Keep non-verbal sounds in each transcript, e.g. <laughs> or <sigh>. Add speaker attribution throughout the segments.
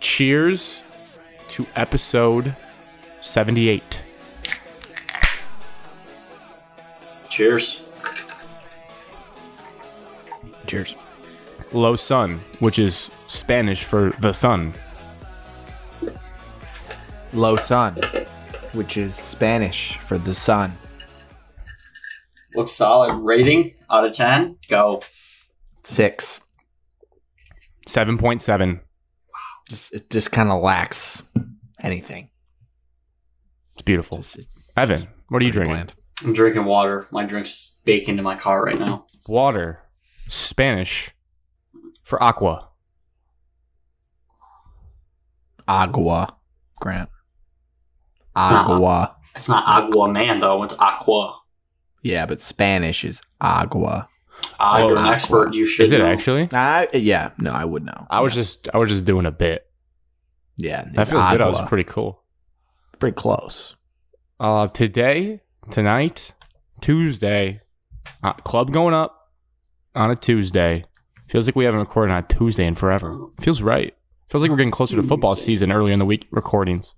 Speaker 1: cheers to episode 78.
Speaker 2: Cheers.
Speaker 1: Cheers. Lo Sun, which is Spanish for the sun.
Speaker 3: Lo Sun, which is Spanish for the sun.
Speaker 2: Looks solid. Rating out of 10. Go.
Speaker 3: Six.
Speaker 1: 7.7.
Speaker 3: Just it just kind of lacks anything.
Speaker 1: It's beautiful.
Speaker 3: Just- it's
Speaker 1: Evan, what are you drinking?
Speaker 3: bland.
Speaker 2: I'm drinking water. My drink's baked into my car right now.
Speaker 1: Water. Spanish for aqua.
Speaker 3: Agua, Grant.
Speaker 2: not-
Speaker 3: Agua.
Speaker 2: It's not agua man, though. It's aqua.
Speaker 3: Yeah, but Spanish is agua.
Speaker 2: Ah,
Speaker 1: Oh,
Speaker 2: you're an
Speaker 3: aqua.
Speaker 2: expert. You should.
Speaker 1: Is it
Speaker 2: know.
Speaker 1: actually?
Speaker 3: I yeah, no, I would know.
Speaker 1: I was just I was just doing a bit.
Speaker 3: yeah, it's
Speaker 1: That feels good. That was
Speaker 3: agua.
Speaker 1: pretty cool.
Speaker 3: pretty close.
Speaker 1: Uh, today, tonight, Tuesday, uh, club going up on a Tuesday. Feels like we haven't recorded on a Tuesday in forever. Feels right. Feels like we're getting closer to football
Speaker 2: Tuesday.
Speaker 1: season early in the week recordings.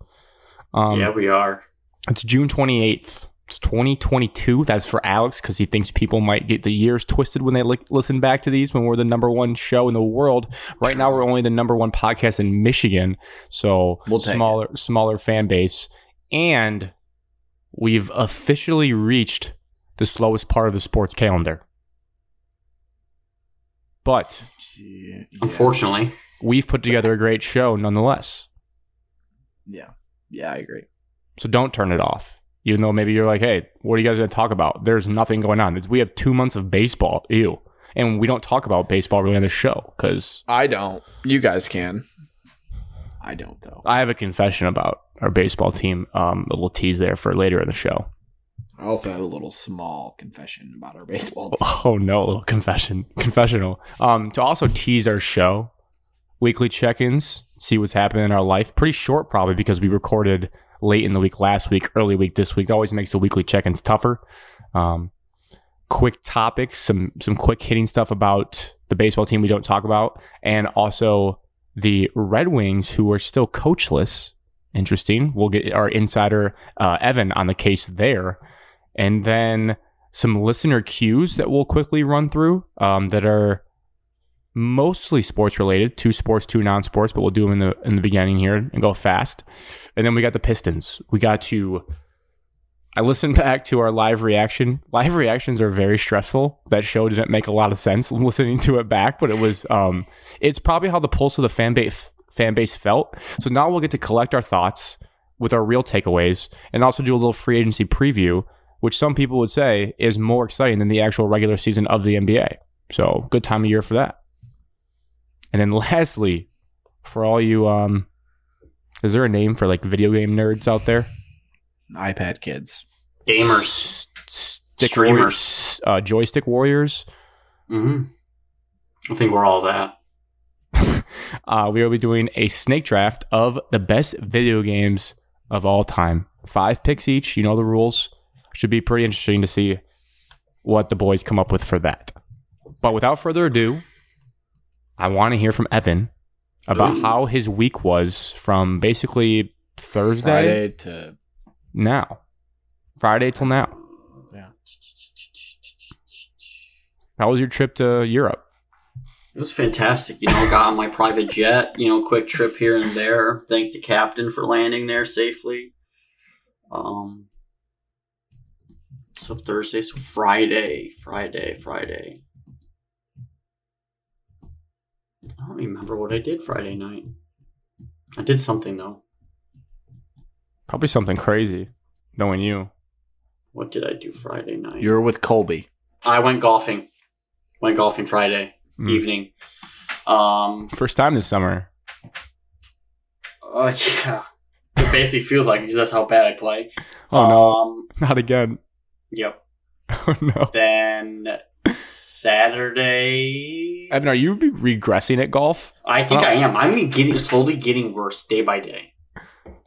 Speaker 1: Um,
Speaker 2: yeah, we are.
Speaker 1: It's June 28th. It's 2022. That's for Alex because he thinks people might get the years twisted when they li- listen back to these when we're the number one show in the world. Right now, we're only the number one podcast in Michigan. So,
Speaker 3: We'll take
Speaker 1: smaller, smaller fan base. And we've officially reached the slowest part of the sports calendar. But
Speaker 2: Unfortunately.
Speaker 1: we've put together a great show nonetheless.
Speaker 3: Yeah, yeah, I agree.
Speaker 1: So don't turn it off. Even though maybe you're like, hey, what are you guys going to talk about? There's nothing going on. It's- We have two months of baseball. Ew. And we don't talk about baseball really on the show because
Speaker 3: I don't. You guys can. I don't though.
Speaker 1: I have a confession about our baseball team. Um, a little tease there for later in the show.
Speaker 3: I also have a little small confession about our <laughs> baseball.
Speaker 1: <laughs> Oh no, a little confession, confessional. Um, to also tease our show, weekly check-ins, see what's happening in our life. Pretty short, probably because we recorded late in the week last week, early week this week. It always makes the weekly check-ins tougher. Um, quick topics, some some quick hitting stuff about the baseball team we don't talk about, and also the Red Wings who are still coachless. Interesting. We'll get our insider uh, Evan on the case there, and then some listener cues that we'll quickly run through um, that are mostly sports related, two sports, two non-sports, but we'll do them in the in the beginning here and go fast. And then we got the Pistons. We got to I listened <laughs> back to our live reaction. Live reactions are very stressful. That show didn't make a lot of sense <laughs> listening to it back, but it was um it's probably how the pulse of the fan base fan base felt. So now we'll get to collect our thoughts with our real takeaways and also do a little free agency preview which some people would say is more exciting than the actual regular season of the NBA. So good time of year for that. And then <laughs> lastly, for all you um is there a name for like video game nerds out there?
Speaker 3: iPad kids.
Speaker 2: Gamers.
Speaker 1: Stick
Speaker 2: Streamers.
Speaker 1: warriors, uh, joystick warriors.
Speaker 2: hmm I think we're all that.
Speaker 1: Uh, we will be doing a snake draft of the best video games of all time. Five picks each. You know the rules. Should be pretty interesting to see what the boys come up with for that. But without further ado, I want to hear from Evan about
Speaker 2: Ooh.
Speaker 1: how his week was from basically Thursday
Speaker 3: Friday to
Speaker 1: now, Friday till now.
Speaker 3: Yeah.
Speaker 1: How was your trip to Europe?
Speaker 2: It was fantastic. You know, got on my private jet, you know, quick trip here and there. Thank the captain for landing there safely. Um, so Thursday, so Friday, Friday, Friday. I don't remember what I did Friday night. I did something though.
Speaker 1: Probably something crazy, knowing you.
Speaker 2: What did I do Friday night?
Speaker 3: you're with Colby.
Speaker 2: I went golfing. Went golfing Friday
Speaker 1: Mm.
Speaker 2: evening. Um,
Speaker 1: First time this summer.
Speaker 2: Uh, yeah. It basically feels like it 'cause that's how bad I play.
Speaker 1: Oh no,
Speaker 2: Um,
Speaker 1: <laughs> not again. <laughs>
Speaker 2: yep.
Speaker 1: Oh no.
Speaker 2: Then Saturday.
Speaker 1: Evan, are you be- regressing at golf?
Speaker 2: I think
Speaker 1: Oh.
Speaker 2: I am. I'm getting slowly getting worse day by day.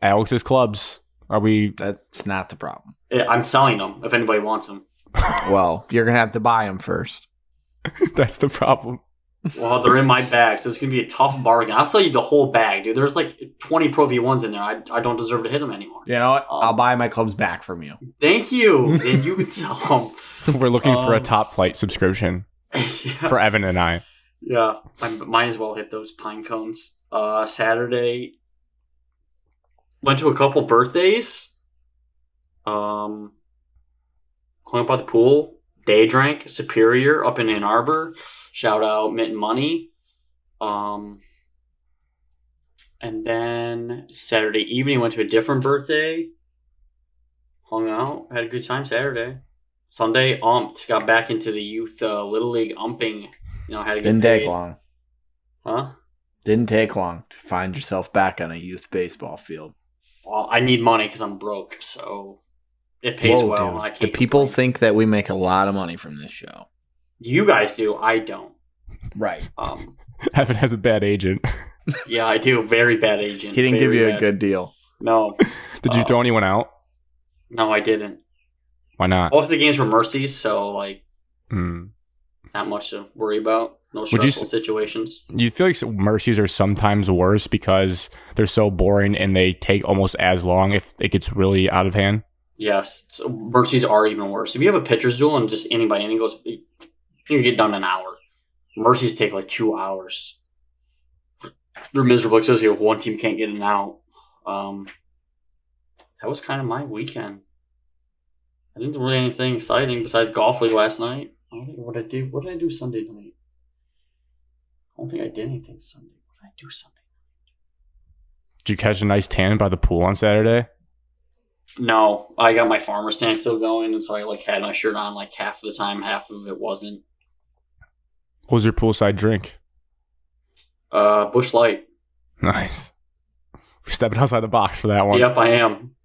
Speaker 1: Alex's clubs. Are <laughs> we?
Speaker 3: That's not the problem.
Speaker 2: I- Eh, I'm selling them if anybody wants them.
Speaker 3: Well, you're gonna have to buy them first.
Speaker 1: That's the problem.
Speaker 2: Well, they're in my bag, so it's gonna be a tough bargain. I'll sell you the whole bag, dude. There's like 20 Pro V1s in there. I, I don't deserve to hit them anymore.
Speaker 4: You know what?
Speaker 2: Um,
Speaker 4: I'll buy my clubs back from you.
Speaker 2: Thank you, and you can sell <laughs> them
Speaker 1: We're looking for a
Speaker 2: Um,
Speaker 1: top flight subscription for Evan and I.
Speaker 2: Yeah, I might as well hit those pine cones. Uh, Saturday went to a couple birthdays. Um, hung up by the pool, day drank Superior up in Ann Arbor. Shout out Mitten Money. Um, and then Saturday evening went to a different birthday. Hung out, had a good time Saturday. Sunday umped, got back into the youth uh, little league umping. You know, had a good
Speaker 4: Didn't take
Speaker 2: paid.
Speaker 4: long.
Speaker 2: Huh?
Speaker 4: Didn't take long to find yourself back on a youth baseball field.
Speaker 2: Well, I need money because I'm broke, so it pays
Speaker 4: Whoa,
Speaker 2: well.
Speaker 4: dude.
Speaker 2: and I can't
Speaker 3: The people
Speaker 2: complain.
Speaker 3: think that we make a lot of money from this show.
Speaker 2: you guys do. I don't.
Speaker 4: Right.
Speaker 2: Um,
Speaker 1: <laughs> Evan has a bad agent.
Speaker 2: yeah, I do. Very bad agent.
Speaker 4: He didn't give
Speaker 2: Very
Speaker 4: you a
Speaker 2: bad.
Speaker 4: good deal.
Speaker 2: No,
Speaker 1: <laughs> Did you
Speaker 2: Uh,
Speaker 1: throw anyone out?
Speaker 2: no, I didn't.
Speaker 1: Why not?
Speaker 2: Both of the games were mercies, so like
Speaker 1: Mm.
Speaker 2: not much to worry about. No
Speaker 1: Would you
Speaker 2: stressful situations.
Speaker 1: You feel like mercies are sometimes worse because they're so boring and they take almost as long if it gets really out of hand.
Speaker 2: Yes, so mercies are even worse. If you have a pitcher's duel and just inning by inning goes, you get done in an hour. Mercies take like two hours. They're miserable, especially if one team can't get an out. Um, that was kind of my weekend. I didn't do really anything exciting besides golf league last night. I don't think what I did. What did I do Sunday night? I don't think I did anything Sunday. What did I do Sunday?
Speaker 1: Did you catch a nice tan by the pool on Saturday?
Speaker 2: No, I got my farmer's tank still going, and so I like had my shirt on like half of the time, half of it wasn't.
Speaker 1: What was your poolside drink? <laughs>
Speaker 2: Uh, Bush Light.
Speaker 1: Nice. We're stepping outside the box for that one.
Speaker 2: Yep,
Speaker 1: <laughs>
Speaker 2: I am.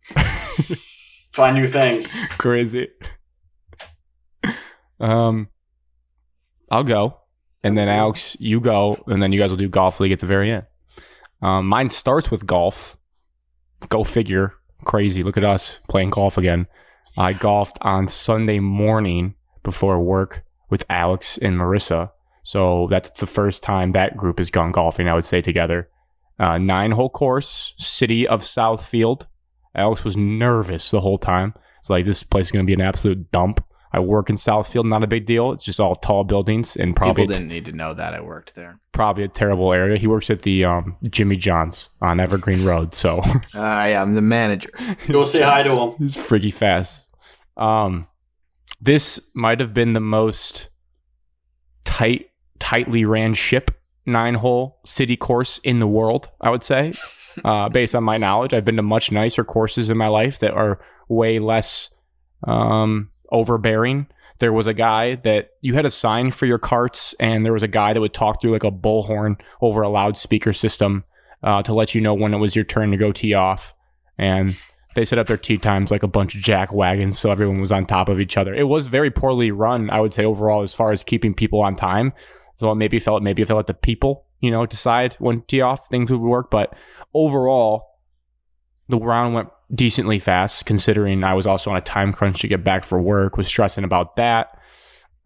Speaker 2: Try new things.
Speaker 1: Crazy. Um, I'll go, and then Alex, you go, and then you guys will do golf league at the very end. Um, mine starts with golf. Go figure. Crazy. Look at us playing golf again. I golfed on Sunday morning before work with Alex and Marissa. So that's the first time that group has gone golfing, I would say, together. Uh, nine hole course, city of Southfield. Alex was nervous the whole time. It's like this place is going to be an absolute dump. I work in Southfield, not a big deal. It's just all tall buildings and probably
Speaker 4: People didn't need to know that I worked there.
Speaker 1: probably a terrible area. He works at the um, Jimmy John's on Evergreen Road, so
Speaker 4: Uh, I am the manager.
Speaker 2: Go say hi <laughs> to him.
Speaker 1: he's freaky fast. Um, this might have been the most tight, tightly ran ship nine hole city course in the world. I would say, uh, based on my knowledge, I've been to much nicer courses in my life that are way less um, overbearing. There was a guy that you had a sign for your carts, and there was a guy that would talk through like a bullhorn over a loudspeaker system uh, to let you know when it was your turn to go tee off. And they set up their tee times like a bunch of jack wagons, so everyone was on top of each other. It was very poorly run, I would say overall, as far as keeping people on time. So it maybe felt maybe if they let the people, you know, decide when tee off, things would work. But overall, the round went decently fast, considering I was also on a time crunch to get back for work. Was stressing about that.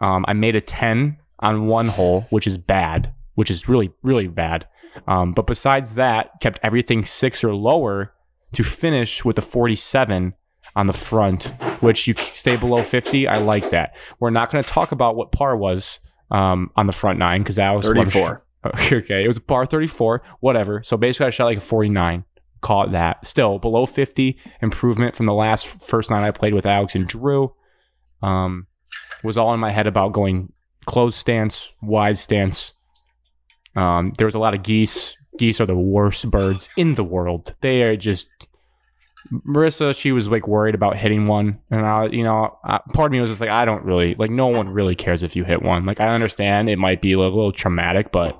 Speaker 1: Um, I made a ten on one hole, which is bad, which is really really bad. Um, but besides that, kept everything six or lower to finish with a forty-seven on the front, which you stay below fifty. I like that. We're not going to talk about what par was um, on the front nine because I was
Speaker 4: Thirty-four.
Speaker 1: <laughs> Okay, it was a par 34, whatever. So basically, I shot like a 49. Call it that. Still below 50, improvement from the last first nine I played with Alex and Drew. Um, was all in my head about going closed stance, wide stance. Um, there was a lot of geese. Geese are the worst birds in the world. They are just. Marissa, she was like worried about hitting one, and I, you know, I, part of me was just like, I don't really like. No one really cares if you hit one. Like, I understand it might be a little traumatic, but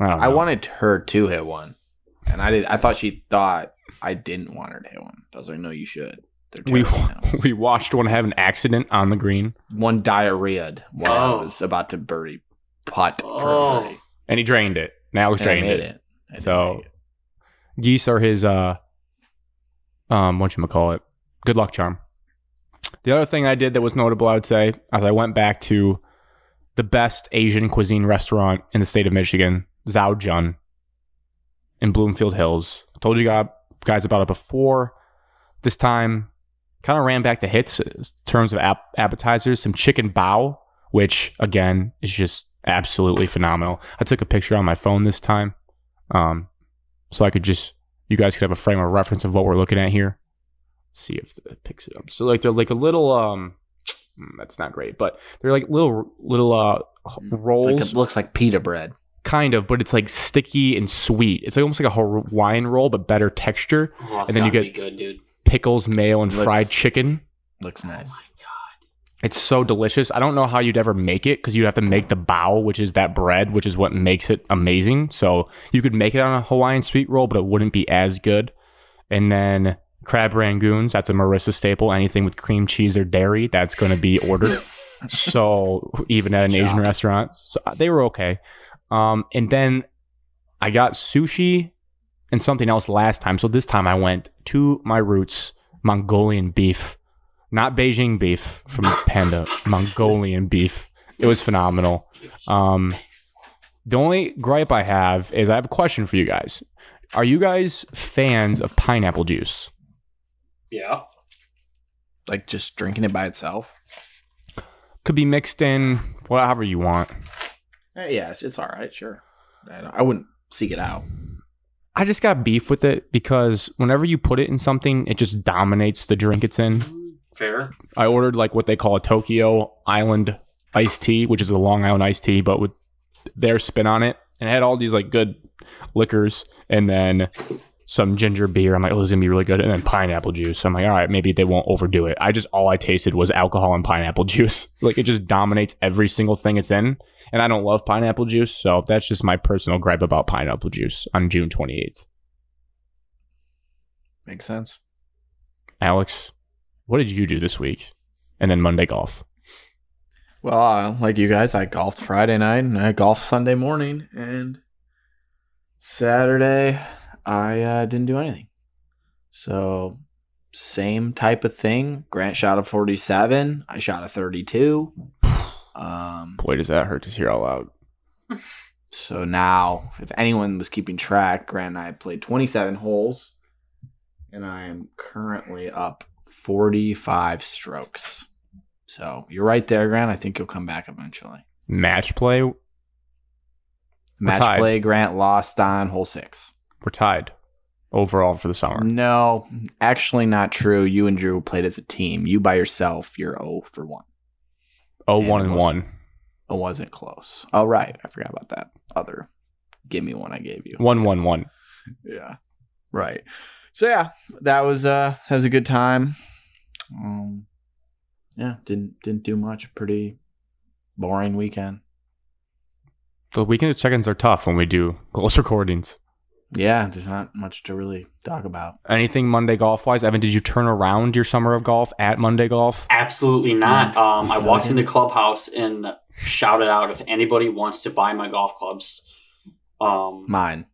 Speaker 1: I, don't
Speaker 4: I
Speaker 1: know.
Speaker 4: wanted her to hit one, and I did. I thought she thought I didn't want her to hit one. I was like, no, you should. They're
Speaker 1: We
Speaker 4: terrible
Speaker 3: <laughs>
Speaker 1: <laughs>
Speaker 4: animals.
Speaker 1: we watched one have an accident on the green,
Speaker 4: one diarrheaed while
Speaker 2: Oh.
Speaker 4: I was about to birdie putt.
Speaker 2: Oh.
Speaker 4: for a birdie.
Speaker 1: and he drained it. And Alex
Speaker 4: And I
Speaker 1: drained it.
Speaker 4: made it. I didn't
Speaker 1: So-
Speaker 4: make it.
Speaker 1: Geese are his uh, um, what you call it? Good luck charm. The other thing I did that was notable, I would say, as I went back to the best Asian cuisine restaurant in the state of Michigan, Zhao Jun, in Bloomfield Hills. Told you guy- guys about it before. This time, kind of ran back to hits in terms of ap- appetizers. Some chicken bao, which again is just absolutely phenomenal. I took a picture on my phone this time, um, so I could just you guys could have a frame of reference of what we're looking at here. see if it picks it up. So like they're like a little um, mm, that's not great, but they're like little little uh h- rolls
Speaker 4: It's like- it looks like pita bread.
Speaker 1: kind of, but it's like sticky and sweet. It's like almost like a Hawaiian roll, but better texture.
Speaker 2: Oh, that's
Speaker 1: And then you
Speaker 2: gotta
Speaker 1: get-
Speaker 2: be good, dude.
Speaker 1: Pickles, mayo, and
Speaker 4: Looks-
Speaker 1: fried chicken.
Speaker 4: Looks nice.
Speaker 2: Oh my god.
Speaker 1: It's so delicious. I don't know how you'd ever make it because you'd have to make the bao, which is that bread, which is what makes it amazing. So you could make it on a Hawaiian sweet roll, but it wouldn't be as good. And then crab rangoons, that's a Marissa staple. Anything with cream cheese or dairy, that's going to be ordered. so even at an Asian
Speaker 4: Chop.
Speaker 1: restaurant, so uh, they were okay. Um, and then I got sushi and something else last time. So this time I went to my roots, Mongolian beef, not Beijing beef from Panda, Mongolian beef. It was phenomenal. Um, the only gripe I have is I have a question for you guys. Are you guys fans of pineapple juice?
Speaker 2: Yeah.
Speaker 4: Like just drinking it by itself.
Speaker 1: Could be mixed in whatever you want.
Speaker 4: Eh, yeah, it's, it's all right. Sure. I, don't- I wouldn't seek it out.
Speaker 1: I just got beef with it because whenever you put it in something, it just dominates the drink it's in.
Speaker 2: Fair.
Speaker 1: I ordered like what they call a Tokyo Island iced tea, which is a Long Island iced tea, but with their spin on it. And it had all these like good liquors and then some ginger beer. I'm like, oh, this is gonna be really good. And then pineapple juice. I'm like, all right, maybe they won't overdo it. I just all I tasted was alcohol and pineapple <laughs> juice. Like it just dominates every single thing it's in. And I don't love pineapple juice, so that's just my personal gripe about pineapple juice on June 28th.
Speaker 4: Makes sense.
Speaker 1: Alex, what did you do this week? And then Monday golf.
Speaker 4: Well, uh, like you guys, I golfed Friday night and I golfed Sunday morning and Saturday I uh, didn't do anything. So same type of thing. Grant shot a 47. I shot a 32. Um,
Speaker 1: Boy, does that hurt to hear out loud.
Speaker 4: so now, if anyone was keeping track, Grant and I played 27 holes and I am currently up 45 strokes. So you're right there, Grant. I think you'll come back eventually.
Speaker 1: match play, we're
Speaker 4: Match
Speaker 1: tied.
Speaker 4: play Grant lost on hole six.
Speaker 1: tied overall for the summer.
Speaker 4: Mm, No, actually not true. You and Drew played as a team. You by yourself, you're 0 for 1.
Speaker 1: Oh,
Speaker 4: And
Speaker 1: one
Speaker 4: it
Speaker 1: and
Speaker 4: wasn't-
Speaker 1: one.
Speaker 4: It wasn't close. Oh, right. I forgot about that other gimme one I gave you.
Speaker 1: One, one, one.
Speaker 4: Yeah. Right. So yeah, that was uh that was a good time. Um yeah, didn't didn't do much. Pretty boring weekend.
Speaker 1: The weekend check ins are tough when we do close <laughs> recordings.
Speaker 4: Yeah, there's not much to really talk about.
Speaker 1: Anything Monday golf wise? Evan, did you turn around your summer of golf at Monday golf?
Speaker 2: Absolutely not. Um, I
Speaker 4: No.
Speaker 2: walked in the clubhouse and shouted out if anybody wants to buy my golf clubs. Um,
Speaker 4: Mine.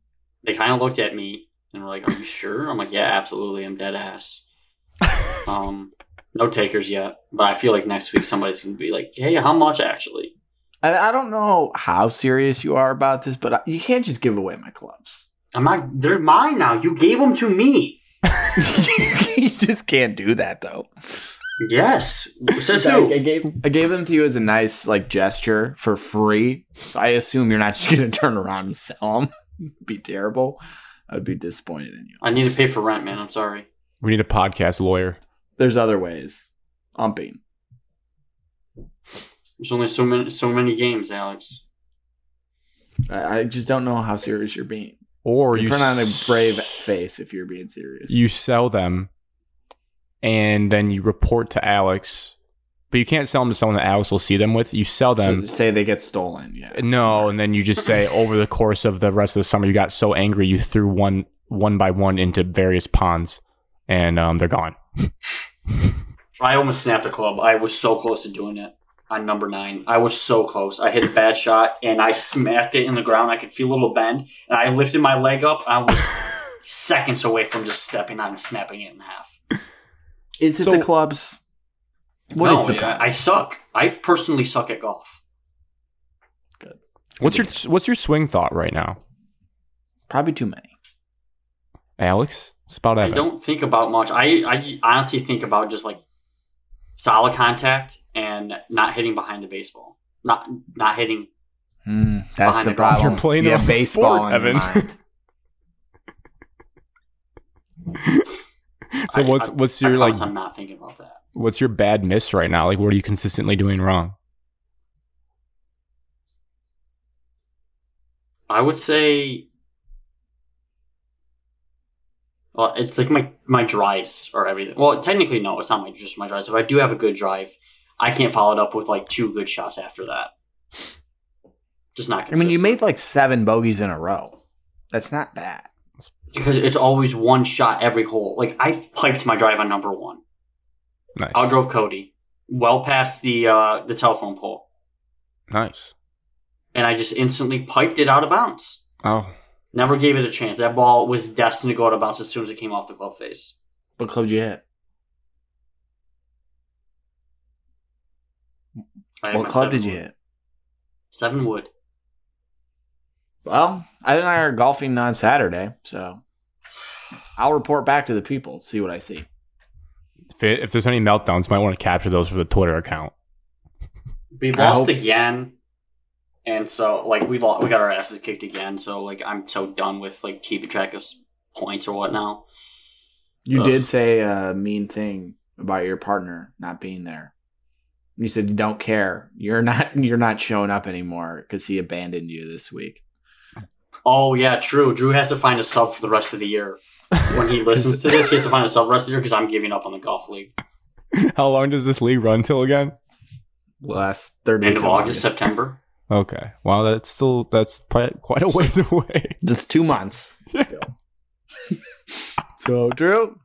Speaker 2: they kind of looked at me and were like, "Are you sure?" I'm like, "Yeah, absolutely. I'm
Speaker 1: <laughs>
Speaker 2: dead ass." um, no takers yet, but I feel like next week somebody's gonna be like, "Hey, how much actually?"
Speaker 4: I, I don't know how serious you are about this, but I, you can't just give away my clubs.
Speaker 2: I'm not. They're mine now. You gave them to me.
Speaker 4: <laughs> you just can't do that though.
Speaker 2: Yes.
Speaker 4: <laughs>
Speaker 2: Says
Speaker 4: I, I
Speaker 2: who?
Speaker 4: gave I gave them to you as a nice like gesture for free. So I assume you're not <laughs> just gonna turn around and sell them. It'd be terrible. I'd be disappointed in you.
Speaker 2: I need to pay for rent, man. I'm sorry.
Speaker 1: We need a podcast lawyer.
Speaker 4: There's other ways. Umping.
Speaker 2: There's only so many, so many games, Alex.
Speaker 4: I, I just don't know how serious you're being.
Speaker 1: Or
Speaker 4: Or
Speaker 1: you,
Speaker 4: you turn on a
Speaker 1: s-
Speaker 4: brave face if you're being serious.
Speaker 1: you sell them and then you report to Alex, but you can't sell them to someone that Alex will see them with. You sell them.
Speaker 4: So say they get stolen. Yeah.
Speaker 1: No, and then you just say over the course of the rest of the summer, you got so angry you threw one one by one into various ponds, and um, they're gone.
Speaker 2: I almost snapped a club. I was so close to doing it on number nine. I was so close. I hit a bad shot and I smacked it in the ground. I could feel a little bend, and I lifted my leg up. I
Speaker 4: <laughs>
Speaker 2: was seconds away from just stepping on and snapping it in half.
Speaker 4: Is it
Speaker 1: So-
Speaker 4: the clubs? What is
Speaker 2: No,
Speaker 4: the
Speaker 2: yeah,
Speaker 4: problem?
Speaker 2: I suck. I personally suck at golf.
Speaker 1: What's your What's your swing thought right now,
Speaker 4: Probably too many.
Speaker 1: Alex? It's about
Speaker 2: I
Speaker 1: Evan.
Speaker 2: don't think about much. I, I honestly think about just like solid contact and not hitting behind the baseball. Not not hitting.
Speaker 4: Hmm, that's
Speaker 2: Behind
Speaker 4: the
Speaker 2: the ball.
Speaker 4: problem.
Speaker 1: You're playing the
Speaker 4: You have
Speaker 1: wrong
Speaker 4: baseball
Speaker 1: sport,
Speaker 4: in your
Speaker 1: Evan.
Speaker 4: mind.
Speaker 1: So
Speaker 2: I-
Speaker 1: what's
Speaker 2: I-
Speaker 1: what's
Speaker 2: I
Speaker 1: your like
Speaker 2: promise I'm not thinking about that.
Speaker 1: what's your bad miss right now? Like what are you consistently doing wrong?
Speaker 2: I would say. Well, it's like my my drives or everything. Well, technically, no, it's not my just my drives. If I do have a good drive, I can't follow it up with like two good shots after that. Just not.
Speaker 4: I mean, you
Speaker 2: consistent.
Speaker 4: made like seven bogeys in a row. That's not bad.
Speaker 2: because it's always one shot every hole. Like I piped my drive on number one.
Speaker 1: Nice,
Speaker 2: Outdrove Cody, well past the uh, the telephone pole,
Speaker 1: nice.
Speaker 2: and I just instantly piped it out of bounds.
Speaker 1: Oh,
Speaker 2: Never gave it a chance. That ball was destined to go out of bounds as soon as it came off the club face.
Speaker 4: What club did you hit?
Speaker 2: I had
Speaker 4: What
Speaker 2: my
Speaker 4: club
Speaker 2: seven
Speaker 4: did you
Speaker 2: wood.
Speaker 4: hit?
Speaker 2: Seven wood.
Speaker 4: Well, I and I are golfing on Saturday, so I'll report back to the people, see what I see.
Speaker 1: if, it- if there's any meltdowns, might want to capture those for the Twitter account. <laughs>
Speaker 2: We
Speaker 4: I
Speaker 2: lost
Speaker 4: hope-
Speaker 2: again, and so like we lost, we got our asses kicked again. So like I'm so done with like keeping track of s- points or what now.
Speaker 4: You
Speaker 2: Ugh.
Speaker 4: did say a mean thing about your partner not being there. You said you don't care. You're not <laughs> you're not showing up anymore because he abandoned you this week.
Speaker 2: Oh yeah, true. Drew has to find a sub for the rest of the year. When
Speaker 4: <laughs>
Speaker 2: he listens to this, he has to find a sub for the rest of the year because I'm giving up on the golf league.
Speaker 1: How long does this league run till again?
Speaker 4: Last third
Speaker 2: End
Speaker 4: week
Speaker 2: of August, September.
Speaker 1: Okay. Wow, that's still that's quite quite a ways <laughs> away.
Speaker 4: Just two months. Still. <laughs> so Drew,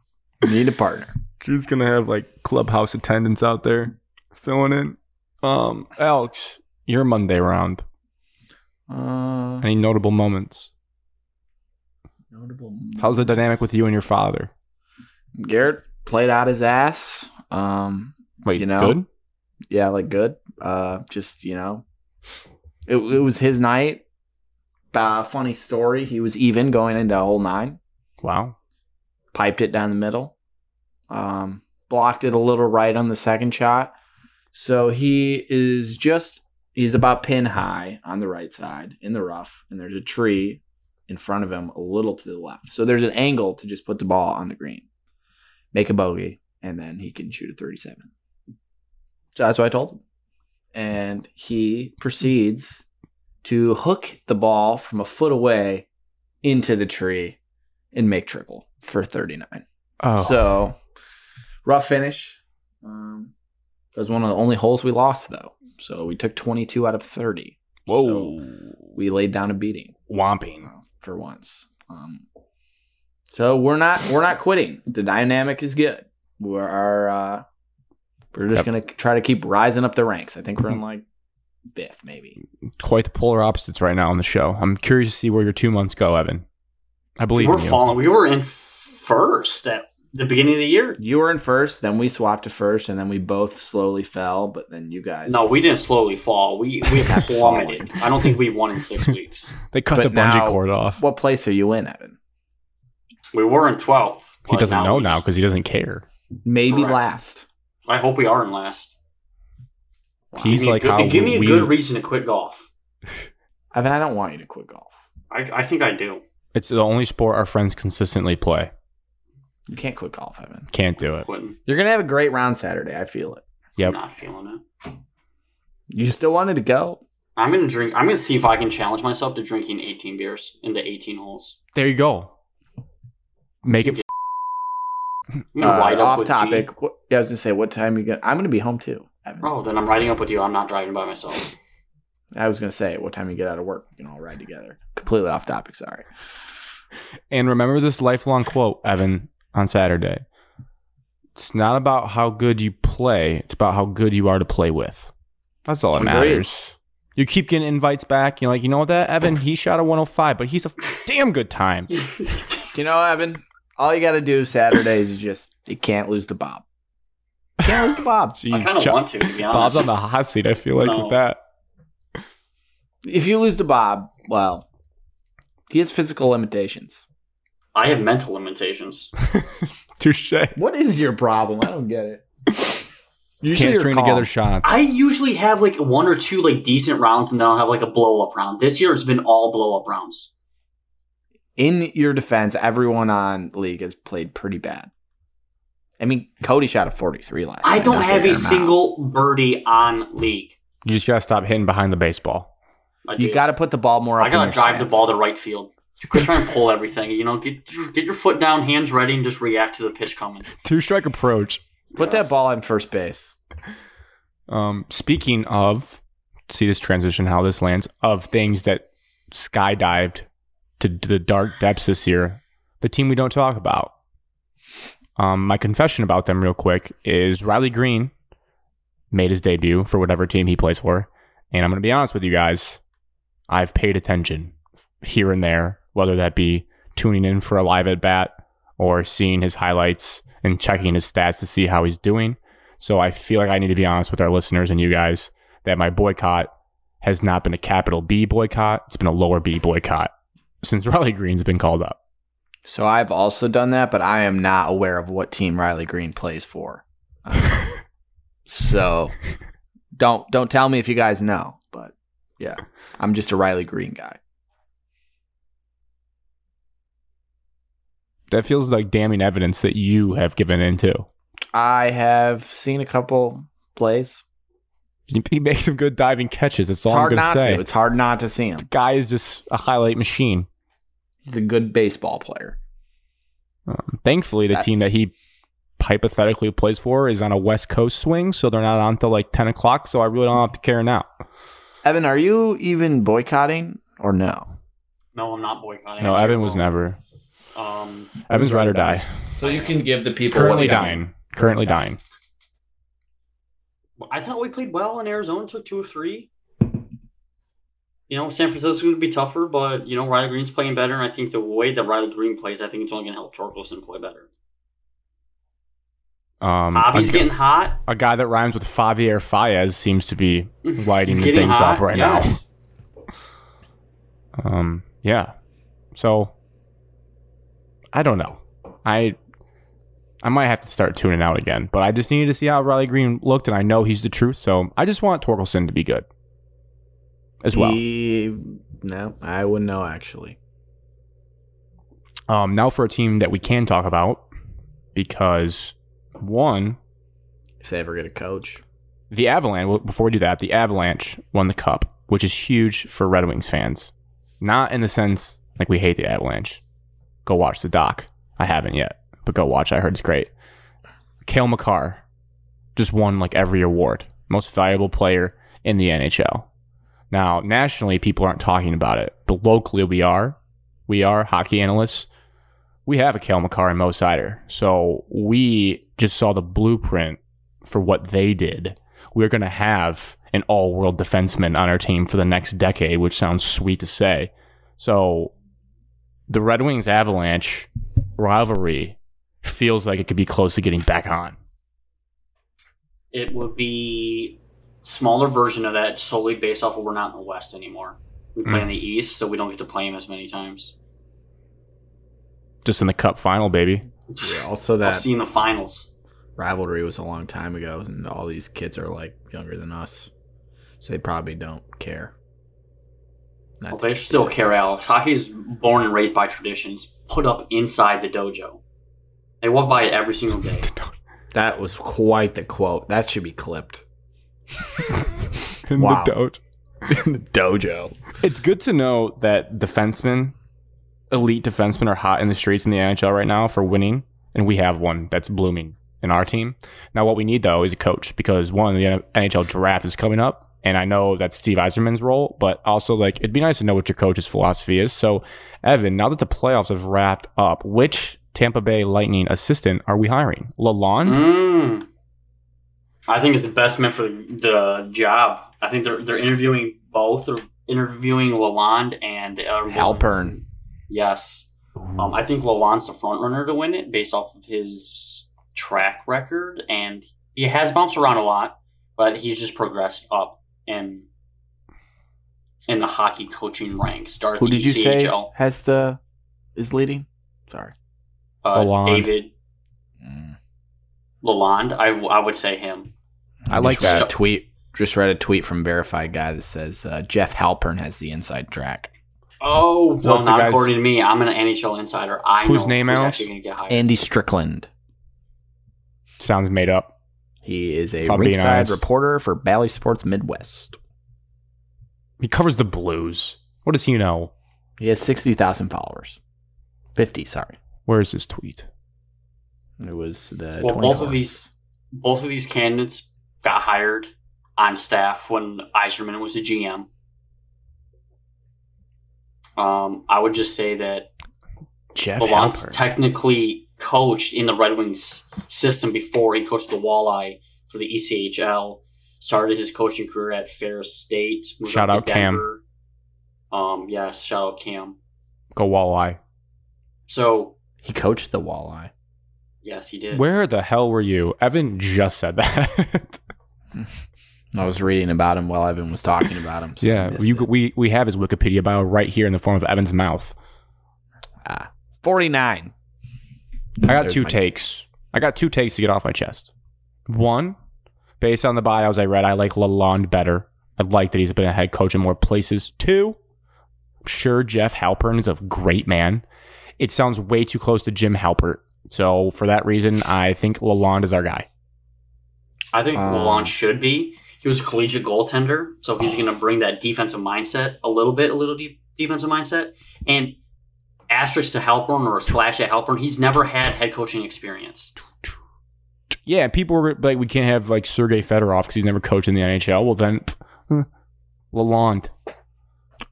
Speaker 4: you need a partner.
Speaker 1: Drew's gonna have like clubhouse attendants out there filling in. Um, Alex, your Monday round.
Speaker 4: Uh,
Speaker 1: Any notable moments?
Speaker 4: notable.
Speaker 1: How's the dynamic with you and your father?
Speaker 4: Garrett played out his ass. Um,
Speaker 1: Wait,
Speaker 4: You know?
Speaker 1: good.
Speaker 4: yeah, like good. Uh, just you know, it it was his night. Uh, funny story. He was even going into hole nine.
Speaker 1: Wow.
Speaker 4: Piped it down the middle. Um, blocked it a little right on the second shot. So he is just he's about pin high on the right side in the rough, and there's a tree in front of him a little to the left. So there's an angle to just put the ball on the green, make a bogey, and then he can shoot a 37. So that's what I told him. And he proceeds to hook the ball from a foot away into the tree and make triple for 39.
Speaker 1: Oh,
Speaker 4: So rough finish. Um, that was one of the only holes we lost though. So we took 22 out of 30.
Speaker 1: whoa,
Speaker 4: We laid down a beating
Speaker 1: whomping.
Speaker 4: uh, for once. Um, so we're not we're not quitting. The dynamic is good. We're our, uh, we're just
Speaker 1: Yep. Mm-hmm.
Speaker 4: gonna try to keep rising up the ranks. I think we're in like fifth maybe.
Speaker 1: Quite the polar opposites right now on the show. I'm curious to see where your two months go, Evan. I believe
Speaker 2: we're
Speaker 1: in you.
Speaker 2: falling. We were in first at the beginning of the year.
Speaker 4: You were in first, then we swapped to first, and then we both slowly fell. But then you guys
Speaker 2: No, we didn't slowly fall. We
Speaker 1: <laughs>
Speaker 2: we
Speaker 4: Not
Speaker 2: plummeted. I don't think we've won in six weeks.
Speaker 1: They cut
Speaker 4: But
Speaker 1: the bungee
Speaker 4: now-
Speaker 1: cord off.
Speaker 4: What place are you in, Evan?
Speaker 2: We were in twelfth.
Speaker 1: He
Speaker 2: but
Speaker 1: doesn't know
Speaker 2: we
Speaker 1: now
Speaker 2: just-
Speaker 1: because he doesn't care.
Speaker 4: Maybe
Speaker 2: Correct.
Speaker 4: last.
Speaker 2: I hope we are in last.
Speaker 1: He's
Speaker 2: give me a
Speaker 1: like,
Speaker 2: good,
Speaker 1: how
Speaker 2: give me a
Speaker 1: we-
Speaker 2: good reason to quit golf.
Speaker 4: Evan, I don't want you to quit golf.
Speaker 2: I I think I do.
Speaker 1: It's the only sport our friends consistently play.
Speaker 4: You can't quit golf, Evan.
Speaker 1: Can't do it.
Speaker 2: Quitting.
Speaker 4: You're gonna have a great round Saturday. I feel it.
Speaker 1: Yep.
Speaker 2: Not feeling it.
Speaker 4: You still wanted to go.
Speaker 2: I'm gonna drink. I'm gonna see if I can challenge myself to drinking 18 beers in the 18 holes.
Speaker 1: There you go. Make it.
Speaker 2: I'm gonna
Speaker 4: Uh,
Speaker 2: ride up
Speaker 4: off
Speaker 2: with
Speaker 4: topic.
Speaker 2: G.
Speaker 4: What- yeah, I was gonna say, what time you gonna? I'm gonna be home too, Evan.
Speaker 2: Oh, then I'm riding up with you. I'm not driving by
Speaker 4: <laughs>
Speaker 2: myself.
Speaker 4: I was gonna say, what time you get out of work? We can all ride together. Completely off topic. Sorry.
Speaker 1: And remember this lifelong quote, Evan, on Saturday. It's not about how good you play, it's about how good you are to play with. That's all that
Speaker 4: Agreed.
Speaker 1: matters. You keep getting invites back. You're like, you know what, that Evan, he shot a 105, but he's a damn good
Speaker 2: <laughs>
Speaker 1: time.
Speaker 4: You know, Evan, all you gotta do Saturday is you just you can't lose the bob. You can't lose the bob.
Speaker 2: I
Speaker 1: Jeez,
Speaker 2: kind of
Speaker 1: Chuck-
Speaker 2: want to. To be honest,
Speaker 1: Bob's on the hot seat, I feel like,
Speaker 2: No.
Speaker 1: with that.
Speaker 4: If you lose to Bob, well, he has physical limitations.
Speaker 2: I have mental limitations.
Speaker 1: Touche.
Speaker 4: What is your problem? I don't get it.
Speaker 1: Can't string together shots.
Speaker 2: I usually have like one or two like decent rounds, and then I'll have like a blow up round. This year it's been all blow up rounds.
Speaker 4: In your defense, everyone on league has played pretty bad. I mean, Cody shot a 43 last.
Speaker 2: I
Speaker 4: night,
Speaker 2: don't
Speaker 4: not
Speaker 2: have
Speaker 4: that
Speaker 2: a
Speaker 4: amount.
Speaker 2: single birdie on league.
Speaker 1: you just gotta stop hitting behind the baseball.
Speaker 2: I
Speaker 4: You
Speaker 2: do.
Speaker 4: got to put the ball more up.
Speaker 2: I
Speaker 4: in
Speaker 2: gotta
Speaker 4: your
Speaker 2: drive the
Speaker 4: stance.
Speaker 2: ball to right field. Quit trying to pull everything. You know, get get your foot down, hands ready, and just react to the pitch coming.
Speaker 1: Two strike approach.
Speaker 4: Put that ball in first base.
Speaker 1: Um, speaking of, see this transition, how this lands, of things that skydived to d- the dark depths this year, the team we don't talk about. Um, my confession about them, real quick, is Riley Green made his debut for whatever team he plays for. And I'm going to be honest with you guys, I've paid attention here and there, whether that be tuning in for a live at bat or seeing his highlights and checking his stats to see how he's doing. So I feel like I need to be honest with our listeners and you guys that my boycott has not been a capital B boycott. It's been a lower B boycott since <laughs> Riley Green's been called up.
Speaker 4: So I've also done that, but I am not aware of what team Riley Green plays for.
Speaker 2: <laughs>
Speaker 4: Um, so don't don't tell me if you guys know, but yeah, I'm just a Riley Green guy.
Speaker 1: That feels like damning evidence that you have given into.
Speaker 4: I have seen a couple plays.
Speaker 1: He he makes some good diving catches. That's
Speaker 4: It's
Speaker 1: all I'm
Speaker 4: hard
Speaker 1: going to
Speaker 4: not
Speaker 1: say.
Speaker 4: to. It's hard not to see him.
Speaker 1: Guy is just a highlight machine.
Speaker 4: He's a good baseball player.
Speaker 1: Um, thankfully, the
Speaker 4: I-
Speaker 1: team that he hypothetically plays for is on a West Coast swing, so they're not on till like 10 o'clock. So I really don't have to care now.
Speaker 4: Evan, are you even boycotting or no?
Speaker 2: No, I'm not boycotting.
Speaker 1: No,
Speaker 2: I'm
Speaker 1: Evan was
Speaker 2: cheerful.
Speaker 1: never.
Speaker 2: Um,
Speaker 1: Evan's ride or die.
Speaker 4: So you can give the people
Speaker 1: Currently dying. Currently dying.
Speaker 2: I thought we played well, and Arizona took two of three. You know, San Francisco's going to be tougher, but you know Riley Green's playing better, and I think the way that Riley Green plays, I think it's only going to help Torkelson play better.
Speaker 1: Um,
Speaker 2: Javi's
Speaker 1: a-
Speaker 2: getting hot.
Speaker 1: a guy that rhymes with Javier Fayez seems to
Speaker 2: <laughs>
Speaker 1: be lighting
Speaker 2: He's
Speaker 1: things
Speaker 2: getting hot.
Speaker 1: up right
Speaker 2: yes.
Speaker 1: now. Um, yeah. So I don't know. I I might have to start tuning out again, but I just needed to see how Riley Green looked, and I know he's the truth. So I just want Torkelson to be good as well.
Speaker 4: no, I wouldn't know actually.
Speaker 1: Um, now for a team that we can talk about because one,
Speaker 4: If they ever get a coach.
Speaker 1: the Avalanche. Well, before we do that, the Avalanche won the cup, which is huge for Red Wings fans. Not in the sense like we hate the Avalanche. Go watch the doc. I haven't yet, but go watch. it. I heard it's great. Kale McCarr just won like every award, most valuable player in the NHL. Now, nationally, people aren't talking about it, but locally, we are. We are hockey analysts. We have a Kale McCarr and Mo Sider. So we just saw the blueprint for what they did we're going to have an all world defenseman on our team for the next decade, which sounds sweet to say. So the Red Wings Avalanche rivalry feels like it could be close to getting back on.
Speaker 2: It would be smaller version of that solely based off of we're not in the West anymore. We play in the East, so we don't get to play him as many times.
Speaker 1: Just in the cup final, baby.
Speaker 4: Yeah, <laughs> also
Speaker 2: I'll
Speaker 4: that
Speaker 2: see you in the finals.
Speaker 4: rivalry was a long time ago, and all these kids are like younger than us, so they probably don't care. Not
Speaker 2: Well, they still care, Alex. Hockey's born and raised by traditions put up inside the dojo. They walk by it every single day.
Speaker 4: that was quite the quote. That should be clipped. <laughs>
Speaker 1: In
Speaker 4: the Wow.
Speaker 1: dote.
Speaker 4: In the dojo.
Speaker 1: It's good to know that defensemen, elite defensemen, are hot in the streets in the NHL right now for winning, and we have one that's blooming in our team. Now, what we need though is a coach because one, the NHL draft is coming up, and I know that's Steve Eiserman's role, but also like it'd be nice to know what your coach's philosophy is. So, Evan, now that the playoffs have wrapped up, which Tampa Bay Lightning assistant are we hiring? Lalonde.
Speaker 2: Mm. I think it's the best man for the, the job. I think they're they're interviewing both. They're interviewing Lalonde and uh,
Speaker 4: Halpern.
Speaker 2: Yes. Um, I think Lalonde's the front runner to win it based off of his track record, and he has bounced around a lot, but he's just progressed up. And in the hockey coaching ranks. E Start at
Speaker 4: Who
Speaker 2: the
Speaker 4: did you say
Speaker 2: ECHL.
Speaker 4: has the is leading? Sorry.
Speaker 2: Uh,
Speaker 1: Lalonde.
Speaker 2: David
Speaker 4: Mm.
Speaker 2: Lalonde. I, w- I would say him.
Speaker 1: I like
Speaker 4: just read
Speaker 2: that.
Speaker 4: a tweet. Just read a tweet from verified guy that says uh, Jeff Halpern has the inside track.
Speaker 2: Oh,
Speaker 1: Those
Speaker 2: well,
Speaker 1: the
Speaker 2: not
Speaker 1: guys-
Speaker 2: according to me. I'm an NHL insider. I
Speaker 1: Whose
Speaker 2: know
Speaker 1: name,
Speaker 2: who's
Speaker 1: Alex?
Speaker 2: actually going to get hired.
Speaker 4: Andy Strickland.
Speaker 1: Sounds made up.
Speaker 4: He is a
Speaker 1: If I'm being
Speaker 4: ringside
Speaker 1: honest.
Speaker 4: reporter for Bally Sports Midwest.
Speaker 1: He covers the Blues. What does he know?
Speaker 4: He has sixty thousand followers. Fifty, sorry.
Speaker 1: Where is this tweet?
Speaker 4: It was the
Speaker 2: well, both
Speaker 4: 24.
Speaker 2: of these, both of these candidates got hired on staff when Eiserman was the GM. Um, I would just say that
Speaker 1: Jeff
Speaker 2: Lalonde's
Speaker 1: Halpern.
Speaker 2: technically coached in the Red Wings system before he coached the Walleye for the E ECHL. Started his coaching career at Ferris State. moved
Speaker 1: Shout
Speaker 2: up to
Speaker 1: out Cam.
Speaker 2: Denver. Um, yes, shout out Cam.
Speaker 1: Go walleye.
Speaker 2: So
Speaker 4: he coached the walleye.
Speaker 2: yes, he did.
Speaker 1: Where the hell were you? Evan just said that. <laughs>
Speaker 4: I was reading about him while Evan was talking about him. so I
Speaker 1: yeah,
Speaker 4: missed
Speaker 1: you,
Speaker 4: it.
Speaker 1: we we have his Wikipedia bio right here in the form of Evan's mouth.
Speaker 4: Ah, 49.
Speaker 1: I got
Speaker 4: There's
Speaker 1: two
Speaker 4: my-
Speaker 1: takes. I got two takes to get off my chest. One, based on the bios I read, I like Lalonde better. I like that he's been a head coach in more places. Two, I'm sure Jeff Halpern is a great man. It sounds way too close to Jim Halpert. So for that reason, I think Lalonde is our guy.
Speaker 2: I think
Speaker 4: Um,
Speaker 2: Lalonde should be. He was a collegiate goaltender, so he's going to bring that defensive mindset a little bit, a little deep defensive mindset. And asterisk to Halpern or slash at Halpern, he's never had head coaching experience.
Speaker 1: Yeah, and people were like, we can't have like Sergei Fedorov because he's never coached in the NHL. Well, then huh, Lalonde.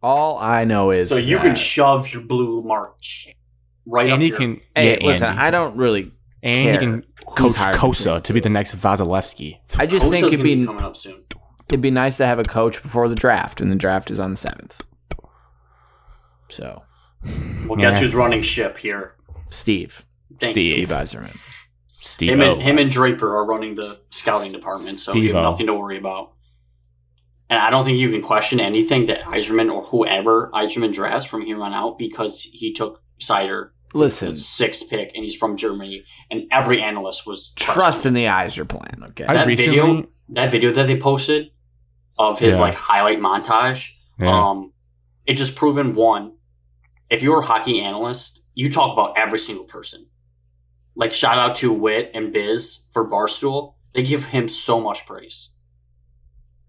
Speaker 4: All I know is
Speaker 2: so you can
Speaker 4: that-
Speaker 2: shove your blue march right
Speaker 1: And
Speaker 2: up
Speaker 1: he
Speaker 2: your-
Speaker 1: can.
Speaker 4: hey,
Speaker 1: yeah,
Speaker 4: listen,
Speaker 1: Andy.
Speaker 4: I don't really
Speaker 1: and he
Speaker 4: care
Speaker 1: can
Speaker 4: who's
Speaker 1: coach
Speaker 4: hired
Speaker 1: Kosa to be the next Vasilevsky.
Speaker 4: I just
Speaker 2: Kosa's
Speaker 4: think it'd
Speaker 2: gonna be
Speaker 4: be
Speaker 2: coming up soon.
Speaker 4: it'd be nice to have a coach before the draft, and the draft is on the seventh. So
Speaker 2: Well, guess
Speaker 1: Yeah.
Speaker 2: who's running ship here?
Speaker 4: Steve,
Speaker 2: Thanks.
Speaker 1: Steve.
Speaker 4: Steve Eiserman.
Speaker 1: Steve.
Speaker 2: Him and, him and Draper are running the scouting department, so you have
Speaker 1: Steve-O.
Speaker 2: nothing to worry about. And I don't think you can question anything that Eiserman or whoever Eiserman drafts from here on out because he took Cider
Speaker 4: Listen,
Speaker 2: the sixth pick and he's from Germany, and every analyst was
Speaker 4: trust
Speaker 2: questioning.
Speaker 4: in the Eiser plan. Okay,
Speaker 1: I
Speaker 2: that
Speaker 1: recently-
Speaker 2: video. That video that they posted of his
Speaker 1: Yeah.
Speaker 2: like highlight montage
Speaker 1: Yeah.
Speaker 2: Um, it just proven one, if you're a hockey analyst, you talk about every single person. Like shout out to Wit and Biz for Barstool. They give him so much praise.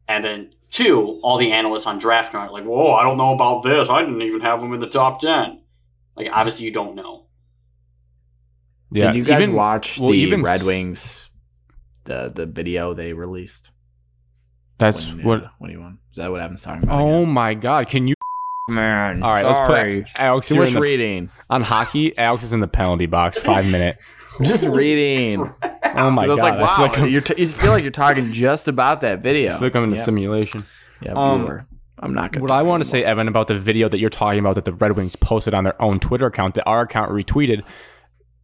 Speaker 2: And then two, all the analysts on draft night, like, whoa, I don't know about this. I didn't even have him in the top ten. Like obviously you don't know.
Speaker 1: yeah.
Speaker 4: Did you guys
Speaker 1: even-
Speaker 4: watch
Speaker 1: well,
Speaker 4: the
Speaker 1: even
Speaker 4: Red
Speaker 1: s-
Speaker 4: Wings? The the video they released.
Speaker 1: That's
Speaker 4: when, uh,
Speaker 1: what.
Speaker 4: What do you want? Is that what Evan's talking about?
Speaker 1: Oh my God! Can you?
Speaker 4: man!
Speaker 1: All right, let's put Alex
Speaker 4: too
Speaker 1: you're
Speaker 4: much
Speaker 1: in the, <laughs>
Speaker 4: reading.
Speaker 1: on hockey. Alex is in the penalty box. Five minute.
Speaker 4: <laughs> Just <laughs> reading.
Speaker 1: Oh my
Speaker 4: I was
Speaker 1: God!
Speaker 4: like,
Speaker 1: I
Speaker 4: wow,
Speaker 1: feel like I'm,
Speaker 4: you're t- you feel like you're talking just about that
Speaker 1: I
Speaker 4: video.
Speaker 1: feel like I'm in a
Speaker 4: Yeah.
Speaker 1: simulation.
Speaker 4: Yeah,
Speaker 1: Um,
Speaker 4: we were. I'm not gonna.
Speaker 1: What I
Speaker 4: talk
Speaker 1: want to
Speaker 4: anymore.
Speaker 1: say, Evan, about the video that you're talking about that the Red Wings posted on their own Twitter account that our account retweeted,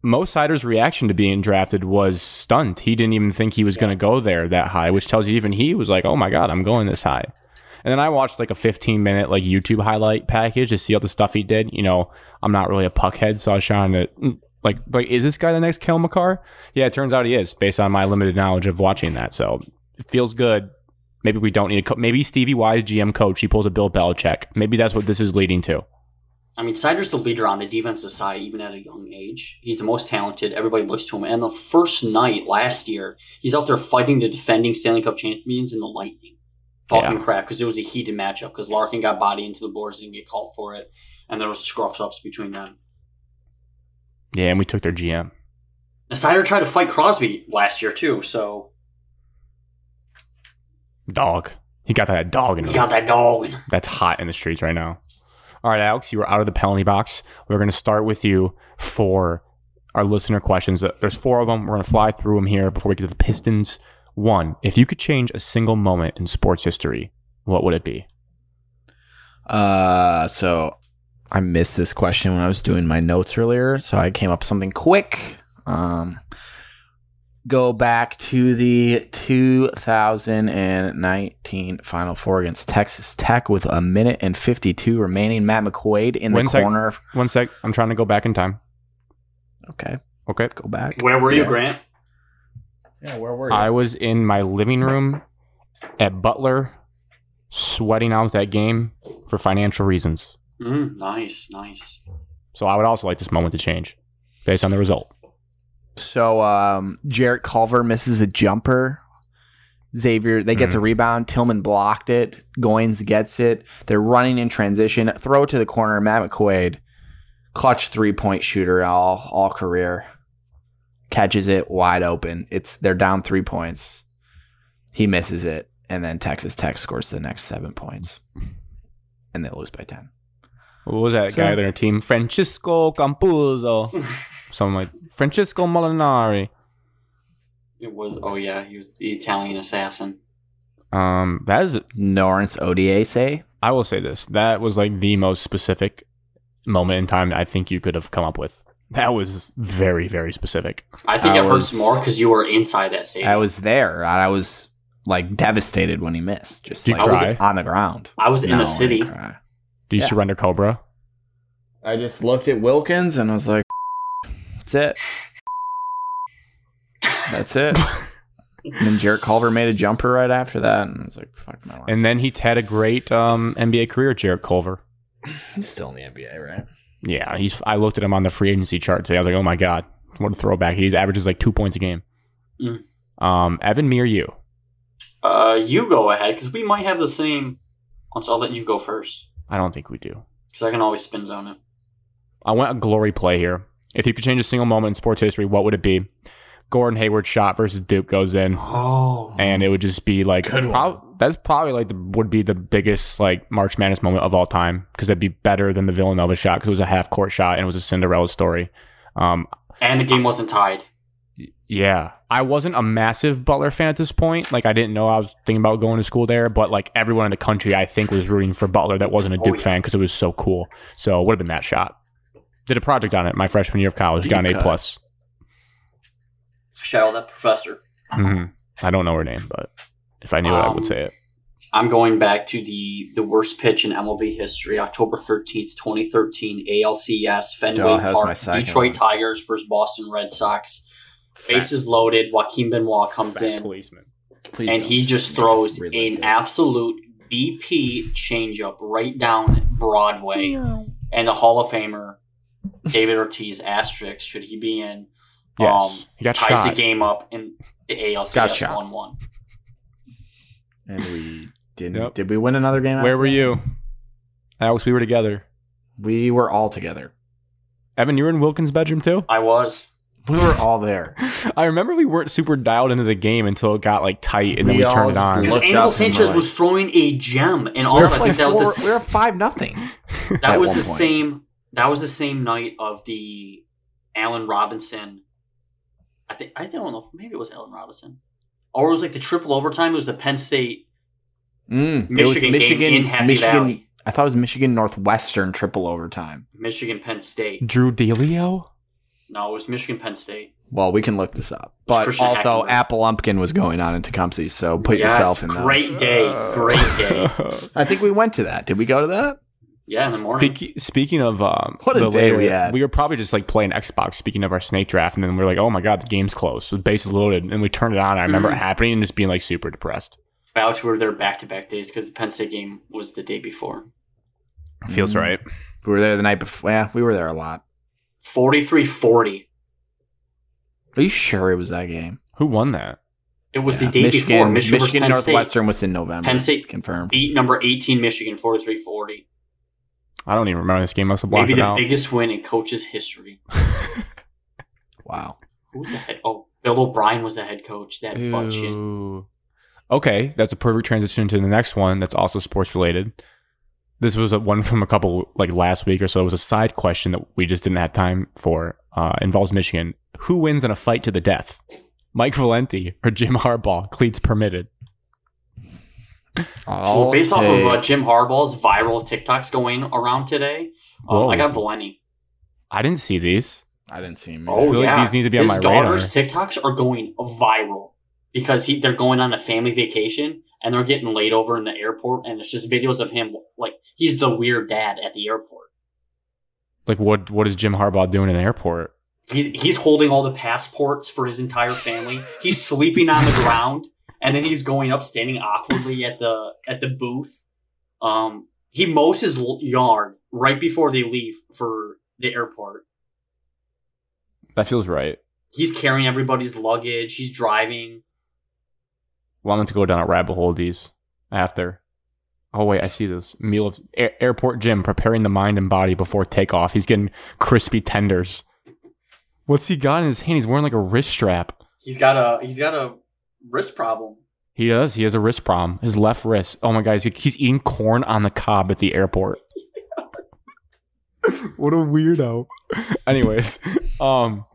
Speaker 1: Mo Sider's reaction to being drafted was stunned. He didn't even think he was going to go there that high, which tells you even he was like, "Oh my god, I'm going this high." And then I watched like a 15 minute like YouTube highlight package to see all the stuff he did. You know, I'm not really a puckhead, so I was trying to mm, like, like, is this guy the next Kale McCarr? Yeah, it turns out he is, based on my limited knowledge of watching that. So it feels good. Maybe we don't need a co- maybe Stevie Y's GM coach. He pulls a Bill Belichick. Maybe that's what this is leading to.
Speaker 2: I mean, Sider's the leader on the defensive side, even at a young age. He's the most talented. Everybody looks to him. And the first night last year, he's out there fighting the defending Stanley Cup champions in the Lightning. Talking crap because it was a heated matchup because Larkin got body into the boards and get called for it. And there was scruff ups between them.
Speaker 1: Yeah, and we took their GM.
Speaker 2: And Sider tried to fight Crosby last year, too. So
Speaker 1: Dog. He got that dog in
Speaker 2: he
Speaker 1: him.
Speaker 2: got that dog. in him.
Speaker 1: that's hot in the streets right now. All right, Alex, you are out of the penalty box. We're going to start with you for our listener questions. Uh, There's four of them. We're going to fly through them here before we get to the Pistons. One, if you could change a single moment in sports history, what would it be?
Speaker 4: Uh, so I missed this question when I was doing my notes earlier, so I came up with something quick. Um, go back to the 2019 Final Four against Texas Tech with a minute and 52 remaining. Matt McQuaid in
Speaker 1: One
Speaker 4: the
Speaker 1: sec.
Speaker 4: corner.
Speaker 1: One sec. I'm trying to go back in time.
Speaker 4: Okay,
Speaker 1: Okay.
Speaker 4: go back.
Speaker 2: Where were you,
Speaker 4: Yeah.
Speaker 2: Grant?
Speaker 4: Yeah, where were
Speaker 1: I was in my living room at Butler, sweating out that game for financial reasons.
Speaker 2: Mm, nice, nice. <laughs>
Speaker 1: So I would also like this moment to change based on the result.
Speaker 4: So um, Jarrett Culver misses a jumper. Xavier, they get the rebound. Tillman blocked it. Goins gets it. They're running in transition. Throw it to the corner. Matt McQuaid, clutch three point shooter all all career, catches it wide open. It's they're down three points. He misses it, and then Texas Tech scores the next seven points, and they lose by ten.
Speaker 1: What was that
Speaker 4: So-
Speaker 1: guy on their team? Francisco Campuzzo. Someone like Francisco Molinari.
Speaker 2: It was. Oh yeah, he was the Italian assassin.
Speaker 1: Um, that is
Speaker 4: Lawrence Oda say
Speaker 1: I will say this. That was like the most specific moment in time I think you could have come up with. That was very, very specific.
Speaker 2: I think
Speaker 4: I
Speaker 2: I, heard
Speaker 4: was-
Speaker 2: some more because you were inside that stadium.
Speaker 4: I was there. I was like devastated when he missed. Just
Speaker 1: Did you
Speaker 4: like,
Speaker 1: cry?
Speaker 4: on the ground.
Speaker 2: I was in
Speaker 4: No,
Speaker 2: the
Speaker 4: I
Speaker 2: city.
Speaker 4: didn't cry.
Speaker 1: Do you
Speaker 4: Yeah.
Speaker 1: surrender Cobra?
Speaker 4: I just looked at Wilkins and I was like, "That's it. That's it." and then Jarrett Culver made a jumper right after that, and I was like, "Fuck my life."
Speaker 1: And then he had a great um, NBA career, Jared Culver.
Speaker 4: he's still in the NBA, right?
Speaker 1: Yeah, he's. I looked at him on the free agency chart today. I was like, oh my god, what a throwback! He averages like two points a game.
Speaker 2: Mm.
Speaker 1: Um, Evan, me or you?
Speaker 2: Uh, you go ahead because we might have the same. Once I'll let you go first
Speaker 1: I don't think we do.
Speaker 2: because I can always spin zone it.
Speaker 1: I want a glory play here. If you could change a single moment in sports history, what would it be? Gordon Hayward shot versus Duke goes in.
Speaker 2: Oh,
Speaker 1: and it would just be like
Speaker 4: Good one.
Speaker 1: prob- that's probably like the would be the biggest like March Madness moment of all time because that'd be better than the Villanova shot because it was a half court shot and it was a Cinderella story. Um,
Speaker 2: and the game wasn't tied.
Speaker 1: yeah, I wasn't a massive Butler fan at this point. Like I didn't know I was thinking about going to school there, but like everyone in the country, I think was rooting for Butler that wasn't a
Speaker 2: Oh,
Speaker 1: Duke
Speaker 2: yeah.
Speaker 1: fan because it was so cool. So would have been that shot. Did a project on it my freshman year of college. Got an A
Speaker 4: Duke.
Speaker 1: plus.
Speaker 2: Shout out that professor.
Speaker 1: hmm I don't know her name, but if I knew it, I
Speaker 2: Um,
Speaker 1: would say it.
Speaker 2: I'm going back to the the worst pitch in MLB history, October 13th, 2013, ALCS, Fenway
Speaker 4: Oh, that was my
Speaker 2: Park,
Speaker 4: second
Speaker 2: Detroit
Speaker 4: one.
Speaker 2: Tigers versus Boston Red Sox. Bases loaded, Joaquin Benoit comes
Speaker 1: Fat
Speaker 2: in,
Speaker 1: policeman.
Speaker 4: Please
Speaker 2: and
Speaker 4: don't
Speaker 2: he
Speaker 4: make
Speaker 2: just
Speaker 4: us
Speaker 2: throws
Speaker 4: relive
Speaker 2: an
Speaker 4: this.
Speaker 2: absolute BP changeup right down Broadway. And the Hall of Famer, David Ortiz, asterisk, should he be in,
Speaker 1: Yes,
Speaker 2: um,
Speaker 1: he got
Speaker 2: ties
Speaker 1: shot.
Speaker 2: the game up in the ALCS
Speaker 4: Got shot.
Speaker 2: 1 1.
Speaker 4: And we didn't.
Speaker 1: Yep.
Speaker 4: Did we win another game?
Speaker 1: Where
Speaker 4: after
Speaker 1: were
Speaker 4: that?
Speaker 1: you? Alex, we were together.
Speaker 4: We were all together.
Speaker 1: Evan, you were in Wilkins' bedroom too? <laughs>
Speaker 2: I was.
Speaker 4: We were all there.
Speaker 1: I remember we weren't super dialed into the game until it got like tight and then
Speaker 4: We
Speaker 1: we
Speaker 4: all
Speaker 1: turned it
Speaker 4: just
Speaker 1: on.
Speaker 4: looked-
Speaker 2: Because
Speaker 4: Looked
Speaker 2: Angel
Speaker 4: up and we're
Speaker 2: Sanchez
Speaker 4: like-
Speaker 2: was throwing a gem, and
Speaker 4: we were
Speaker 2: also I
Speaker 4: like
Speaker 2: think that
Speaker 4: four,
Speaker 2: was the,
Speaker 4: we were five nothing.
Speaker 2: that
Speaker 4: at
Speaker 2: was
Speaker 4: one
Speaker 2: the
Speaker 4: point.
Speaker 2: same that was the same night of the Allen Robinson. I think I don't know. Maybe it was Allen Robinson, or it was like the triple overtime. It was the Penn State.
Speaker 4: Mm,
Speaker 2: Michigan game in Happy Valley.
Speaker 4: I thought it was Michigan Northwestern triple overtime.
Speaker 2: Michigan Penn State.
Speaker 1: Drew Delio?
Speaker 2: No, it was Michigan Penn State.
Speaker 4: Well, we can look this up.
Speaker 2: It was
Speaker 4: But
Speaker 2: Christian
Speaker 4: also,
Speaker 2: Hackenberg.
Speaker 4: Apple Lumpkin was going on in Tecumseh, so put
Speaker 2: Yes,
Speaker 4: yourself in
Speaker 2: Great
Speaker 4: that.
Speaker 2: day, great
Speaker 1: <laughs>
Speaker 2: day.
Speaker 4: I think we went to that. Did we go to that?
Speaker 2: Yeah, in the morning.
Speaker 1: Speak, speaking of um,
Speaker 4: What a
Speaker 1: the
Speaker 4: day
Speaker 1: later-
Speaker 4: we had.
Speaker 1: were probably just like playing Xbox. Speaking of our snake draft, and then we are like, "Oh my god, the game's closed. So the base is loaded." And we turned it on. I remember
Speaker 4: Mm.
Speaker 1: it happening and just being like super depressed.
Speaker 2: Alex, we were there back to back days because the Penn State game was the day before.
Speaker 1: Feels
Speaker 4: Mm.
Speaker 1: right.
Speaker 4: We were there the night before. Yeah, we were there a lot.
Speaker 2: 43 40.
Speaker 4: Are you sure it was that game?
Speaker 1: Who won that?
Speaker 2: It was
Speaker 4: Yeah.
Speaker 2: the day before. Michigan, versus Penn
Speaker 4: Northwestern was in November.
Speaker 2: Penn State
Speaker 4: confirmed.
Speaker 2: State beat number 18 Michigan 43 40.
Speaker 1: I don't even remember this game. Must have blocked
Speaker 2: Maybe
Speaker 1: it
Speaker 2: the
Speaker 1: out.
Speaker 2: biggest win in coach's history.
Speaker 4: Wow.
Speaker 2: Who was the head? Oh, Bill O'Brien was the head coach. That butt shit.
Speaker 1: Ooh. Okay, that's a perfect transition to the next one. That's also sports related. This was a one from a couple like last week or so. It was a side question that we just didn't have time for. Uh, involves Michigan. Who wins in a fight to the death? Mike Valenti or Jim Harbaugh? Cleats permitted.
Speaker 2: Well, based off of uh,
Speaker 4: Okay.
Speaker 2: Jim Harbaugh's viral TikToks going around today, um,
Speaker 1: Whoa.
Speaker 2: I got Valenti.
Speaker 1: I didn't see these.
Speaker 4: I didn't see him.
Speaker 2: Oh,
Speaker 1: I feel
Speaker 2: yeah.
Speaker 1: like these need to be on
Speaker 2: His
Speaker 1: my radar.
Speaker 2: daughter's TikToks are going viral because he they're going on a family vacation and they're getting laid over in the airport, and it's just videos of him like he's the weird dad at the airport.
Speaker 1: Like, what what is Jim Harbaugh doing in an airport?
Speaker 2: He, he's holding all the passports for his entire family. He's
Speaker 1: <laughs>
Speaker 2: sleeping on the ground, and then he's going up, standing awkwardly at the at the booth. Um, he mows his l- yard right before they leave for the airport.
Speaker 1: That feels right.
Speaker 2: He's carrying everybody's luggage. He's driving.
Speaker 1: Well, I'm going to go down a rabbit hole of these after. Oh wait, I see this meal of air, airport gym preparing the mind and body before takeoff. He's getting crispy tenders. What's he got in his hand? He's wearing like a wrist strap.
Speaker 2: He's got a he's got a wrist problem.
Speaker 1: He does. He has a wrist problem. His left wrist. Oh my god, he's, he's eating corn on the cob at the airport. <laughs> what a weirdo. Anyways, um,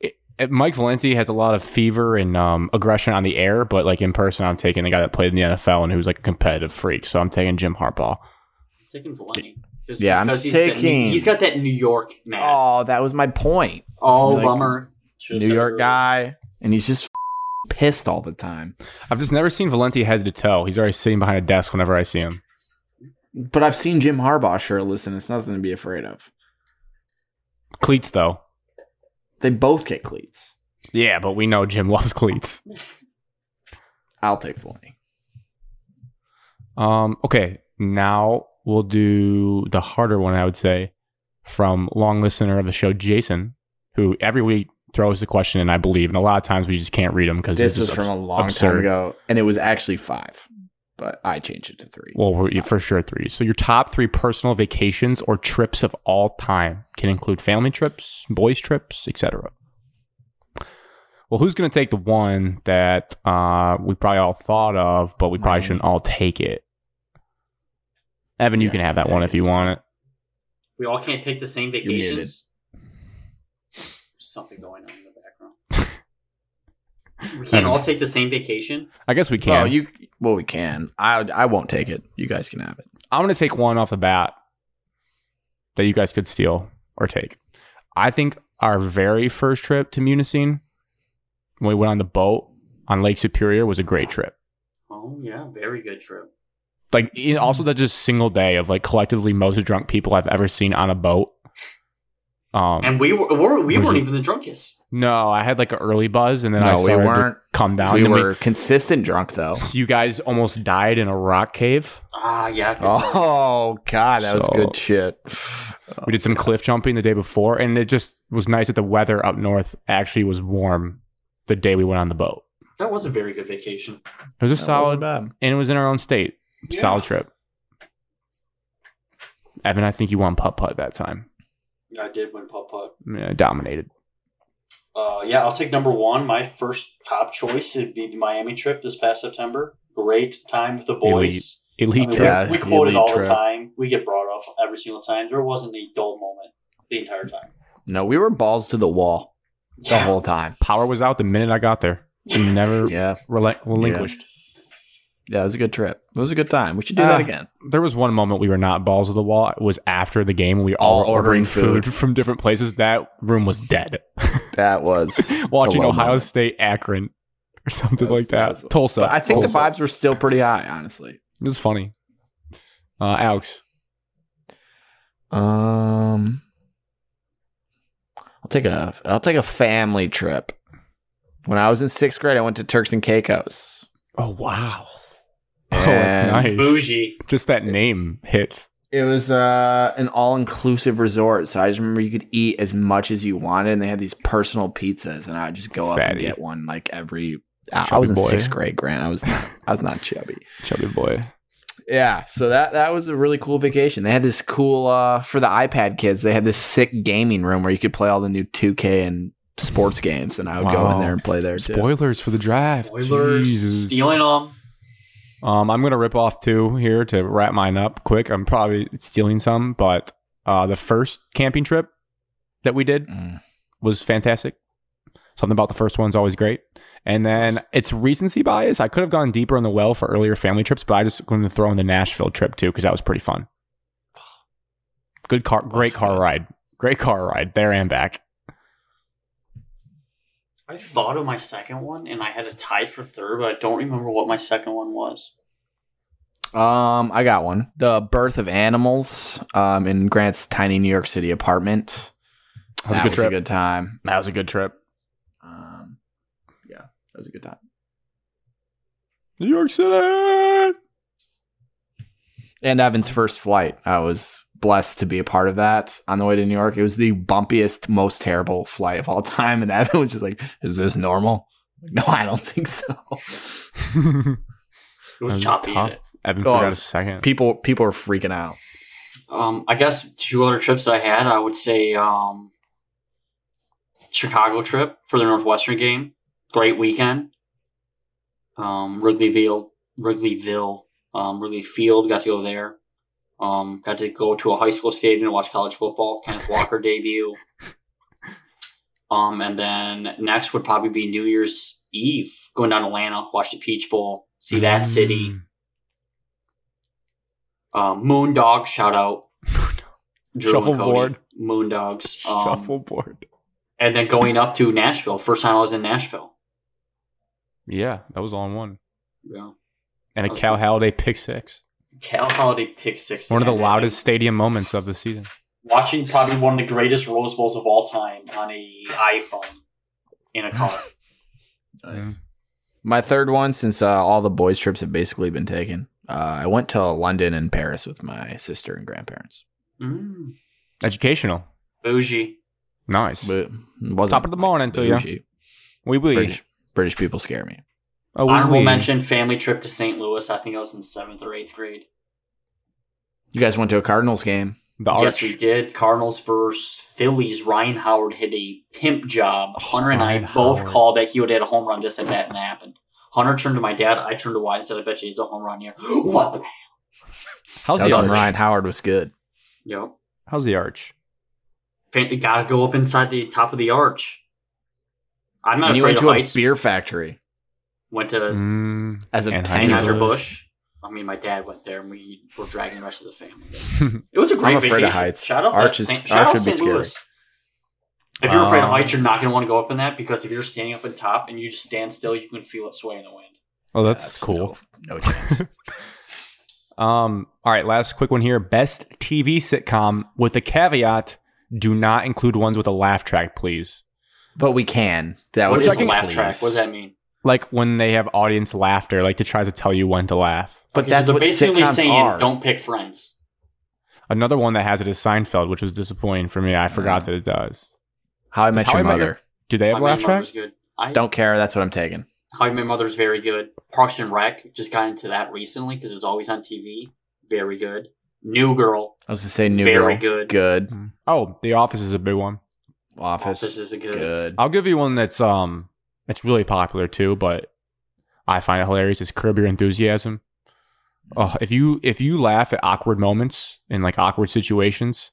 Speaker 1: it- it- Mike Valenti has a lot of fever and um, aggression on the air, but like in person, I'm taking the guy that played in the NFL and who's like a competitive freak. So I'm taking Jim Harbaugh.
Speaker 2: Taking Valenti. Just
Speaker 4: Yeah, I'm
Speaker 2: because he's that-
Speaker 4: taking-
Speaker 2: he's got that New York man.
Speaker 4: Oh, that was my point.
Speaker 2: Oh,
Speaker 4: like
Speaker 2: bummer. Should've
Speaker 4: New
Speaker 2: said it
Speaker 4: York
Speaker 2: earlier.
Speaker 4: guy, and he's just pissed all the time.
Speaker 1: I've just never seen Valenti head to toe. He's always sitting behind a desk whenever I see him.
Speaker 4: But I've seen Jim Harbaugh shirtless, and it's nothing to be afraid of.
Speaker 1: Cleats though,
Speaker 4: They both get cleats.
Speaker 1: yeah, but we know Jim <laughs> loves cleats.
Speaker 4: I'll take Filoni.
Speaker 1: Um, okay, now we'll do the harder one, I would say, from long listener of the show, Jason, who every week throws the question in, I believe, and a lot of times we just can't read them because
Speaker 4: This was from a long time
Speaker 1: absurd.
Speaker 4: ago, and it was actually five, but I changed it to three.
Speaker 1: well, we're, for sure three. So your top three personal vacations or trips of all time can include family trips, boys trips, etc. Well, who's going to take the one that uh, we probably all thought of, but we probably
Speaker 4: Miami.
Speaker 1: shouldn't all take it? Evan, you
Speaker 4: Yes,
Speaker 1: can have that
Speaker 4: take
Speaker 1: one
Speaker 4: it.
Speaker 1: if you want it.
Speaker 2: We all can't pick the same
Speaker 4: muted.
Speaker 2: vacations. There's something going on in the background.
Speaker 4: <laughs>
Speaker 2: we can't all take the same vacation.
Speaker 1: I guess we
Speaker 4: Well,
Speaker 1: can.
Speaker 4: you well, we can. I I won't take it. You guys can have it.
Speaker 1: I'm going to take one off the bat that you guys could steal or take. I think our very first trip to Munising, when we went on the boat on Lake Superior, was a great trip.
Speaker 2: Oh yeah, very good trip.
Speaker 1: Like,
Speaker 4: Mm-hmm.
Speaker 1: you know, also that just single day of like collectively most drunk people I've ever seen on a boat.
Speaker 4: Oh.
Speaker 1: Um,
Speaker 2: And we were, were we
Speaker 1: Was
Speaker 2: weren't
Speaker 1: it-
Speaker 2: even the drunkest.
Speaker 1: no, I had like an early buzz, and then
Speaker 4: No,
Speaker 1: I
Speaker 4: we
Speaker 1: started
Speaker 4: weren't.
Speaker 1: to come down.
Speaker 4: we
Speaker 1: and then
Speaker 4: were consistent drunk
Speaker 1: <laughs>
Speaker 4: though.
Speaker 1: you guys almost died in a rock cave.
Speaker 2: Ah yeah. good time.
Speaker 4: Oh God, that was
Speaker 1: So-
Speaker 4: good shit.
Speaker 1: We
Speaker 4: Oh,
Speaker 1: did some cliff jumping the day before, and it just was nice that the weather up north actually was warm the day we went on the boat.
Speaker 2: That was a very good vacation.
Speaker 1: It was a
Speaker 4: That
Speaker 1: solid,
Speaker 4: wasn't bad.
Speaker 1: and it was in our own state.
Speaker 2: Yeah.
Speaker 1: Solid trip. Evan, I think you won putt putt that time.
Speaker 2: Yeah, I did win putt putt.
Speaker 1: Yeah, dominated.
Speaker 2: Uh, yeah, I'll take number one. My first top choice would be the Miami trip this past September. Great time with the boys.
Speaker 1: Elite. Elite
Speaker 2: I mean,
Speaker 1: trip.
Speaker 4: Oh, Yeah,
Speaker 2: we, we quote it all
Speaker 4: elite trip.
Speaker 2: the time. We get brought up every single time. There wasn't a dull moment the entire time.
Speaker 4: No, we were balls to the wall the
Speaker 2: Yeah.
Speaker 4: whole time.
Speaker 1: Power was out the minute I got there.
Speaker 4: <laughs>
Speaker 1: And never
Speaker 4: Yeah,
Speaker 1: rela- relinquished.
Speaker 4: yeah, it was a good trip. It was a good time. We should do
Speaker 1: Ah.
Speaker 4: that again.
Speaker 1: There was one moment we were not balls of the wall. It was after the game when we all,
Speaker 4: All
Speaker 1: were ordering,
Speaker 4: ordering
Speaker 1: food.
Speaker 4: food.
Speaker 1: from different places. That room was dead. <laughs>
Speaker 4: That was.
Speaker 1: Watching
Speaker 4: low
Speaker 1: Ohio
Speaker 4: moment.
Speaker 1: State Akron or something
Speaker 4: That was-
Speaker 1: like that.
Speaker 4: that was-
Speaker 1: Tulsa.
Speaker 4: but I think
Speaker 1: Tulsa.
Speaker 4: the vibes were still pretty high, honestly.
Speaker 1: It was funny. Uh, Alex,
Speaker 4: Um, I'll take a I'll take a family trip. When I was in sixth grade, I went to Turks and Caicos.
Speaker 1: Oh wow.
Speaker 4: And-
Speaker 1: <laughs> oh, it's nice.
Speaker 2: Bougie.
Speaker 1: Just that name hits.
Speaker 4: It was uh, an all inclusive resort, so I just remember you could eat as much as you wanted, and they had these personal pizzas, and I would just go up
Speaker 1: Fatty.
Speaker 4: and get one like every. I- I
Speaker 1: Chubby
Speaker 4: was in
Speaker 1: boy.
Speaker 4: sixth grade, Grant. I was not. I was not chubby.
Speaker 1: Chubby boy.
Speaker 4: Yeah, so that that was a really cool vacation. They had this cool uh for the iPad kids. They had this sick gaming room where you could play all the new 2K and sports games, and I would go
Speaker 1: Wow.
Speaker 4: in there and play there too.
Speaker 1: Spoilers for the draft.
Speaker 2: Spoilers.
Speaker 1: Jesus.
Speaker 2: Stealing them.
Speaker 1: Um, I'm gonna rip off two here to wrap mine up quick. I'm probably stealing some, but uh, the first camping trip that we did
Speaker 4: Mm.
Speaker 1: was fantastic. Something about the first one's always great. And then it's recency bias. I could have gone deeper in the well for earlier family trips, but I just going to throw in the Nashville trip too because that was pretty <sighs> fun. Good car, great car ride, great car ride there and back.
Speaker 2: I thought of my second one and I had a tie for third, but I don't remember what my second one was.
Speaker 4: Um, I got one. The Birth of Animals um, in Grant's tiny New York City apartment.
Speaker 1: That was a good
Speaker 4: was
Speaker 1: trip.
Speaker 4: a good time.
Speaker 1: that was a good trip.
Speaker 4: Um, yeah, that was a good time.
Speaker 1: New York City. <laughs>
Speaker 4: And Evan's first flight. I was blessed to be a part of that on the way to New York. It was the bumpiest, most terrible flight of all <laughs> time. And Evan was just like, Is this normal? Like, no, I don't think so. <laughs>
Speaker 2: It was choppy. eh?
Speaker 1: Evan
Speaker 4: Oh,
Speaker 1: forgot
Speaker 4: it
Speaker 1: a
Speaker 4: was-
Speaker 1: second.
Speaker 4: People people are freaking out.
Speaker 2: Um, I guess two other trips that I had, I would say um, Chicago trip for the Northwestern game. Great weekend. Um, Wrigleyville, Wrigleyville, um, Wrigley Field. Got to go there. Um, got to go to a high school stadium to watch college football. Kenneth Walker debut. Um, and then next would probably be New Year's Eve, going down to Atlanta, watch the Peach Bowl, see that
Speaker 1: Mm.
Speaker 2: city.
Speaker 1: <laughs>
Speaker 2: Um, Moondog,
Speaker 1: <laughs>
Speaker 2: shout out. Drew
Speaker 1: Shuffleboard.
Speaker 2: and Cody, Moondogs. Um,
Speaker 1: Shuffleboard.
Speaker 2: And then going up to Nashville. First time I was in Nashville.
Speaker 1: Yeah, that was all in one.
Speaker 2: Yeah.
Speaker 1: And a
Speaker 2: That was
Speaker 1: Cal
Speaker 2: good.
Speaker 1: Halliday pick six.
Speaker 2: Cal Holiday pick six.
Speaker 1: One of the
Speaker 2: And
Speaker 1: loudest stadium moments of the season.
Speaker 2: Watching probably one of the greatest Rose Bowls of all time on a iPhone in
Speaker 1: <laughs>
Speaker 2: a car.
Speaker 1: Nice.
Speaker 4: My third one since uh, all the boys' trips have basically been taken. Uh, I went to London and Paris with my sister and grandparents.
Speaker 2: mm,
Speaker 1: Educational.
Speaker 2: bougie.
Speaker 1: Nice.
Speaker 4: But it wasn't
Speaker 1: Top of the morning to ya.
Speaker 4: bougie.
Speaker 1: Wee wee.
Speaker 4: British, British people scare me.
Speaker 1: Oh,
Speaker 2: Honorable mention family trip to St. Louis. I think I was in seventh or eighth grade.
Speaker 4: You guys went to a Cardinals game.
Speaker 1: The
Speaker 2: Yes, we
Speaker 1: arch.
Speaker 2: did. Cardinals versus Phillies. Ryan Howard hit a pimp job. Hunter and I
Speaker 1: Ryan
Speaker 2: both
Speaker 1: Howard.
Speaker 2: called that he would hit a home run just at that, and it happened. Hunter turned to my dad. I turned to Wyatt and said, "I bet you it's a home run here." <gasps> what? the-
Speaker 1: How's
Speaker 4: That
Speaker 1: the
Speaker 4: was
Speaker 1: arch?
Speaker 4: when Ryan Howard was good.
Speaker 2: Yep.
Speaker 1: How's the arch?
Speaker 2: Fan- You gotta go up inside the top of the arch. I'm not
Speaker 4: And you
Speaker 2: afraid
Speaker 4: went
Speaker 2: of
Speaker 4: to a
Speaker 2: heights.
Speaker 4: beer factory
Speaker 2: went
Speaker 4: Uh,
Speaker 2: to
Speaker 1: Mm. <laughs>
Speaker 4: as a
Speaker 1: Anheuser-Busch.
Speaker 4: teenager.
Speaker 2: Anheuser
Speaker 1: Bush.
Speaker 2: Bush. I mean, my dad went there, and we were dragging the rest of the family. It was a great
Speaker 4: I'm afraid of
Speaker 2: vacation.
Speaker 4: heights.
Speaker 2: Shout out
Speaker 4: Arch
Speaker 2: to
Speaker 4: is-
Speaker 2: St.
Speaker 4: arch
Speaker 2: Shout out
Speaker 4: would be
Speaker 2: St.
Speaker 4: scary.
Speaker 2: Louis. If you're afraid of
Speaker 1: Um,
Speaker 2: heights, you're not gonna want to go up in that because if you're standing up in top and you just stand still, you can feel it sway in the wind.
Speaker 1: Oh, that's,
Speaker 4: That's
Speaker 1: cool.
Speaker 4: <laughs> No, no chance.
Speaker 1: Um, all right, last quick one here. Best TV sitcom with a caveat: do not include ones with a laugh track, please.
Speaker 4: but we can. That
Speaker 2: What
Speaker 4: was
Speaker 2: is
Speaker 1: just
Speaker 2: the
Speaker 1: like-
Speaker 2: laugh track? What does that mean?
Speaker 1: Like when they have audience laughter, like to try to tell you when to laugh.
Speaker 4: But
Speaker 2: Okay, so
Speaker 4: that's
Speaker 2: they're
Speaker 4: what
Speaker 2: basically
Speaker 4: sitcoms
Speaker 2: saying
Speaker 4: are.
Speaker 2: don't pick friends.
Speaker 1: Another one that has it is Seinfeld, which was disappointing for me. I forgot that it does.
Speaker 4: How I
Speaker 1: Does
Speaker 4: Met
Speaker 1: How
Speaker 4: Your
Speaker 1: I Met
Speaker 4: Mother.
Speaker 1: Your- Do they have
Speaker 2: How I
Speaker 1: laugh
Speaker 2: Met Your
Speaker 1: track?
Speaker 2: Mother's good. I
Speaker 4: Don't care. That's what I'm taking.
Speaker 2: How I Met Your Mother's very good. Parks and Rec just got into that recently because it was always on TV. Very good. New Girl.
Speaker 4: I was gonna say New
Speaker 2: Very
Speaker 4: Girl.
Speaker 2: good.
Speaker 4: Good.
Speaker 1: Mm. Oh, The Office is a big one.
Speaker 4: Office.
Speaker 2: This is a good.
Speaker 4: Good.
Speaker 1: I'll give you one that's um, it's really popular too, but I find it hilarious. Is Curb Your Enthusiasm. Oh, if you if you laugh at awkward moments and like awkward situations,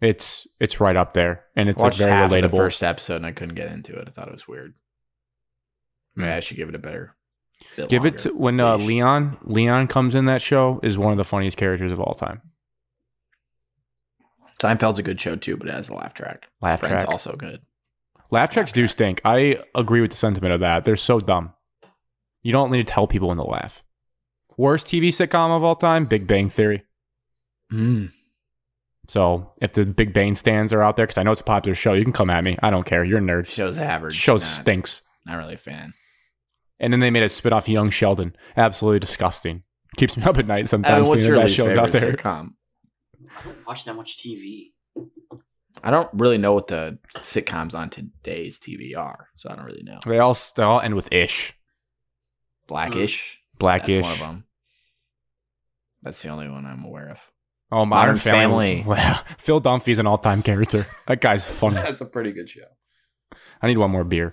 Speaker 1: it's it's right up there, and it's like
Speaker 4: watched
Speaker 1: very
Speaker 4: half of
Speaker 1: relatable.
Speaker 4: the first episode and I couldn't get into it. I thought it was weird. Maybe I should give it a better. bit
Speaker 1: Give it to,
Speaker 4: longer.
Speaker 1: when uh,
Speaker 4: Ish.
Speaker 1: Leon Leon comes in that show is one of the funniest characters of all time.
Speaker 4: Seinfeld's a good show too, but it has a laugh track.
Speaker 1: Laugh
Speaker 4: Friends
Speaker 1: track.
Speaker 4: also good.
Speaker 1: Laugh tracks do stink. I agree with the sentiment of that. They're so dumb. You don't need to tell people when to laugh. Worst TV sitcom of all time, Big Bang Theory.
Speaker 4: Mm.
Speaker 1: So if the Big Bang stands are out there, because I know it's a popular show, you can come at me. I don't care. You're a nerd.
Speaker 4: Show's average.
Speaker 1: show
Speaker 4: not,
Speaker 1: stinks.
Speaker 4: Not really a fan.
Speaker 1: And then they made a spit off Young Sheldon. Absolutely disgusting. Keeps me up at night sometimes.
Speaker 4: what's
Speaker 1: seeing
Speaker 4: your
Speaker 1: that
Speaker 4: least
Speaker 1: show's
Speaker 4: favorite
Speaker 1: out there.
Speaker 4: sitcom?
Speaker 2: I don't watch that much TV.
Speaker 4: I don't really know what the sitcoms on today's TV are, so I don't really know.
Speaker 1: They all they all end with ish,
Speaker 4: Blackish.
Speaker 1: blackish.
Speaker 4: That's one of them. That's the only one I'm aware of.
Speaker 1: Oh, Modern,
Speaker 4: Modern
Speaker 1: Family. <laughs>
Speaker 4: Family.
Speaker 1: Wow. Phil Dunphy's an all-time character. That guy's funny.
Speaker 4: a pretty good show.
Speaker 1: I need one more beer.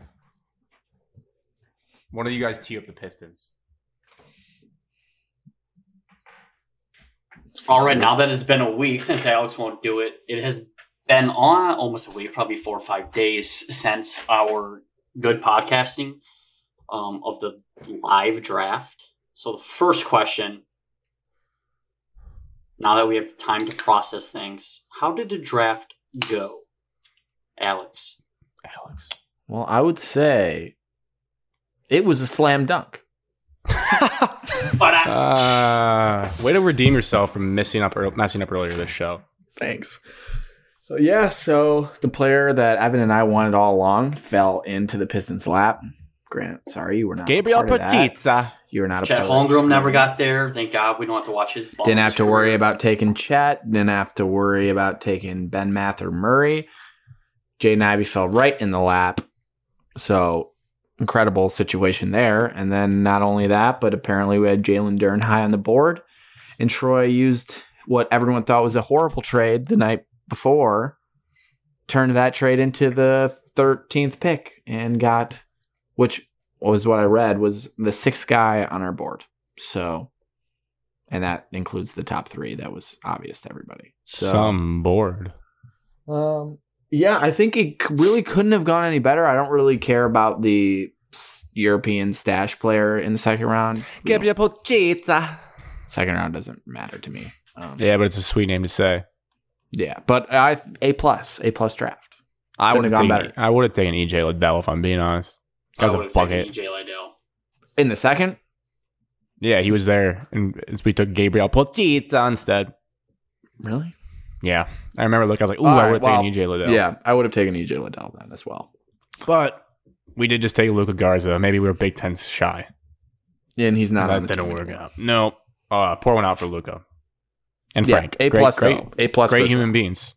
Speaker 1: One of you guys tee up the Pistons.
Speaker 2: All right, now that it's been a week since Alex won't do it, it has been on almost a week, probably four or five days since our good podcasting um, of the live draft. So the first question, now that we have time to process things, how did the draft go, Alex?
Speaker 1: Alex. <laughs>
Speaker 4: Well, I would say it was a slam dunk.
Speaker 2: But I,
Speaker 1: Uh, way to redeem yourself from messing up ear- messing up earlier this show.
Speaker 4: Thanks. So yeah, so the player that Evan and I wanted all along fell into the Pistons' lap. Grant, sorry, you were not a
Speaker 1: Gabriel
Speaker 4: part of that.
Speaker 1: Petitza.
Speaker 4: You were not a
Speaker 2: Chad
Speaker 4: part of that.
Speaker 2: Holmgren never got there. Thank God we don't have to watch his. bum
Speaker 4: Didn't
Speaker 2: his
Speaker 4: have to worry
Speaker 2: career.
Speaker 4: about taking Chet. Didn't have to worry about taking Ben Math or Murray. Jaden Ivey fell right in the lap. So incredible situation there. And then not only that, but apparently we had Jalen Dern high on the board. And Troy used what everyone thought was a horrible trade the night before, turned that trade into the 13th pick and got, which was what I read, was the sixth guy on our board. So and that includes the top three. That was obvious to everybody. So,
Speaker 1: Some bored.
Speaker 4: um, yeah, I think it c- really couldn't have gone any better. I don't really care about the s- European stash player in the second round. We don't-
Speaker 1: Petitza.
Speaker 4: Second round doesn't matter to me. Um,
Speaker 1: Yeah, but it's a sweet name to say.
Speaker 4: yeah, but I a plus a plus draft.
Speaker 1: I would
Speaker 4: Could've
Speaker 1: have
Speaker 4: gone
Speaker 1: taken.
Speaker 4: better.
Speaker 1: I would have taken EJ Liddell if I'm being honest.
Speaker 2: I
Speaker 1: That was a
Speaker 2: would've taken E
Speaker 1: bucket.
Speaker 2: EJ Liddell.
Speaker 4: In the second,
Speaker 1: Yeah, he was there, and we took Gabriel Petitza instead.
Speaker 4: really?
Speaker 1: Yeah, I remember looking. I was like, "Ooh,
Speaker 4: All
Speaker 1: I would have
Speaker 4: right,
Speaker 1: taken EJ Liddell."
Speaker 4: Yeah, I would have taken EJ Liddell then as well.
Speaker 1: but we did just take Luca Garza. Maybe we were Big Ten shy.
Speaker 4: And he's not on
Speaker 1: that
Speaker 4: the
Speaker 1: didn't
Speaker 4: team
Speaker 1: work
Speaker 4: anymore.
Speaker 1: out. No, uh, poor one out for Luca and
Speaker 4: Yeah,
Speaker 1: Frank.
Speaker 4: a
Speaker 1: Great-
Speaker 4: plus
Speaker 1: great,
Speaker 4: though. A plus.
Speaker 1: great
Speaker 4: first
Speaker 1: human
Speaker 4: round.
Speaker 1: beings.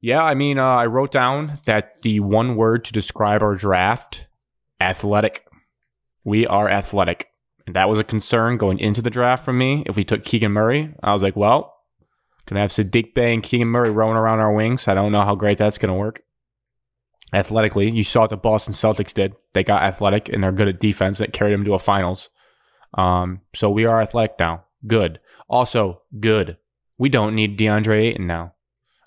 Speaker 1: Yeah, I mean, uh, I wrote down that the one word to describe our draft: athletic. We are athletic, and that was a concern going into the draft from me. If we took Keegan Murray, I was like, well, gonna have Sadiq Bay and Keegan Murray rolling around our wings. I don't know how great that's gonna work. Athletically, you saw what the Boston Celtics did. They got athletic and they're good at defense. That carried them to a finals. Um, so we are athletic now. Good. Also, good we don't need DeAndre Ayton now.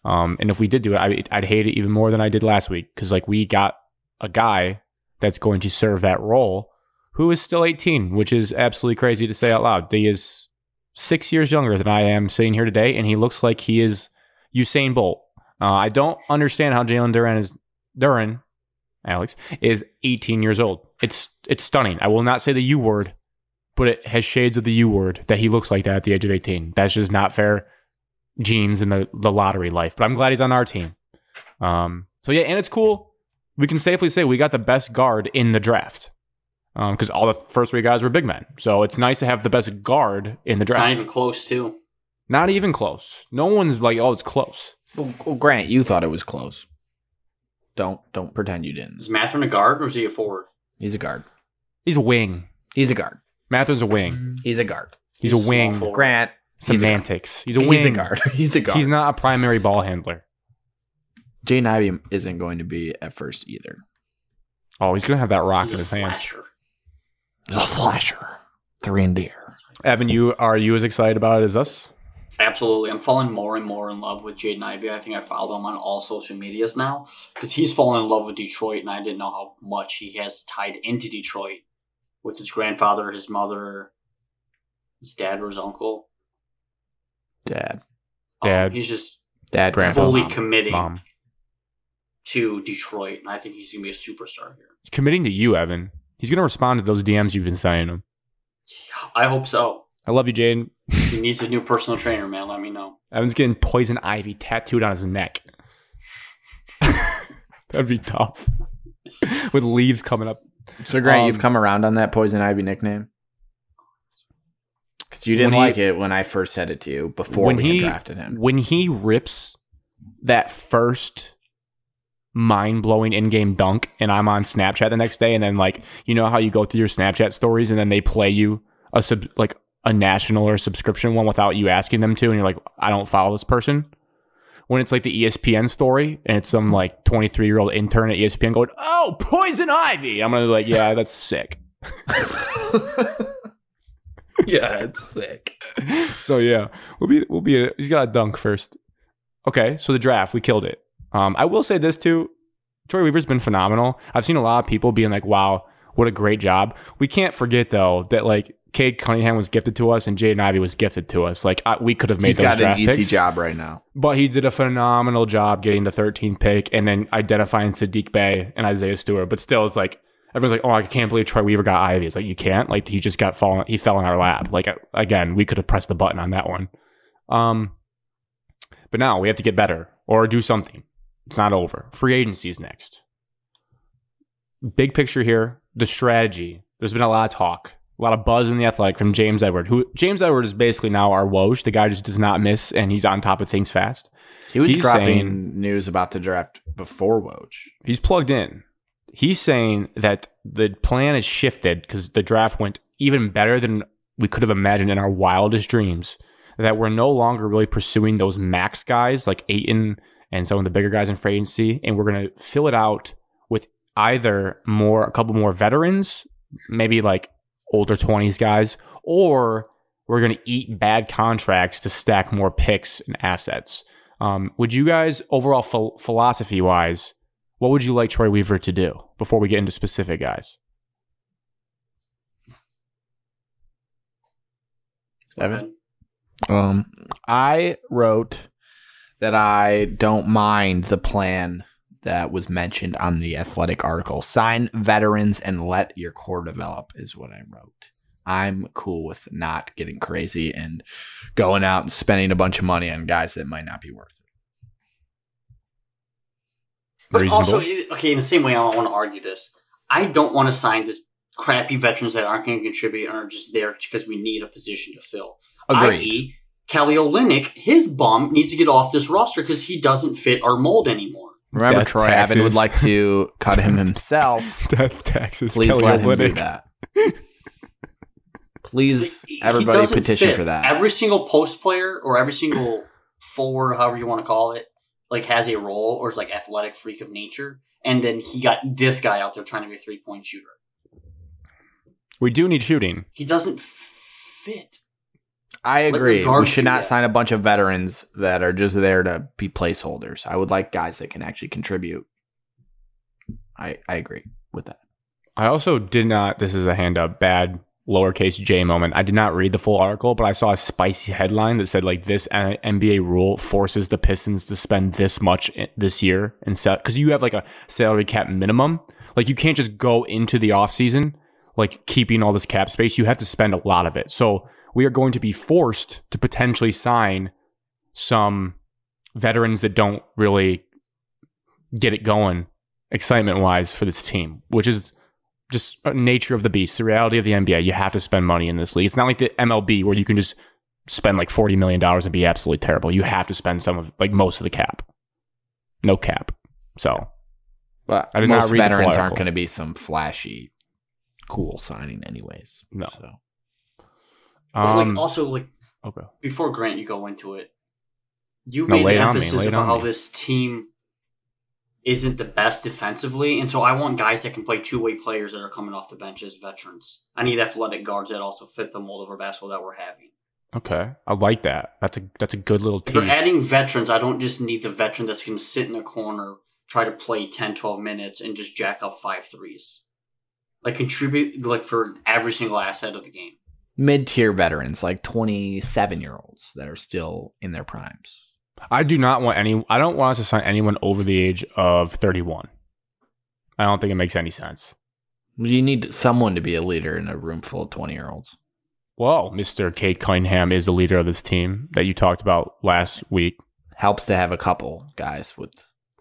Speaker 1: Um, and if we did do it, I, I'd hate it even more than I did last week because like we got a guy that's going to serve that role who is still 18, which is absolutely crazy to say out loud. He is six years younger than I am sitting here today, and he looks like he is Usain Bolt. Uh, I don't understand how Jalen Duran is Duran, Alex is 18 years old. It's it's stunning. I will not say the U word, but it has shades of the U word that he looks like that at the age of 18. That's just not fair genes in the, the lottery life, but I'm glad he's on our team. Um, so yeah, and it's cool. We can safely say we got the best guard in the draft because all the first three guys were big men. So it's nice to have the best guard in the
Speaker 2: It's not
Speaker 1: draft.
Speaker 2: even close, too.
Speaker 1: Not even close. No one's like, oh, it's close.
Speaker 4: Well, well, Grant, you thought it was close. Don't don't pretend you didn't.
Speaker 2: Is Mathurin a guard or is he a forward?
Speaker 4: He's a guard.
Speaker 1: He's a wing.
Speaker 4: He's a guard.
Speaker 1: Mather's a wing.
Speaker 4: He's a guard.
Speaker 1: He's,
Speaker 2: He's
Speaker 1: a wing.
Speaker 2: small forward.
Speaker 4: Grant. He's a guard.
Speaker 1: Semantics. He's a wing.
Speaker 4: He's a guard. <laughs> He's a guard.
Speaker 1: He's not a primary ball handler.
Speaker 4: Jay Ivey isn't going to be at first either.
Speaker 1: Oh, he's gonna have that rock
Speaker 2: He's
Speaker 1: in
Speaker 2: a
Speaker 1: his hands.
Speaker 2: slasher.
Speaker 4: He's a slasher. Three and deer.
Speaker 1: Evan, you are you as excited about it as us?
Speaker 2: Absolutely. I'm falling more and more in love with Jaden Ivey. I think I follow him on all social medias now because he's fallen in love with Detroit, and I didn't know how much he has tied into Detroit with his grandfather, his mother, his dad, or his uncle.
Speaker 4: Dad.
Speaker 2: Um,
Speaker 1: Dad.
Speaker 2: he's just
Speaker 4: Dad.
Speaker 1: Grandpa.
Speaker 2: fully
Speaker 4: Mom.
Speaker 2: committing
Speaker 1: Mom,
Speaker 2: to Detroit, and I think he's going to be a superstar here.
Speaker 1: he's committing to you, Evan. He's gonna respond to those DMs you've been sending him.
Speaker 2: I hope so.
Speaker 1: I love you, Jaden.
Speaker 2: If he needs a new personal trainer, man, let me know.
Speaker 1: Evan's getting poison ivy tattooed on his neck. <laughs> That'd be tough. <laughs> With leaves coming up.
Speaker 4: So Grant, you've
Speaker 1: Um,
Speaker 4: come around on that poison ivy nickname. Because you didn't
Speaker 1: When he-
Speaker 4: like it when I first said it to you before
Speaker 1: When
Speaker 4: we had
Speaker 1: he-
Speaker 4: drafted him.
Speaker 1: When he rips that first mind blowing in game dunk, and I'm on Snapchat the next day, and then like you know how you go through your Snapchat stories, and then they play you a sub like a national or subscription one without you asking them to, and you're like, I don't follow this person. When it's like the E ESPN story, and it's some like 23 year old intern at ESPN going, "Oh, poison ivy," I'm gonna be like, "Yeah, that's sick."
Speaker 4: yeah, it's sick.
Speaker 1: <laughs> so yeah, we'll be we'll be. he's got a dunk first. Okay, so the draft we killed it. Um, I will say this too. Troy Weaver's been phenomenal. I've seen a lot of people being like, "Wow, what a great job." We can't forget though that like Cade Cunningham was gifted to us and Jaden Ivey was gifted to us. Like I, we could have made
Speaker 4: He's
Speaker 1: those
Speaker 4: got an
Speaker 1: draft
Speaker 4: easy
Speaker 1: picks,
Speaker 4: job right now.
Speaker 1: but he did a phenomenal job getting the 13th pick and then identifying Sadiq Bay and Isaiah Stewart. But still, it's like everyone's like, "Oh, I can't believe Troy Weaver got Ivy." It's like you can't. Like he just got fallen. He fell in our lap. Like I- again, we could have pressed the button on that one. Um, but now we have to get better or do something. It's not over. Free agency is next. Big picture here, the strategy. There's been a lot of talk, a lot of buzz in the athletic from James Edward, who James Edward is basically now our Woj. The guy just does not miss and he's on top of things fast.
Speaker 4: He was
Speaker 1: He's
Speaker 4: dropping
Speaker 1: saying-
Speaker 4: news about the draft before Woj.
Speaker 1: He's plugged in. He's saying that the plan has shifted because the draft went even better than we could have imagined in our wildest dreams. That we're no longer really pursuing those max guys like Aiton and some of the bigger guys in free agency, and we're gonna fill it out with either more a couple more veterans, maybe like older twenties guys, or we're gonna eat bad contracts to stack more picks and assets. Um, would you guys overall phil philosophy wise? what would you like Troy Weaver to do before we get into specific guys?
Speaker 4: Evan? Um, I wrote that I don't mind the plan that was mentioned on the athletic article. Sign veterans and let your core develop is what I wrote. I'm cool with not getting crazy and going out and spending a bunch of money on guys that might not be worth it.
Speaker 2: But
Speaker 1: Reasonable.
Speaker 2: also, okay, in the same way, I want to argue this. I don't want to sign the crappy veterans that aren't going to contribute and are just there because we need a position to fill. I.e., Kelly Olynyk, his bum needs to get off this roster because he doesn't fit our mold anymore.
Speaker 4: Remember,
Speaker 1: Death
Speaker 4: Troy Abbott would
Speaker 1: taxes.
Speaker 4: like to cut him
Speaker 1: <laughs>
Speaker 4: himself.
Speaker 1: Death taxes.
Speaker 4: Please let him
Speaker 1: <laughs>
Speaker 4: do that. Please,
Speaker 2: He- he
Speaker 4: everybody
Speaker 2: doesn't
Speaker 4: petition
Speaker 2: fit.
Speaker 4: for that.
Speaker 2: Every single post player or every single forward, however you want to call it, like has a role or is like athletic freak of nature. And then he got this guy out there trying to be a three point shooter.
Speaker 1: We do need shooting.
Speaker 2: He doesn't f- fit.
Speaker 4: I
Speaker 2: the
Speaker 4: agree. We
Speaker 2: guards
Speaker 4: should
Speaker 2: do
Speaker 4: not
Speaker 2: that.
Speaker 4: sign a bunch of veterans that are just there to be placeholders. I would like guys that can actually contribute. I I agree with that.
Speaker 1: I also did not. This is a hand up. Bad lowercase j moment. I did not read the full article, but I saw a spicy headline that said like this N- NBA rule forces the Pistons to spend this much i- this year and sell because you have like a salary cap minimum. Like you can't just go into the offseason like keeping all this cap space. You have to spend a lot of it. So we are going to be forced to potentially sign some veterans that don't really get it going excitement wise for this team, which is just a nature of the beast, the reality of the NBA. You have to spend money in this league. It's not like the MLB where you can just spend like forty million dollars and be absolutely terrible. You have to spend some of like most of the cap, no cap. So
Speaker 4: But
Speaker 1: I did
Speaker 4: most
Speaker 1: not read the full
Speaker 4: veterans aren't
Speaker 1: article.
Speaker 4: going to be some flashy, cool signing, anyways.
Speaker 1: No.
Speaker 4: So.
Speaker 2: But,
Speaker 1: um,
Speaker 2: like also like
Speaker 1: okay.
Speaker 2: before Grant, you go into it. You
Speaker 1: No,
Speaker 2: made
Speaker 1: lay it
Speaker 2: an
Speaker 1: on me,
Speaker 2: emphasis
Speaker 1: lay it
Speaker 2: of
Speaker 1: on
Speaker 2: how
Speaker 1: me.
Speaker 2: this team isn't the best defensively, and so I want guys that can play two way players that are coming off the bench as veterans. I need athletic guards that also fit the mold of our basketball that we're having.
Speaker 1: Okay, I like that. That's a that's a good little
Speaker 2: If
Speaker 1: tease.
Speaker 2: they're adding veterans, I don't just need the veteran that's going to sit in a corner, try to play 10, 12 minutes, and just jack up five threes. Like contribute like for every single asset of the game.
Speaker 4: Mid tier veterans, like 27 year olds that are still in their primes.
Speaker 1: I do not want any. I don't want us to sign anyone over the age of thirty-one. I don't think it makes any sense.
Speaker 4: You need someone to be a leader in a room full of 20 year olds.
Speaker 1: Well, Mr. Kate Cunningham is the leader of this team that you talked about last week.
Speaker 4: Helps to have a couple guys with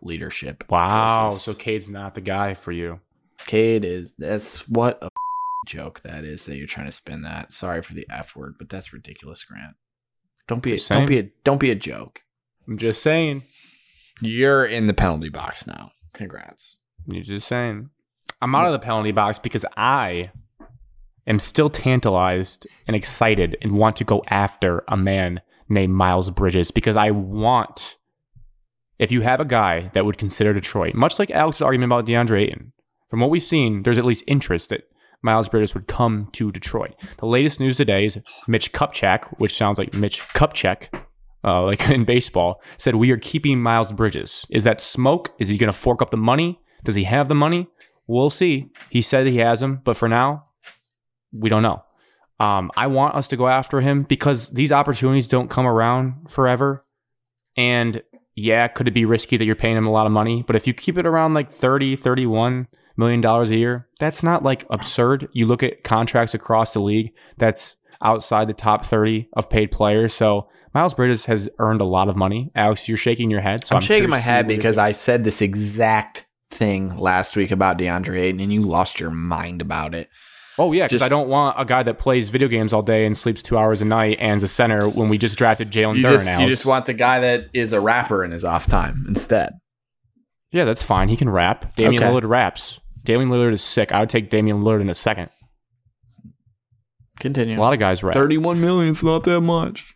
Speaker 4: leadership.
Speaker 1: Wow.
Speaker 4: choices.
Speaker 1: So Cade's not the guy for you.
Speaker 4: Cade is that's what a joke that is that you're trying to spin that. Sorry for the F word, but that's ridiculous, Grant. Don't be a,
Speaker 1: Just
Speaker 4: don't be a don't be a joke.
Speaker 1: I'm just saying.
Speaker 4: You're in the penalty box now. Congrats.
Speaker 1: You're just saying. I'm out of the penalty box because I am still tantalized and excited and want to go after a man named Miles Bridges because I want. If you have a guy that would consider Detroit, much like Alex's argument about DeAndre Ayton, from what we've seen, there's at least interest that Miles Bridges would come to Detroit. The latest news today is Mitch Kupchak, which sounds like Mitch Kupchak, uh, like <laughs> in baseball, said, We are keeping Miles Bridges. Is that smoke? Is he going to fork up the money? Does he have the money? We'll see. He said he has him, but for now, we don't know. Um, I want us to go after him because these opportunities don't come around forever. And yeah, could it be risky that you're paying him a lot of money? But if you keep it around like 30, 31 million dollars a year, that's not like absurd. You look at contracts across the league, that's outside the top 30 of paid players. So Miles Bridges has earned a lot of money. Alex, you're shaking your head. So
Speaker 4: I'm,
Speaker 1: I'm,
Speaker 4: shaking
Speaker 1: curious
Speaker 4: my
Speaker 1: to see
Speaker 4: head
Speaker 1: where you're-
Speaker 4: because I said this exact thing last week about DeAndre Ayton, and you lost your mind about it.
Speaker 1: Oh yeah, because
Speaker 4: Just-
Speaker 1: I don't want a guy that plays video games all day and sleeps two hours a night and's a center when we just drafted Jalen
Speaker 4: You
Speaker 1: Duran.
Speaker 4: just,
Speaker 1: Alex.
Speaker 4: you just want the guy that is a rapper in his off time instead.
Speaker 1: yeah, that's fine. He can rap. Damian
Speaker 4: Okay.
Speaker 1: Lillard raps. Damian Lillard is sick. I would take Damian Lillard in a second.
Speaker 4: Continue.
Speaker 1: A lot of guys rap.
Speaker 4: 31 million's not that much.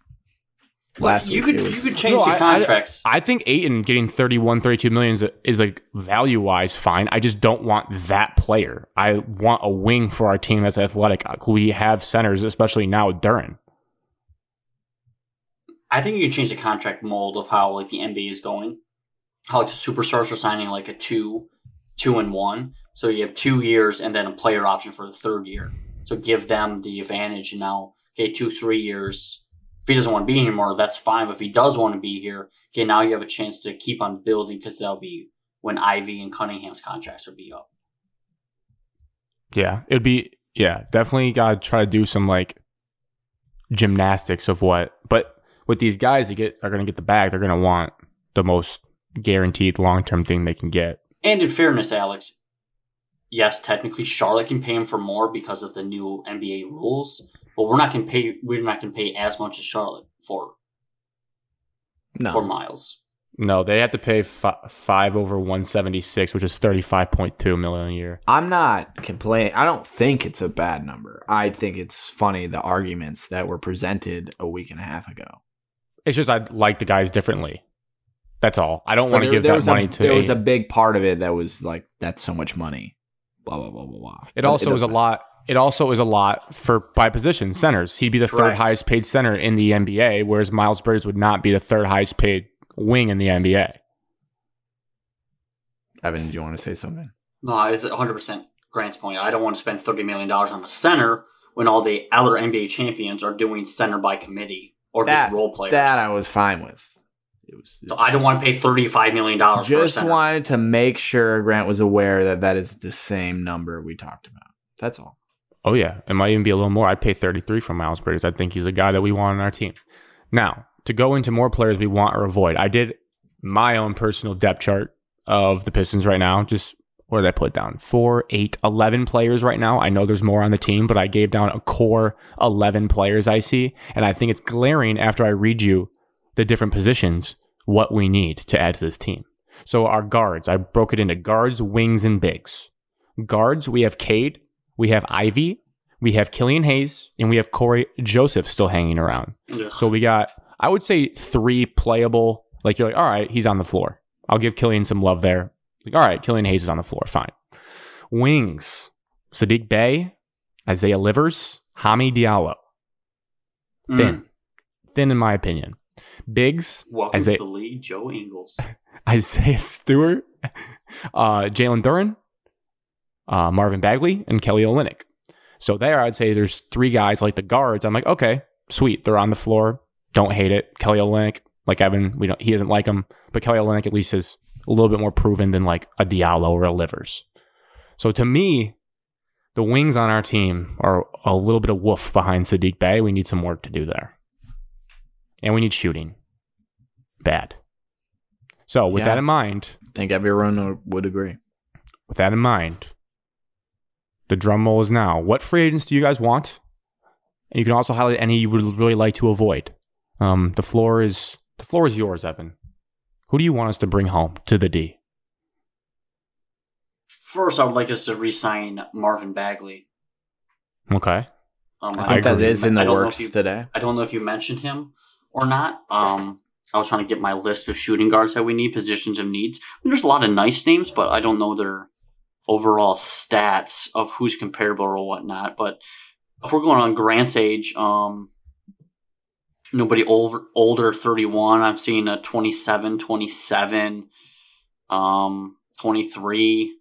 Speaker 4: Last
Speaker 2: you
Speaker 4: week
Speaker 2: could
Speaker 4: it was-
Speaker 2: you could change
Speaker 1: No, I-
Speaker 2: the
Speaker 1: I-
Speaker 2: contracts.
Speaker 1: I think Aiton getting 31, 32 million is, is like value wise fine. I just don't want that player. I want a wing for our team that's athletic. We have centers, especially now with Duran.
Speaker 2: I, think you can change the contract mold of how like the NBA is going. How like the superstars are signing like a two, two and one. So you have two years and then a player option for the third year. So give them the advantage and now. Okay, two three years. If he doesn't want to be anymore, that's fine. But if he does want to be here, okay, now you have a chance to keep on building because that'll be when Ivy and Cunningham's contracts will be up.
Speaker 1: Yeah, it'd be yeah, definitely gotta try to do some like gymnastics of what. But with these guys, you get are gonna get the bag. They're gonna want the most guaranteed long term thing they can get.
Speaker 2: And in fairness, Alex, yes, technically Charlotte can pay him for more because of the new NBA rules, but we're not going to pay. We're not going to pay as much as Charlotte for for
Speaker 4: no.
Speaker 2: Miles.
Speaker 1: No, they have to pay fi- five over one seventy six, which is thirty five point two million a year.
Speaker 4: I'm not complaining. I don't think it's a bad number. I think it's funny the arguments that were presented a week and a half ago.
Speaker 1: It's just I like the guys differently. That's all. I don't want to
Speaker 4: There-
Speaker 1: give
Speaker 4: there
Speaker 1: that
Speaker 4: was a-
Speaker 1: money to.
Speaker 4: There was
Speaker 1: Aiton.
Speaker 4: a big part of it that was like, that's so much money. Blah, blah, blah, blah, blah.
Speaker 1: It also is a
Speaker 4: doesn't-
Speaker 1: lot. It also is a lot for by position centers. He'd be the third
Speaker 2: Correct.
Speaker 1: highest paid center in the NBA, whereas Miles Bridges would not be the third highest paid wing in the NBA.
Speaker 4: Evan, do you want to say something?
Speaker 2: No, it's 100 percent Grant's point. I don't want to spend 30 million dollars on a center when all the other NBA champions are doing center by committee or
Speaker 4: That-
Speaker 2: just role players.
Speaker 4: That I was fine with. It was,
Speaker 2: so I don't want to pay 35 million dollars for a
Speaker 4: Just
Speaker 2: center.
Speaker 4: wanted to make sure Grant was aware that that is the same number we talked about. That's all.
Speaker 1: Oh yeah, it might even be a little more. I'd pay 33 for Miles Bridges. I think he's a guy that we want on our team. Now, to go into more players we want or avoid, I did my own personal depth chart of the Pistons right now. Just what did I put down? Four, eight, 11 players right now. I know there's more on the team, but I gave down a core 11 players I see. And I think it's glaring after I read you the different positions what we need to add to this team. So, our guards, I broke it into guards, wings, and bigs. Guards, we have Cade, we have Ivy, we have Killian Hayes, and we have Corey Joseph still hanging around.
Speaker 2: Ugh.
Speaker 1: So we got, I would say, three playable. Like you're like, all right, he's on the floor. I'll give Killian some love there. Like, all right, Killian Hayes is on the floor. Fine. Wings: Sadiq Bay, Isaiah Livers, Hami Diallo.
Speaker 2: Mm.
Speaker 1: Thin, thin in my opinion. Biggs: <laughs>
Speaker 2: Welcome
Speaker 1: Isaiah-
Speaker 2: to the league, Joe Ingles. <laughs>
Speaker 1: Isaiah Stewart, uh, Jalen Duran, uh, Marvin Bagley, and Kelly Olynyk. So there, I'd say there's three guys like the guards. I'm like, okay, sweet, they're on the floor. Don't hate it. Kelly Olynyk, like Evan, we don't. He doesn't like him, but Kelly Olynyk at least is a little bit more proven than like a Diallo or a Livers. So to me, the wings on our team are a little bit of woof behind Sadiq Bay. We need some work to do there, and we need shooting. Bad. So with
Speaker 4: Yeah.
Speaker 1: that in mind,
Speaker 4: I think everyone would agree.
Speaker 1: with that in mind, the drum roll is now. What free agents do you guys want? And you can also highlight any you would really like to avoid. Um, the floor is the floor is yours, Evan. Who do you want us to bring home to the D?
Speaker 2: First, I would like us to re-sign Marvin Bagley.
Speaker 1: Okay.
Speaker 2: Um,
Speaker 4: I
Speaker 1: I
Speaker 4: think that
Speaker 1: agree.
Speaker 4: is in
Speaker 2: I
Speaker 4: the
Speaker 2: don't know
Speaker 4: works
Speaker 2: if you-
Speaker 4: today.
Speaker 2: I don't know if you mentioned him or not. Um, I was trying to get my list of shooting guards that we need, positions of needs. I mean, there's a lot of nice names, but I don't know their overall stats of who's comparable or whatnot. But if we're going on Grant's age, um, nobody older, older 31. I'm seeing a 27, 27, um, 23.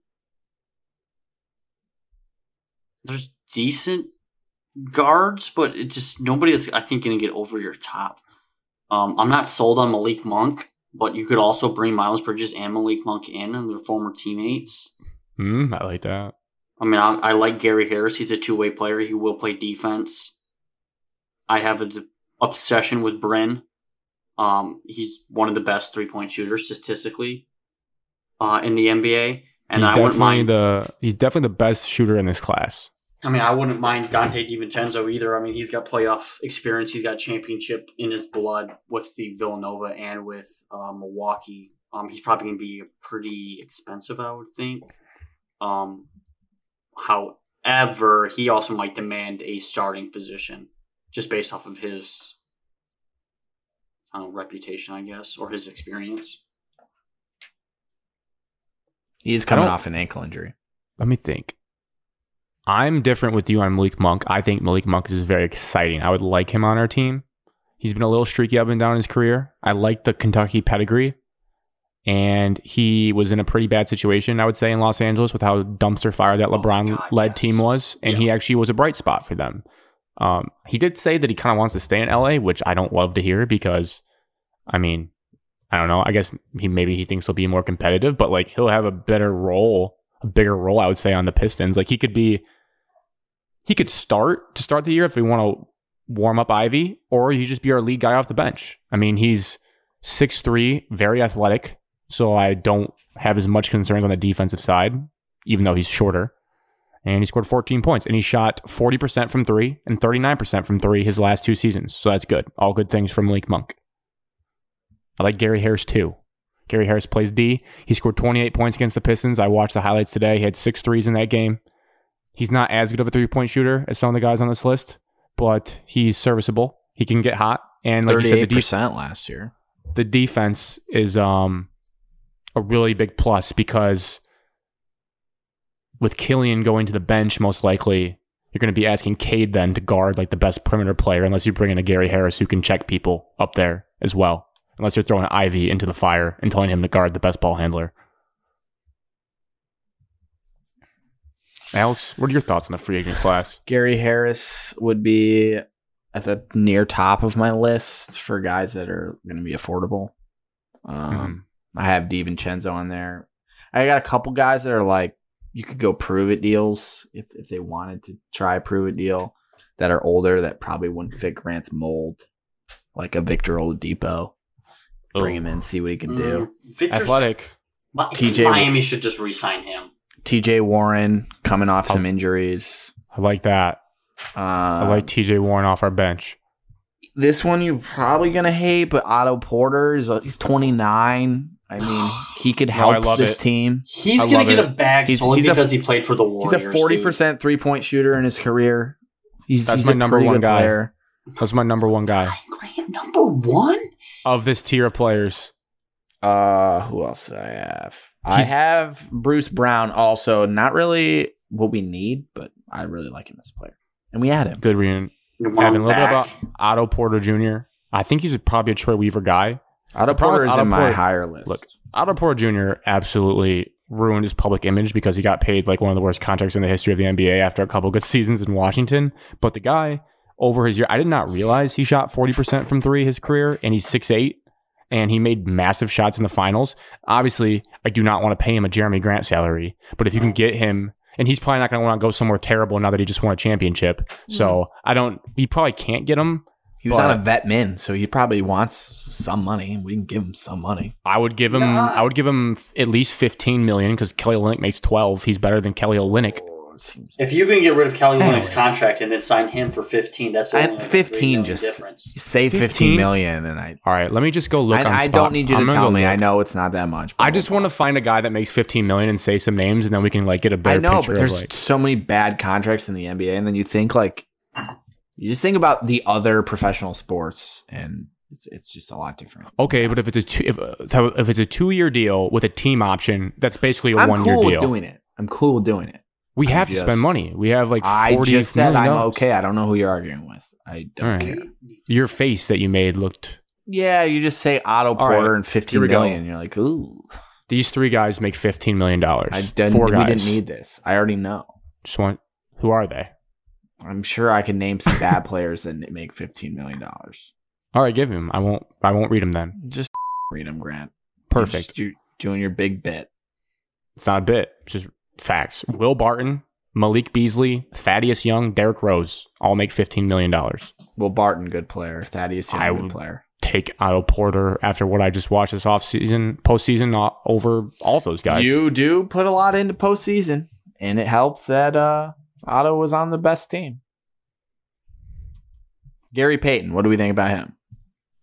Speaker 2: There's decent guards, but it just nobody that's I think going to get over your top. Um, I'm not sold on Malik Monk, but you could also bring Miles Bridges and Malik Monk in, and their former teammates.
Speaker 1: Hmm, I like that.
Speaker 2: I mean, I, I like Gary Harris. He's a two way player. He will play defense. I have an obsession with Bren. Um, he's one of the best three point shooters statistically uh, in the NBA. And
Speaker 1: he's
Speaker 2: I wouldn't
Speaker 1: definitely
Speaker 2: mind.
Speaker 1: the he's definitely the best shooter in this class.
Speaker 2: I mean, I wouldn't mind Dante DiVincenzo either. I mean, he's got playoff experience. He's got championship in his blood with the Villanova and with uh, Milwaukee. Um, he's probably going to be pretty expensive, I would think. Um, however, he also might demand a starting position just based off of his I don't know, reputation, I guess, or his experience.
Speaker 4: He's coming
Speaker 1: don't-
Speaker 4: off an ankle injury.
Speaker 1: Let me think. I'm different with you on Malik Monk. I think Malik Monk is very exciting. I would like him on our team. He's been a little streaky up and down in his career. I like the Kentucky pedigree. And he was in a pretty bad situation, I would say, in Los Angeles with how dumpster fire that
Speaker 2: Oh,
Speaker 1: LeBron
Speaker 2: God,
Speaker 1: led
Speaker 2: yes.
Speaker 1: team was. And he actually was a bright spot for them. Um, he did say that he kind of wants to stay in LA, which I don't love to hear because, I mean, I don't know. I guess he maybe he thinks he'll be more competitive, but like he'll have a better role, a bigger role, I would say, on the Pistons. Like he could be, he could start to start the year if we want to warm up Ivy, or you just be our lead guy off the bench. I mean, he's six three, very athletic, so I don't have as much concerns on the defensive side, even though he's shorter. And he scored 14 points, and he shot 40% from three and 39% from three his last two seasons. So that's good. All good things from Malik Monk. I like Gary Harris too. Gary Harris plays D. He scored 28 points against the Pistons. I watched the highlights today. He had six threes in that game. He's not as good of a three point shooter as some of the guys on this list, but he's serviceable. He can get hot. And like you said, the
Speaker 4: Thirty-eight
Speaker 1: defense
Speaker 4: percent last year.
Speaker 1: the defense is um a really big plus because with Killian going to the bench, most likely you're going to be asking Cade then to guard like the best perimeter player, unless you bring in a Gary Harris who can check people up there as well. Unless you're throwing Ivy into the fire and telling him to guard the best ball handler. Alex, what are your thoughts on the free agent class?
Speaker 4: Gary Harris would be at the near top of my list for guys that are going to be affordable. Um,
Speaker 1: Mm-hmm.
Speaker 4: I have DiVincenzo on there. I got a couple guys that are like you could go prove it deals if, if they wanted to try a prove it deal that are older that probably wouldn't fit Grant's mold, like a Victor Oladipo.
Speaker 1: Oh.
Speaker 4: Bring him in, see what he can do.
Speaker 2: Mm, Victor's,
Speaker 1: Athletic.
Speaker 2: Mi-
Speaker 4: TJ
Speaker 2: Miami should just re-sign him.
Speaker 4: TJ Warren coming off
Speaker 1: Oh.
Speaker 4: some injuries.
Speaker 1: I like that.
Speaker 4: Uh,
Speaker 1: I like TJ Warren off our bench.
Speaker 4: this one you're probably gonna hate, but Otto Porter is uh, he's 29. I <gasps> mean, he could
Speaker 1: No,
Speaker 4: help
Speaker 1: I love
Speaker 4: this
Speaker 1: it.
Speaker 4: team.
Speaker 2: He's
Speaker 1: I
Speaker 2: gonna
Speaker 1: love
Speaker 2: get
Speaker 1: it.
Speaker 2: a bag
Speaker 4: He's-
Speaker 2: solely
Speaker 4: he's a-
Speaker 2: because he played for the
Speaker 4: He's
Speaker 2: Warriors.
Speaker 4: a 40 percent three point shooter in his career. He's
Speaker 1: That's
Speaker 4: he's
Speaker 1: my
Speaker 4: a
Speaker 1: number
Speaker 4: pretty
Speaker 1: one
Speaker 4: good
Speaker 1: guy.
Speaker 4: player.
Speaker 1: That's my number one guy.
Speaker 2: dude. Grant number one.
Speaker 1: of this tier of players.
Speaker 4: Uh, who else do I have? I
Speaker 1: He's-
Speaker 4: have Bruce Brown also. Not really what we need, but I really like him as a player, and we had him.
Speaker 1: Good reading.
Speaker 2: You want
Speaker 1: Evan, a little bit
Speaker 2: back?
Speaker 1: about Otto Porter Jr. I think he's probably a Troy Weaver guy.
Speaker 4: Otto
Speaker 1: The problem with
Speaker 4: Porter is
Speaker 1: Otto
Speaker 4: in my
Speaker 1: Porter-
Speaker 4: higher list.
Speaker 1: Look, Otto Porter Jr. absolutely ruined his public image because he got paid like one of the worst contracts in the history of the NBA after a couple good <laughs> seasons in Washington. But the guy over his year, I did not realize he shot 40% from three his career, and he's 6'8, and he made massive shots in the finals. Obviously, I do not want to pay him a Jeremy Grant salary, but if you can get him, and he's probably not going to want to go somewhere terrible now that he just won a championship. So I don't, you probably can't get him.
Speaker 4: he was
Speaker 1: but-
Speaker 4: on a vet min, so he probably wants some money, and we can give him some money.
Speaker 1: I would give him.
Speaker 2: Nah.
Speaker 1: I would give him f- at least fifteen million because Kelly Olynyk makes twelve. He's better than Kelly Olynyk.
Speaker 2: If you can get rid of Kelly Olynyk's
Speaker 4: Anyways.
Speaker 2: contract and then sign him for fifteen, that's
Speaker 4: I-
Speaker 2: only like a
Speaker 4: 15
Speaker 2: $3 million
Speaker 4: just-
Speaker 2: difference.
Speaker 4: Say
Speaker 1: 15
Speaker 4: 15 million, and I
Speaker 1: All right, let me just go look.
Speaker 4: I,
Speaker 1: on
Speaker 4: I
Speaker 1: Spot-
Speaker 4: don't need you
Speaker 1: I'm
Speaker 4: to
Speaker 1: gonna
Speaker 4: tell
Speaker 1: go
Speaker 4: me. I
Speaker 1: look.
Speaker 4: know it's not that much.
Speaker 1: I just want to find a guy that makes fifteen million and say some names, and then we can like get a
Speaker 4: I
Speaker 1: better
Speaker 4: know,
Speaker 1: picture
Speaker 4: but there's
Speaker 1: of like.
Speaker 4: so many bad contracts in the NBA, and then you think like, you just think about the other professional sports, and it's it's just a lot different.
Speaker 1: Okay, but if it's a two, if, uh, so if it's a two-year deal with a team option, that's basically a
Speaker 4: I'm
Speaker 1: one-year
Speaker 4: cool with
Speaker 1: deal.
Speaker 4: doing it. I'm cool with doing it.
Speaker 1: we have to
Speaker 4: Yes.
Speaker 1: spend money. We have like
Speaker 4: I
Speaker 1: forty.
Speaker 4: just said
Speaker 1: million
Speaker 4: I'm
Speaker 1: dollars.
Speaker 4: okay. I don't know who you're arguing with. I don't
Speaker 1: All right.
Speaker 4: care.
Speaker 1: Your face that you made looked.
Speaker 4: Yeah, you just say Otto
Speaker 1: All right.
Speaker 4: Porter and 15
Speaker 1: Here we go.
Speaker 4: million. and You're like, ooh,
Speaker 1: These three guys make fifteen million dollars.
Speaker 4: I didn't.
Speaker 1: Four
Speaker 4: we
Speaker 1: guys.
Speaker 4: didn't need this. I already know.
Speaker 1: Just want. Who are they?
Speaker 4: I'm sure I can name some bad players and make fifteen million dollars.
Speaker 1: All right, give him. I won't. I won't read him then.
Speaker 4: Just <laughs> read them, Grant. You're
Speaker 1: Perfect.
Speaker 4: just- You're doing your big bit.
Speaker 1: It's not a bit. It's just facts. Will Barton, Malik Beasley, Thaddeus Young, Derek Rose all make fifteen million dollars.
Speaker 4: Well, Barton, good player. Thaddeus, Young,
Speaker 1: I
Speaker 4: good
Speaker 1: would-
Speaker 4: player.
Speaker 1: Take Otto Porter after what I just watched this offseason, postseason uh, over all those guys.
Speaker 4: You do put a lot into postseason, and it helps that uh, Otto was on the best team. Gary Payton, what do we think about him?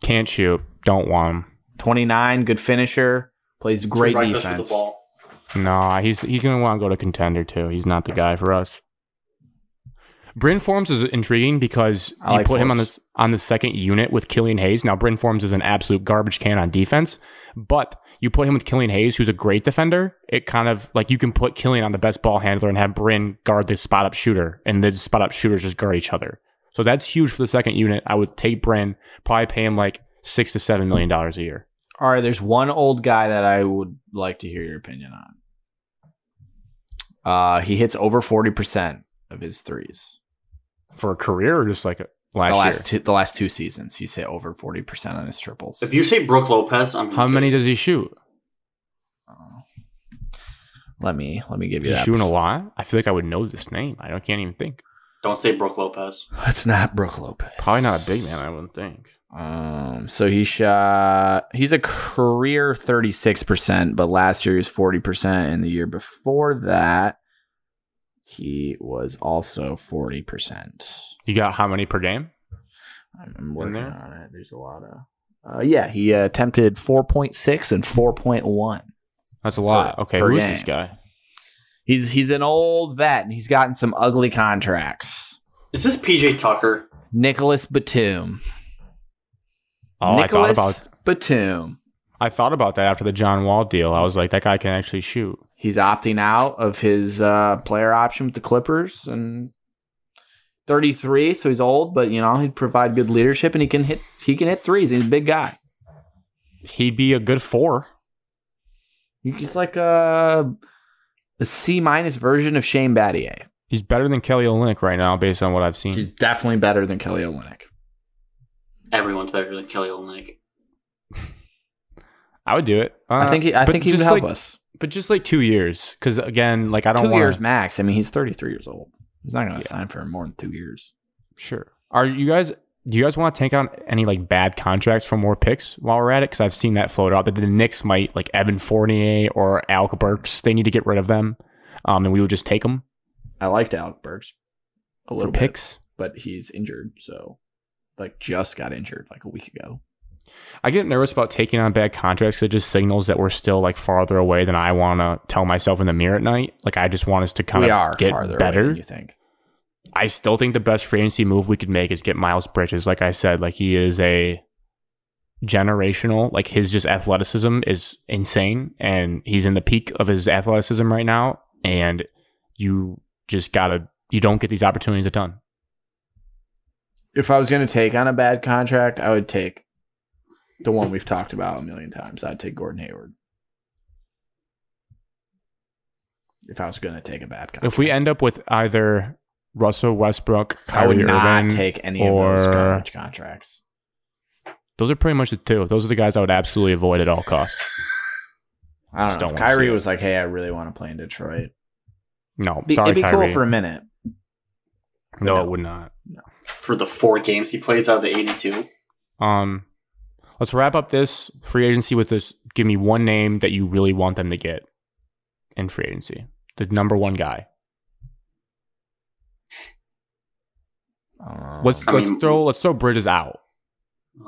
Speaker 1: can't shoot. Don't want
Speaker 4: 29, good finisher, plays great
Speaker 2: Right fist
Speaker 4: defense.
Speaker 2: With the ball.
Speaker 1: him. No, he's he's gonna want to go to contender too. He's not the guy for us. Bryn Forms is intriguing because
Speaker 4: I
Speaker 1: you
Speaker 4: like
Speaker 1: put him on
Speaker 4: Forms.
Speaker 1: this on the second unit with Killian Hayes. Now Bryn Forms is an absolute garbage can on defense, but you put him with Killian Hayes, who's a great defender. It kind of like you can put Killian on the best ball handler and have Bryn guard the spot up shooter, and the spot up shooters just guard each other. So that's huge for the second unit. I would take Bryn, probably pay him like six to seven million dollars a year.
Speaker 4: All right, there's one old guy that I would like to hear your opinion on. Uh, he hits over 40% of his threes.
Speaker 1: for a career or just like uh,
Speaker 4: The
Speaker 1: last,
Speaker 4: last,
Speaker 1: year?
Speaker 4: two, the last two seasons, he's hit over 40% on his triples.
Speaker 2: If you say Brooke Lopez, I'm gonna
Speaker 1: How
Speaker 2: say-
Speaker 1: many does he shoot?
Speaker 4: Let me let me give you
Speaker 1: He's
Speaker 4: that.
Speaker 1: shooting a lot. I feel like I would know this name. I don't, can't even think.
Speaker 2: Don't say Brooke Lopez.
Speaker 4: <laughs> It's not Brooke Lopez.
Speaker 1: Probably not a big man. I wouldn't think.
Speaker 4: Um, so he shot. He's a career thirty six percent, but last year he was forty percent, and the year before that, he was also forty percent.
Speaker 1: You got how many per game?
Speaker 4: I'm I'm working
Speaker 1: there?
Speaker 4: on it. There's a lot of. Uh, yeah, he uh, attempted four point six and four point one.
Speaker 1: That's a lot.
Speaker 4: Per-
Speaker 1: okay,
Speaker 4: per
Speaker 1: who's
Speaker 4: game.
Speaker 1: this guy?
Speaker 4: He's he's an old vet, and he's gotten some ugly contracts.
Speaker 2: Is this PJ Tucker?
Speaker 4: Nicholas Batum.
Speaker 1: Oh,
Speaker 4: Nicholas
Speaker 1: I thought about
Speaker 4: Batum.
Speaker 1: I thought about that after the John Wall deal. I was like, that guy can actually shoot.
Speaker 4: he's opting out of his uh, player option with the Clippers and 33, so he's old, but you know he'd provide good leadership and he can hit he can hit threes. He's a big guy.
Speaker 1: He'd be a good four.
Speaker 4: He's like a a C minus version of Shane Battier.
Speaker 1: He's better than Kelly Olynyk right now, based on what I've seen.
Speaker 4: He's definitely better than Kelly Olynyk.
Speaker 2: Everyone's better than Kelly Olynyk.
Speaker 1: I would do it.
Speaker 4: I
Speaker 1: Uh,
Speaker 4: think he, I
Speaker 1: but
Speaker 4: think he would
Speaker 1: just
Speaker 4: help
Speaker 1: like-
Speaker 4: us.
Speaker 1: but just like two years, because again, like I don't
Speaker 4: 2
Speaker 1: want
Speaker 4: years max. I mean, he's 33 years old. He's not going to sign for more than 2 years.
Speaker 1: Sure. Are you guys? Do you guys want to take on any like bad contracts for more picks while we're at it? Because I've seen that float out that the Knicks might like Evan Fournier or Alec Burks. They need to get rid of them, um, and we would just take them
Speaker 4: I liked Alec Burks a
Speaker 1: for
Speaker 4: little bit,
Speaker 1: picks.
Speaker 4: but he's injured, so like just got injured like a week ago.
Speaker 1: I get nervous about taking on bad contracts 'cause it just signals that we're still like farther away than I want to tell myself in the mirror at night. Like I just want us to kind
Speaker 4: we
Speaker 1: of
Speaker 4: are
Speaker 1: get
Speaker 4: farther
Speaker 1: better.
Speaker 4: away than you think.
Speaker 1: I still think the best free agency move we could make is get Miles Bridges. Like I said, like he is a generational, like his just athleticism is insane and he's in the peak of his athleticism right now. And you just gotta, you don't get these opportunities a ton.
Speaker 4: If I was going to take on a bad contract, I would take the one we've talked about a million times. I'd take Gordon Hayward. If I was going to take a bad contract,
Speaker 1: If we end up with either Russell Westbrook,
Speaker 4: I would
Speaker 1: Kyrie
Speaker 4: not
Speaker 1: Irving,
Speaker 4: take any of those
Speaker 1: or-
Speaker 4: garbage contracts.
Speaker 1: those are pretty much the two. Those are the guys I would absolutely avoid at all costs.
Speaker 4: I don't
Speaker 1: Just
Speaker 4: know.
Speaker 1: don't
Speaker 4: if
Speaker 1: wanna see
Speaker 4: Kyrie
Speaker 1: it.
Speaker 4: was like, "Hey, I really want to play in Detroit."
Speaker 1: No,
Speaker 4: Be-
Speaker 1: sorry,
Speaker 4: it'd be
Speaker 1: Kyrie.
Speaker 4: cool for a minute.
Speaker 1: no,
Speaker 4: no.
Speaker 1: it would not.
Speaker 2: For the four games he plays out of the 82,
Speaker 1: Um, let's wrap up this free agency with this. Give me one name that you really want them to get in free agency. The number one guy.
Speaker 4: Um,
Speaker 1: Let's
Speaker 2: I
Speaker 1: let's
Speaker 2: mean-
Speaker 1: throw let's throw Bridges out.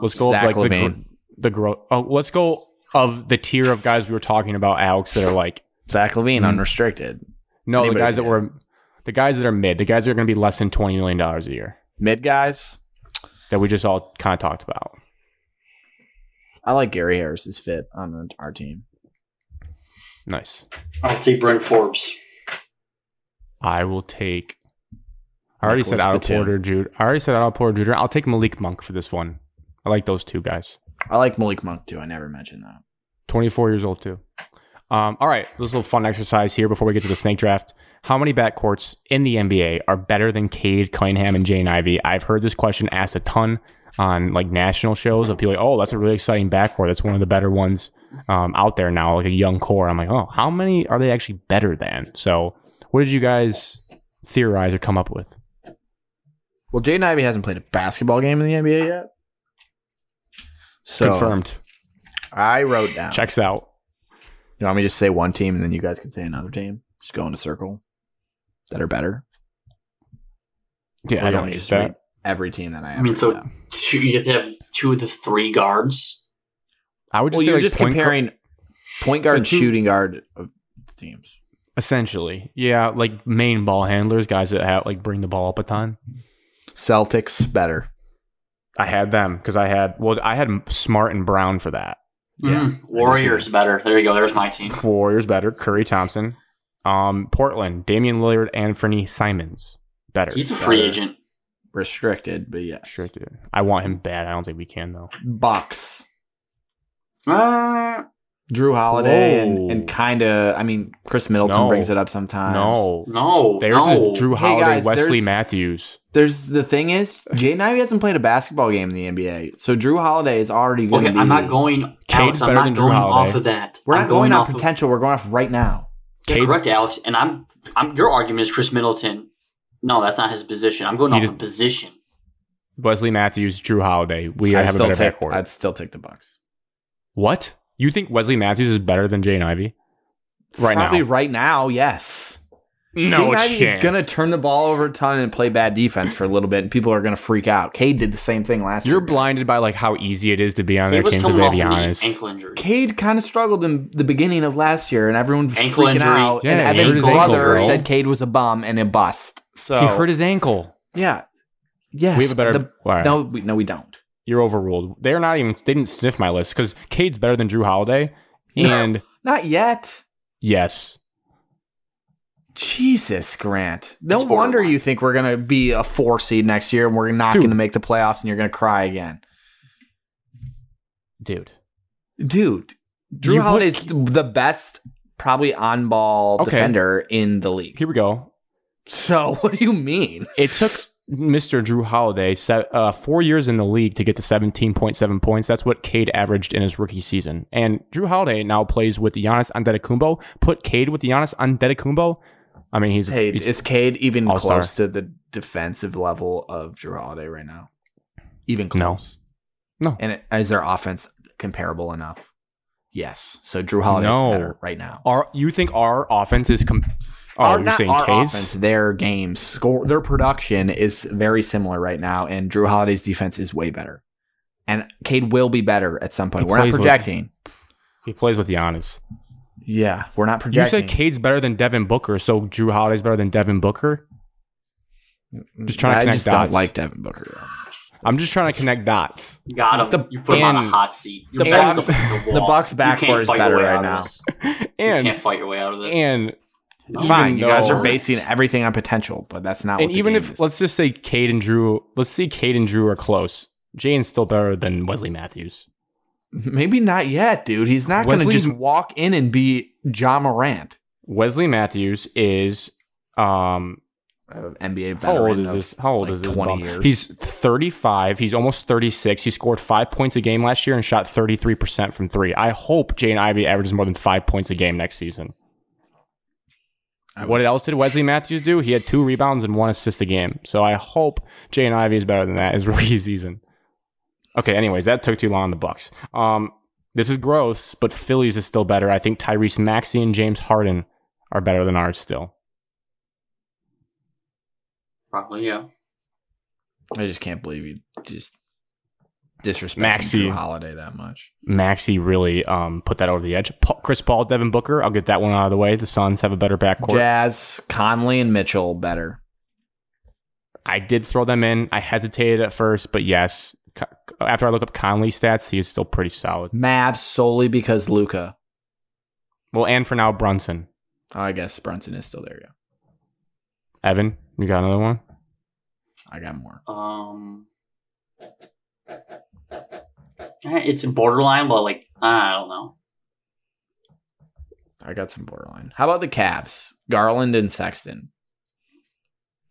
Speaker 1: Let's go with
Speaker 4: Zach
Speaker 1: like the gr-
Speaker 4: LaVine.
Speaker 1: the grow. Oh, let's go of the tier of guys we were talking about, Alex. That are like
Speaker 4: Zach Levine
Speaker 1: Mm.
Speaker 4: unrestricted
Speaker 1: no, the
Speaker 4: Anybody
Speaker 1: guys that
Speaker 4: can
Speaker 1: were the guys that are mid, the guys that are going to be less than twenty million dollars a year
Speaker 4: mid guys.
Speaker 1: that we just all kind of talked about.
Speaker 4: I like Gary Harris's fit on our team.
Speaker 1: Nice.
Speaker 2: I'll take Brent Forbes.
Speaker 1: I will take. I already said
Speaker 4: Nicholas
Speaker 1: Otto
Speaker 4: Batum.
Speaker 1: Porter Jude. I already said Otto Porter Jude. I'll take Malik Monk for this one. I like those two guys.
Speaker 4: I like Malik Monk too. I never mentioned that.
Speaker 1: 24 years old too. Um, all right, this little fun exercise here before we get to the snake draft. How many backcourts in the NBA are better than Cade Cunningham and Jane Ivy? I've heard this question asked a ton on like national shows of people like, oh, that's a really exciting backcourt. That's one of the better ones um, out there now, like a young core. I'm like, oh, how many are they actually better than? So, what did you guys theorize or come up with?
Speaker 4: Well, Jaden Ivey hasn't played a basketball game in the NBA yet. So
Speaker 1: Confirmed.
Speaker 4: I wrote down.
Speaker 1: Checks out.
Speaker 4: You want me to just say one team and then you guys can say another team? Just go in a circle that are better.
Speaker 1: Yeah,
Speaker 4: Or
Speaker 1: I
Speaker 4: you want
Speaker 1: don't
Speaker 4: me to
Speaker 1: need
Speaker 4: just
Speaker 1: that.
Speaker 4: read every team that I have.
Speaker 2: I mean, so two, you have to have two of the three guards.
Speaker 1: I would just
Speaker 4: well,
Speaker 1: say
Speaker 4: you're
Speaker 1: like
Speaker 4: just
Speaker 1: point guard-
Speaker 4: comparing point guard
Speaker 1: The
Speaker 4: and
Speaker 1: two-
Speaker 4: shooting guard of teams.
Speaker 1: Essentially, yeah, like main ball handlers, guys that have, like bring the ball up a ton.
Speaker 4: Celtics better.
Speaker 1: I had them because I had well, I had Smart and Brown for that.
Speaker 2: Mm, Warriors better. There you go. There's my team.
Speaker 1: Warriors better. Curry Thompson, um, Portland, Damian Lillard, Anthony Simons better.
Speaker 2: He's a free
Speaker 1: Better.
Speaker 2: agent.
Speaker 4: Restricted, but yeah.
Speaker 1: Sure, dude. I want him bad. I don't think we can though.
Speaker 4: Bucks.
Speaker 2: Uh,
Speaker 4: Drew Holiday
Speaker 1: Whoa.
Speaker 4: and, and kind of, I mean, Chris Middleton
Speaker 1: No.
Speaker 4: brings it up sometimes.
Speaker 1: no,
Speaker 2: no.
Speaker 1: there's
Speaker 2: no.
Speaker 1: is Drew
Speaker 4: Uh, Hey,
Speaker 1: Holiday,
Speaker 4: guys,
Speaker 1: Wesley
Speaker 4: there's-
Speaker 1: Matthews.
Speaker 4: There's the thing is, Jaden Ivey hasn't played a basketball game in the NBA, so Drew Holiday is already going.
Speaker 2: Okay, I'm not going. Alex, I'm
Speaker 1: better
Speaker 2: not
Speaker 1: than Drew
Speaker 2: going
Speaker 1: Holiday.
Speaker 2: off of that.
Speaker 4: We're not
Speaker 2: I'm
Speaker 4: going, off
Speaker 2: of-
Speaker 4: potential. We're going off right now.
Speaker 2: Yeah,
Speaker 1: Cade's-
Speaker 2: correct, Alex. And I'm, I'm. Your argument is Chris Middleton. No, that's not his position. I'm going
Speaker 1: He
Speaker 2: off
Speaker 1: just-
Speaker 2: of position.
Speaker 1: Wesley Matthews, Drew Holiday. We
Speaker 4: I'd
Speaker 1: have a
Speaker 4: still
Speaker 1: better
Speaker 4: take.
Speaker 1: backcourt.
Speaker 4: I'd still take the Bucks
Speaker 1: What? You think Wesley Matthews is better than Jane Ivy? Right
Speaker 4: Probably
Speaker 1: now.
Speaker 4: right now, yes.
Speaker 1: No
Speaker 4: Jaden Ivey is
Speaker 1: chance.
Speaker 4: gonna turn the ball over a ton and play bad defense for a little bit, and people are gonna freak out. Cade did the same thing last year.
Speaker 1: You're blinded by like how easy it is to be on
Speaker 2: He
Speaker 1: their
Speaker 2: was
Speaker 1: team because
Speaker 2: coming
Speaker 1: they
Speaker 2: off
Speaker 1: have
Speaker 2: an
Speaker 1: Giannis.
Speaker 2: ankle injury.
Speaker 4: Cade kind of struggled in the beginning of last year, and everyone was
Speaker 2: Ankle
Speaker 4: freaking
Speaker 2: injury.
Speaker 4: out.
Speaker 1: Yeah,
Speaker 4: and
Speaker 1: he
Speaker 4: Evan's
Speaker 1: hurt his ankle,
Speaker 4: brother
Speaker 1: bro.
Speaker 4: said Cade was a bum and a bust. So
Speaker 1: He hurt his ankle.
Speaker 4: Yeah, yes.
Speaker 1: we have a better. <laughs>
Speaker 4: the-
Speaker 1: All right.
Speaker 4: no, we, no, we don't.
Speaker 1: You're overruled. They're not even. They didn't sniff my list because Cade's better than Drew <laughs> Holiday. And
Speaker 4: Not yet.
Speaker 1: yes,
Speaker 4: Jesus, Grant. No
Speaker 2: It's borderline.
Speaker 4: wonder you think we're going to be a four seed next year and we're not
Speaker 1: Dude.
Speaker 4: going to make the playoffs and you're going to cry again.
Speaker 1: dude.
Speaker 4: Dude, Drew
Speaker 1: You
Speaker 4: Holiday's the best, probably on ball
Speaker 1: Okay.
Speaker 4: defender in the league.
Speaker 1: Here we go.
Speaker 4: So, <laughs> what do you mean?
Speaker 1: It took Mr. Drew Holiday se- uh, four years in the league to get to 17.7 points. That's what Cade averaged in his rookie season. And Drew Holiday now plays with Giannis Antetokounmpo. Put Cade with Giannis Antetokounmpo. I mean, he's,
Speaker 4: Hey,
Speaker 1: he's
Speaker 4: is Cade even
Speaker 1: all-star.
Speaker 4: close to the defensive level of Drew Holiday right now? Even
Speaker 1: No.
Speaker 4: close?
Speaker 1: No.
Speaker 4: And it- is their offense comparable enough? Yes. So, Drew Holiday's
Speaker 1: No.
Speaker 4: better right now.
Speaker 1: Our, you think our offense is com- oh,
Speaker 4: our,
Speaker 1: you're
Speaker 4: not
Speaker 1: saying
Speaker 4: our
Speaker 1: Cade's?
Speaker 4: offense, their game score, their production is very similar right now, and Drew Holiday's defense is way better. And Cade will be better at some point.
Speaker 1: He
Speaker 4: we're not
Speaker 1: plays with-
Speaker 4: projecting.
Speaker 1: He plays with Giannis.
Speaker 4: yeah, we're
Speaker 1: You
Speaker 4: not projecting.
Speaker 1: said Cade's better than Devin Booker, so Drew Holiday's better than Devin Booker. just trying to
Speaker 4: I
Speaker 1: connect
Speaker 4: just
Speaker 1: dots.
Speaker 4: don't like Devin Booker.
Speaker 1: I'm just trying to connect dots.
Speaker 4: <laughs>
Speaker 2: Got him.
Speaker 4: The-
Speaker 2: you put him on a
Speaker 1: and-
Speaker 2: hot seat. Your
Speaker 4: the
Speaker 2: back's
Speaker 4: Bucks-
Speaker 2: up against
Speaker 4: <laughs> the Bucks'
Speaker 2: You
Speaker 4: backcourt
Speaker 2: can't
Speaker 4: is
Speaker 2: fight your
Speaker 4: better
Speaker 2: way
Speaker 4: right
Speaker 2: out of
Speaker 4: now.
Speaker 2: this. you
Speaker 1: And
Speaker 2: can't fight your way out of this.
Speaker 1: and
Speaker 4: It's
Speaker 1: Even
Speaker 4: fine. You guys
Speaker 1: though-
Speaker 4: are basing everything on potential, but that's not.
Speaker 1: and
Speaker 4: what the
Speaker 1: even
Speaker 4: game
Speaker 1: if
Speaker 4: is.
Speaker 1: let's just say Cade and Drew, let's see Cade and Drew are close. Jane's still better than Wesley Matthews.
Speaker 4: maybe not yet, dude. He's not going to
Speaker 1: Wesley-
Speaker 4: just walk in and be John Morant.
Speaker 1: Wesley Matthews is um
Speaker 4: uh, NBA veteran.
Speaker 1: how old is
Speaker 4: of-
Speaker 1: this? How old
Speaker 4: like
Speaker 1: is this?
Speaker 4: 20
Speaker 1: bum?
Speaker 4: years.
Speaker 1: He's 35. He's almost 36. He scored five points a game last year and shot 33% from three. I hope Jane Ivy averages more than five points a game next season.
Speaker 4: I
Speaker 1: What
Speaker 4: was-
Speaker 1: else did Wesley Matthews do? He had two rebounds and one assist a game. So I hope Jane Ivy is better than that his <laughs> rookie season. Okay, anyways, that took too long on the Bucks. Um, this is gross, but Phillies is still better. I think Tyrese Maxey and James Harden are better than ours still.
Speaker 2: Probably, yeah.
Speaker 4: I just can't believe you just disrespect
Speaker 1: Maxey.
Speaker 4: Drew Holiday that much.
Speaker 1: Maxey really um, put that over the edge. Pa- Chris Paul, Devin Booker, I'll get that one out of the way. The Suns have a better backcourt.
Speaker 4: Jazz, Conley, and Mitchell better.
Speaker 1: I did throw them in. I hesitated at first, but yes. Co- After I looked up Conley stats, he was still pretty solid.
Speaker 4: Mavs solely because Luca.
Speaker 1: Well, and for now, Brunson.
Speaker 4: Oh, I guess Brunson is still there. Yeah,
Speaker 1: Evan, you got another one?
Speaker 4: I got more.
Speaker 2: Um, eh, it's borderline, but like I don't know.
Speaker 4: I got some borderline. How about the Cavs? Garland and Sexton.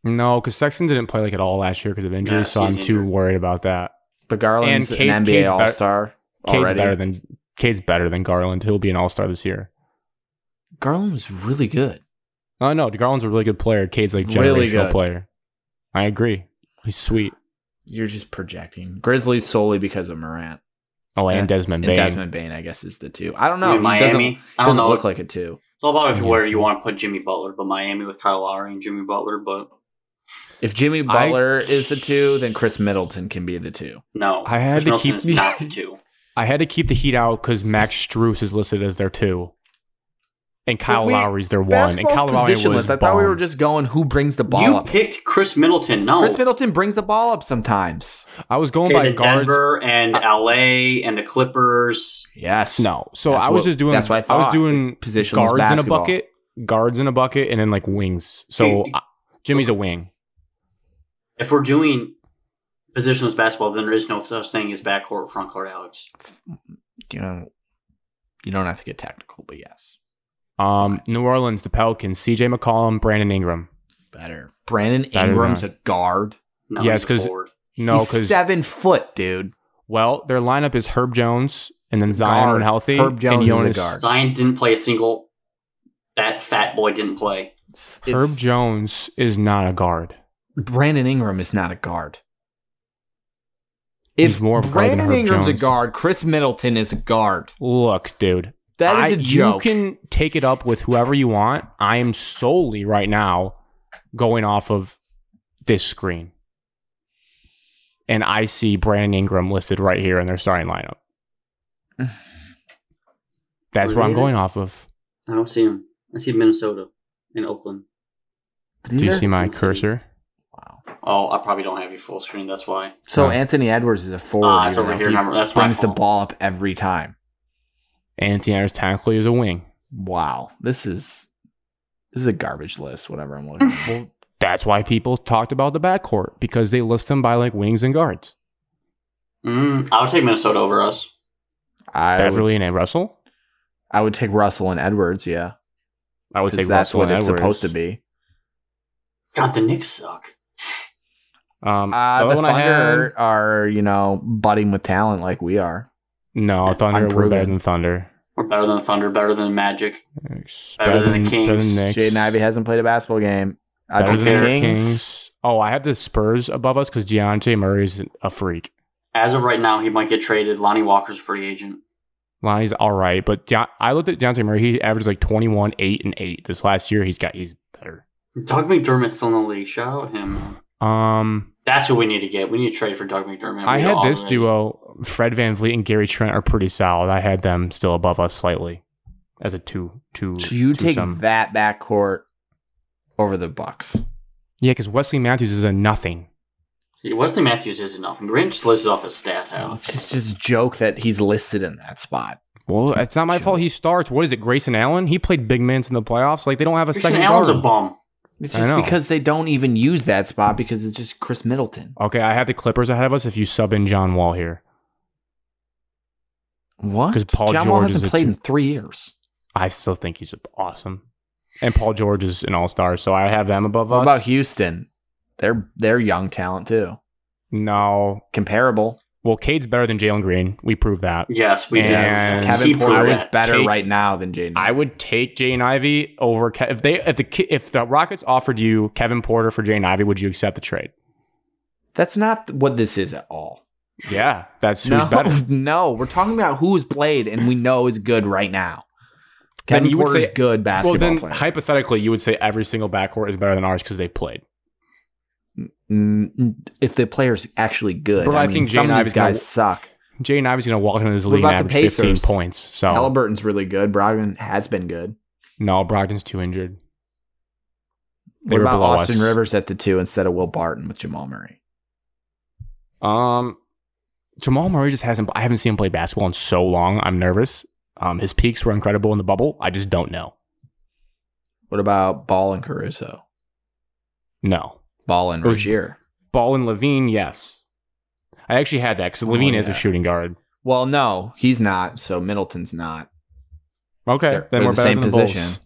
Speaker 1: No, because Sexton didn't play like at all last year because of injury,
Speaker 2: Yeah,
Speaker 1: so I'm
Speaker 2: he's
Speaker 1: too
Speaker 2: injured.
Speaker 1: worried about that.
Speaker 4: But Garland's
Speaker 1: Cade-
Speaker 4: an
Speaker 1: Cade's
Speaker 4: NBA
Speaker 1: better-
Speaker 4: All Star
Speaker 1: Cade's
Speaker 4: already.
Speaker 1: better than Cade's better than Garland. He'll be an All Star this year.
Speaker 4: Garland was really good.
Speaker 1: Oh no, Garland's a really good player. Cade's like generational
Speaker 4: Really good.
Speaker 1: player. I agree. He's sweet.
Speaker 4: You're just projecting Grizzlies solely because of Morant
Speaker 1: Oh, and
Speaker 4: Yeah,
Speaker 1: Desmond
Speaker 4: and
Speaker 1: Bain.
Speaker 4: Desmond Bain. I guess is the two. I don't know.
Speaker 2: I
Speaker 4: He
Speaker 2: mean,
Speaker 4: doesn't,
Speaker 2: Miami. I don't
Speaker 4: doesn't
Speaker 2: know.
Speaker 4: look like a two.
Speaker 2: it's all about if
Speaker 1: Yeah,
Speaker 2: where
Speaker 1: too.
Speaker 2: you want to put Jimmy Butler, but Miami with Kyle Lowry and Jimmy Butler, but
Speaker 4: If Jimmy
Speaker 1: I-
Speaker 4: Butler is the two, then Chris Middleton can be the two.
Speaker 2: no.
Speaker 1: I had
Speaker 2: Chris
Speaker 1: to
Speaker 2: Middleton
Speaker 1: keep-
Speaker 2: is not the two.
Speaker 1: I had to keep the Heat out because Max Struess is listed as their two, and Kyle
Speaker 4: But we-
Speaker 1: Lowry's their one. And Kyle Lowry was.
Speaker 4: I thought we were
Speaker 1: bomb.
Speaker 4: just going who brings the <laughs> ball
Speaker 2: You
Speaker 4: up.
Speaker 2: picked Chris Middleton. No,
Speaker 4: Chris Middleton brings the ball up sometimes.
Speaker 1: I was going
Speaker 2: Okay,
Speaker 1: by
Speaker 2: the
Speaker 1: guards.
Speaker 2: Denver and
Speaker 4: Uh,
Speaker 2: LA and the Clippers.
Speaker 4: Yes.
Speaker 1: No, so
Speaker 4: That's
Speaker 1: I was
Speaker 4: what-
Speaker 1: just doing.
Speaker 4: that's what I
Speaker 1: I, was
Speaker 4: thought.
Speaker 1: doing
Speaker 4: Positionless
Speaker 1: guards in a
Speaker 4: basketball.
Speaker 1: bucket, guards in a bucket, and then like wings. So
Speaker 2: Dude,
Speaker 1: uh, Jimmy's a wing.
Speaker 2: If we're doing positionless basketball, then there is no such thing as backcourt, frontcourt, Alex.
Speaker 4: You know, you don't have to get technical, but yes,
Speaker 1: Um, New Orleans, the Pelicans, C.J. McCollum, Brandon Ingram.
Speaker 4: better. Brandon
Speaker 1: Better than
Speaker 4: Ingram's a guard.
Speaker 2: No,
Speaker 1: Yes,
Speaker 2: he's a
Speaker 1: 'cause-
Speaker 2: forward.
Speaker 1: No,
Speaker 4: He's
Speaker 1: because
Speaker 4: seven foot, dude.
Speaker 1: well, their lineup is Herb Jones and then Zion
Speaker 4: Guard.
Speaker 1: when healthy.
Speaker 4: Herb Jones
Speaker 1: and
Speaker 4: is a guard.
Speaker 2: Zion didn't play a single. That fat boy didn't play.
Speaker 4: It's,
Speaker 1: Herb Jones is not a guard.
Speaker 4: Brandon Ingram is not a guard.
Speaker 1: He's
Speaker 4: If
Speaker 1: more of a guard than
Speaker 4: Brandon
Speaker 1: Herb
Speaker 4: Ingram's
Speaker 1: Jones.
Speaker 4: a guard, Chris Middleton is a guard.
Speaker 1: Look, dude,
Speaker 4: That is
Speaker 1: I-
Speaker 4: a joke.
Speaker 1: You can take it up with whoever you want. I am solely right now going off of this screen. And I see Brandon Ingram listed right here in their starting
Speaker 4: <sighs>
Speaker 1: lineup. That's what I'm
Speaker 2: Really?
Speaker 1: going off of.
Speaker 2: I don't see him. I see Minnesota and Oakland.
Speaker 1: Do you see my
Speaker 2: Let's see.
Speaker 1: cursor?
Speaker 4: wow.
Speaker 2: Oh, I probably don't have you full screen. That's why.
Speaker 4: So
Speaker 1: Huh.
Speaker 4: Anthony Edwards is a forward.
Speaker 2: Ah, it's
Speaker 4: even
Speaker 2: over
Speaker 4: though
Speaker 2: here.
Speaker 4: Oh, he
Speaker 2: Remember, that's my
Speaker 4: brings the
Speaker 2: fault.
Speaker 4: ball up every time.
Speaker 1: Anthony Edwards technically is a wing.
Speaker 4: Wow, this is this is a garbage list. Whatever I'm looking. at. Well,
Speaker 1: That's why people talked about the backcourt because they list them by like wings and guards.
Speaker 2: Mm, I would take Minnesota over us.
Speaker 4: I would,
Speaker 1: Beverly and Ed Russell.
Speaker 4: I would take Russell and Edwards. Yeah,
Speaker 1: I would
Speaker 4: 'Cause
Speaker 1: take
Speaker 4: that's
Speaker 1: Russell
Speaker 4: what
Speaker 1: and
Speaker 4: it's
Speaker 1: Edwards.
Speaker 4: supposed to be.
Speaker 2: God, the Knicks suck.
Speaker 1: Um,
Speaker 4: Uh,
Speaker 1: other
Speaker 4: the
Speaker 1: one I had-
Speaker 4: Thunder are you know budding with talent like we are.
Speaker 1: No, Thunder were
Speaker 4: Unproven.
Speaker 1: better than Thunder.
Speaker 2: We're better than the Thunder, better than the Magic.
Speaker 1: Better,
Speaker 2: Better than the
Speaker 1: better than
Speaker 2: Kings.
Speaker 1: Knicks.
Speaker 4: Jaden Ivey hasn't played a basketball game. I
Speaker 1: Better
Speaker 4: took
Speaker 1: than
Speaker 4: the
Speaker 1: the
Speaker 2: care.
Speaker 1: Kings.
Speaker 4: Kings.
Speaker 1: Oh, I have the Spurs above us because DeAndre Murray is a freak.
Speaker 2: As of right now, he might get traded. Lonnie Walker's a free agent.
Speaker 1: Lonnie's all right, but Deon- I looked at DeAndre Murray. He averaged like 21, 8, and 8 this last year. He's got he's better.
Speaker 2: Doug McDermott's still in the league. Shout out him.
Speaker 1: Um,
Speaker 2: That's who we need to get. We need to trade for Doug McDermott.
Speaker 1: I
Speaker 2: We
Speaker 1: had this
Speaker 2: already-
Speaker 1: duo, Fred Van Vliet and Gary Trent, are pretty solid. I had them still above us slightly as a two, two.
Speaker 4: So you
Speaker 1: two
Speaker 4: take
Speaker 1: sum.
Speaker 4: that backcourt over the Bucks.
Speaker 1: yeah, because Wesley Matthews is a nothing.
Speaker 2: Wesley Matthews isn't enough. And Grinch listed off his stats out.
Speaker 4: It's just a joke that he's listed in that spot.
Speaker 1: Well, it's not my fault. He starts. What is it, Grayson Allen? He played big minutes in the playoffs. Like they don't have a
Speaker 2: Christian
Speaker 1: second
Speaker 2: Allen's a
Speaker 1: guard.
Speaker 2: bum.
Speaker 4: It's
Speaker 1: I
Speaker 4: just
Speaker 1: know.
Speaker 4: because they don't even use that spot because it's just Chris Middleton.
Speaker 1: Okay, I have the Clippers ahead of us. If you sub in John Wall here,
Speaker 4: What?
Speaker 1: 'Cause Paul
Speaker 4: John Wall
Speaker 1: George is
Speaker 4: hasn't
Speaker 1: a
Speaker 4: played
Speaker 1: two.
Speaker 4: in three years.
Speaker 1: I still think he's awesome. And Paul George is an all star, so I have them above
Speaker 4: What
Speaker 1: us.
Speaker 4: about Houston? They're they're young talent too.
Speaker 1: No.
Speaker 4: Comparable.
Speaker 1: Well, Cade's better than Jalen Green. We proved that.
Speaker 2: Yes, we
Speaker 1: And
Speaker 2: did.
Speaker 4: Kevin
Speaker 2: He proved
Speaker 4: Porter is
Speaker 2: that.
Speaker 4: better
Speaker 1: Take-
Speaker 4: right now than Jaden.
Speaker 1: I would take Jane Ivy over Ke- if they if the Ki- if the Rockets offered you Kevin Porter for Jane Ivy, would you accept the trade?
Speaker 4: That's not what this is at all.
Speaker 1: Yeah, that's who's
Speaker 4: no,
Speaker 1: better.
Speaker 4: no, we're talking about who's played and we know is good right now.
Speaker 1: Then
Speaker 4: Kevin
Speaker 1: you would
Speaker 4: Porter's
Speaker 1: say-
Speaker 4: good <laughs> basketball
Speaker 1: Well, then
Speaker 4: player.
Speaker 1: hypothetically, you would say every single backcourt is better than ours because they played.
Speaker 4: Mm, mm, if the player's actually good,
Speaker 1: But
Speaker 4: I,
Speaker 1: I
Speaker 4: mean,
Speaker 1: think
Speaker 4: some
Speaker 1: Jaden
Speaker 4: of these
Speaker 1: Ivey's gonna-
Speaker 4: guys suck.
Speaker 1: Jane Ivy's gonna walk into this
Speaker 4: What
Speaker 1: league and
Speaker 4: about the
Speaker 1: average fifteen
Speaker 4: Pacers?
Speaker 1: points. So
Speaker 4: Halliburton's really good. Brogdon has been good.
Speaker 1: no, Brogdon's too injured. They
Speaker 4: what
Speaker 1: were
Speaker 4: about
Speaker 1: below
Speaker 4: Austin
Speaker 1: us.
Speaker 4: Rivers at the two instead of Will Barton with Jamal Murray?
Speaker 1: Um, Jamal Murray just hasn't. I haven't seen him play basketball in so long. I'm nervous. Um, his peaks were incredible in the bubble. I just don't know.
Speaker 4: What about Ball and Caruso?
Speaker 1: No,
Speaker 4: Ball and
Speaker 1: Or-
Speaker 4: Rozier?
Speaker 1: Ball and Levine, yes. I actually had that because Levine is
Speaker 4: Oh, yeah.
Speaker 1: a shooting guard.
Speaker 4: Well, no, he's not. So Middleton's not.
Speaker 1: Okay,
Speaker 4: They're-
Speaker 1: then
Speaker 4: they're
Speaker 1: we're
Speaker 4: the
Speaker 1: better
Speaker 4: same
Speaker 1: than the Bulls.
Speaker 4: position.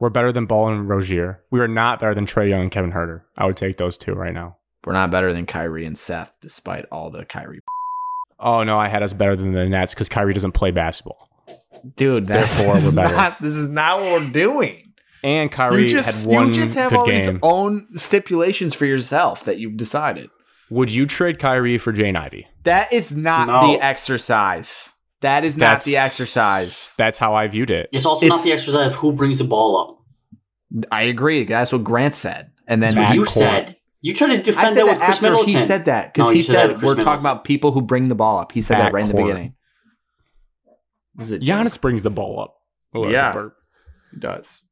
Speaker 1: We're better than Ball and Rozier. We are not better than Trey Young and Kevin Herter. I would take those two right now.
Speaker 4: We're not better than Kyrie and Seth, despite all the Kyrie.
Speaker 1: Oh no, I had us better than the Nets because Kyrie doesn't play basketball,
Speaker 4: Dude,
Speaker 1: Therefore, we're better.
Speaker 4: Not, this is not what we're doing.
Speaker 1: and Kyrie
Speaker 4: you just,
Speaker 1: had one
Speaker 4: you just have
Speaker 1: good
Speaker 4: all
Speaker 1: game.
Speaker 4: these own stipulations for yourself that you've decided.
Speaker 1: would you trade Kyrie for Jane Ivy?
Speaker 4: That is not
Speaker 2: No.
Speaker 4: the exercise. That is not
Speaker 1: That's-
Speaker 4: the exercise.
Speaker 1: That's how I viewed it.
Speaker 2: It's also
Speaker 4: It's-
Speaker 2: not the exercise of who brings the ball up.
Speaker 4: I agree. That's what Grant said. And then
Speaker 2: That's what
Speaker 1: at
Speaker 2: you
Speaker 1: court.
Speaker 2: said. You tried to
Speaker 4: I
Speaker 2: defend
Speaker 4: said
Speaker 2: that with
Speaker 4: that
Speaker 2: Chris
Speaker 4: after
Speaker 2: Middleton.
Speaker 4: he said that because
Speaker 2: No,
Speaker 4: he
Speaker 2: you said that
Speaker 4: said
Speaker 2: with
Speaker 4: we're
Speaker 2: Chris
Speaker 4: talking
Speaker 2: Middleton.
Speaker 4: about people who bring the ball up. He said that
Speaker 1: Back
Speaker 4: right in the
Speaker 1: court.
Speaker 4: beginning. Is it
Speaker 1: Giannis brings the ball up. Oh, that's a
Speaker 4: Yeah.
Speaker 1: burp.
Speaker 4: does.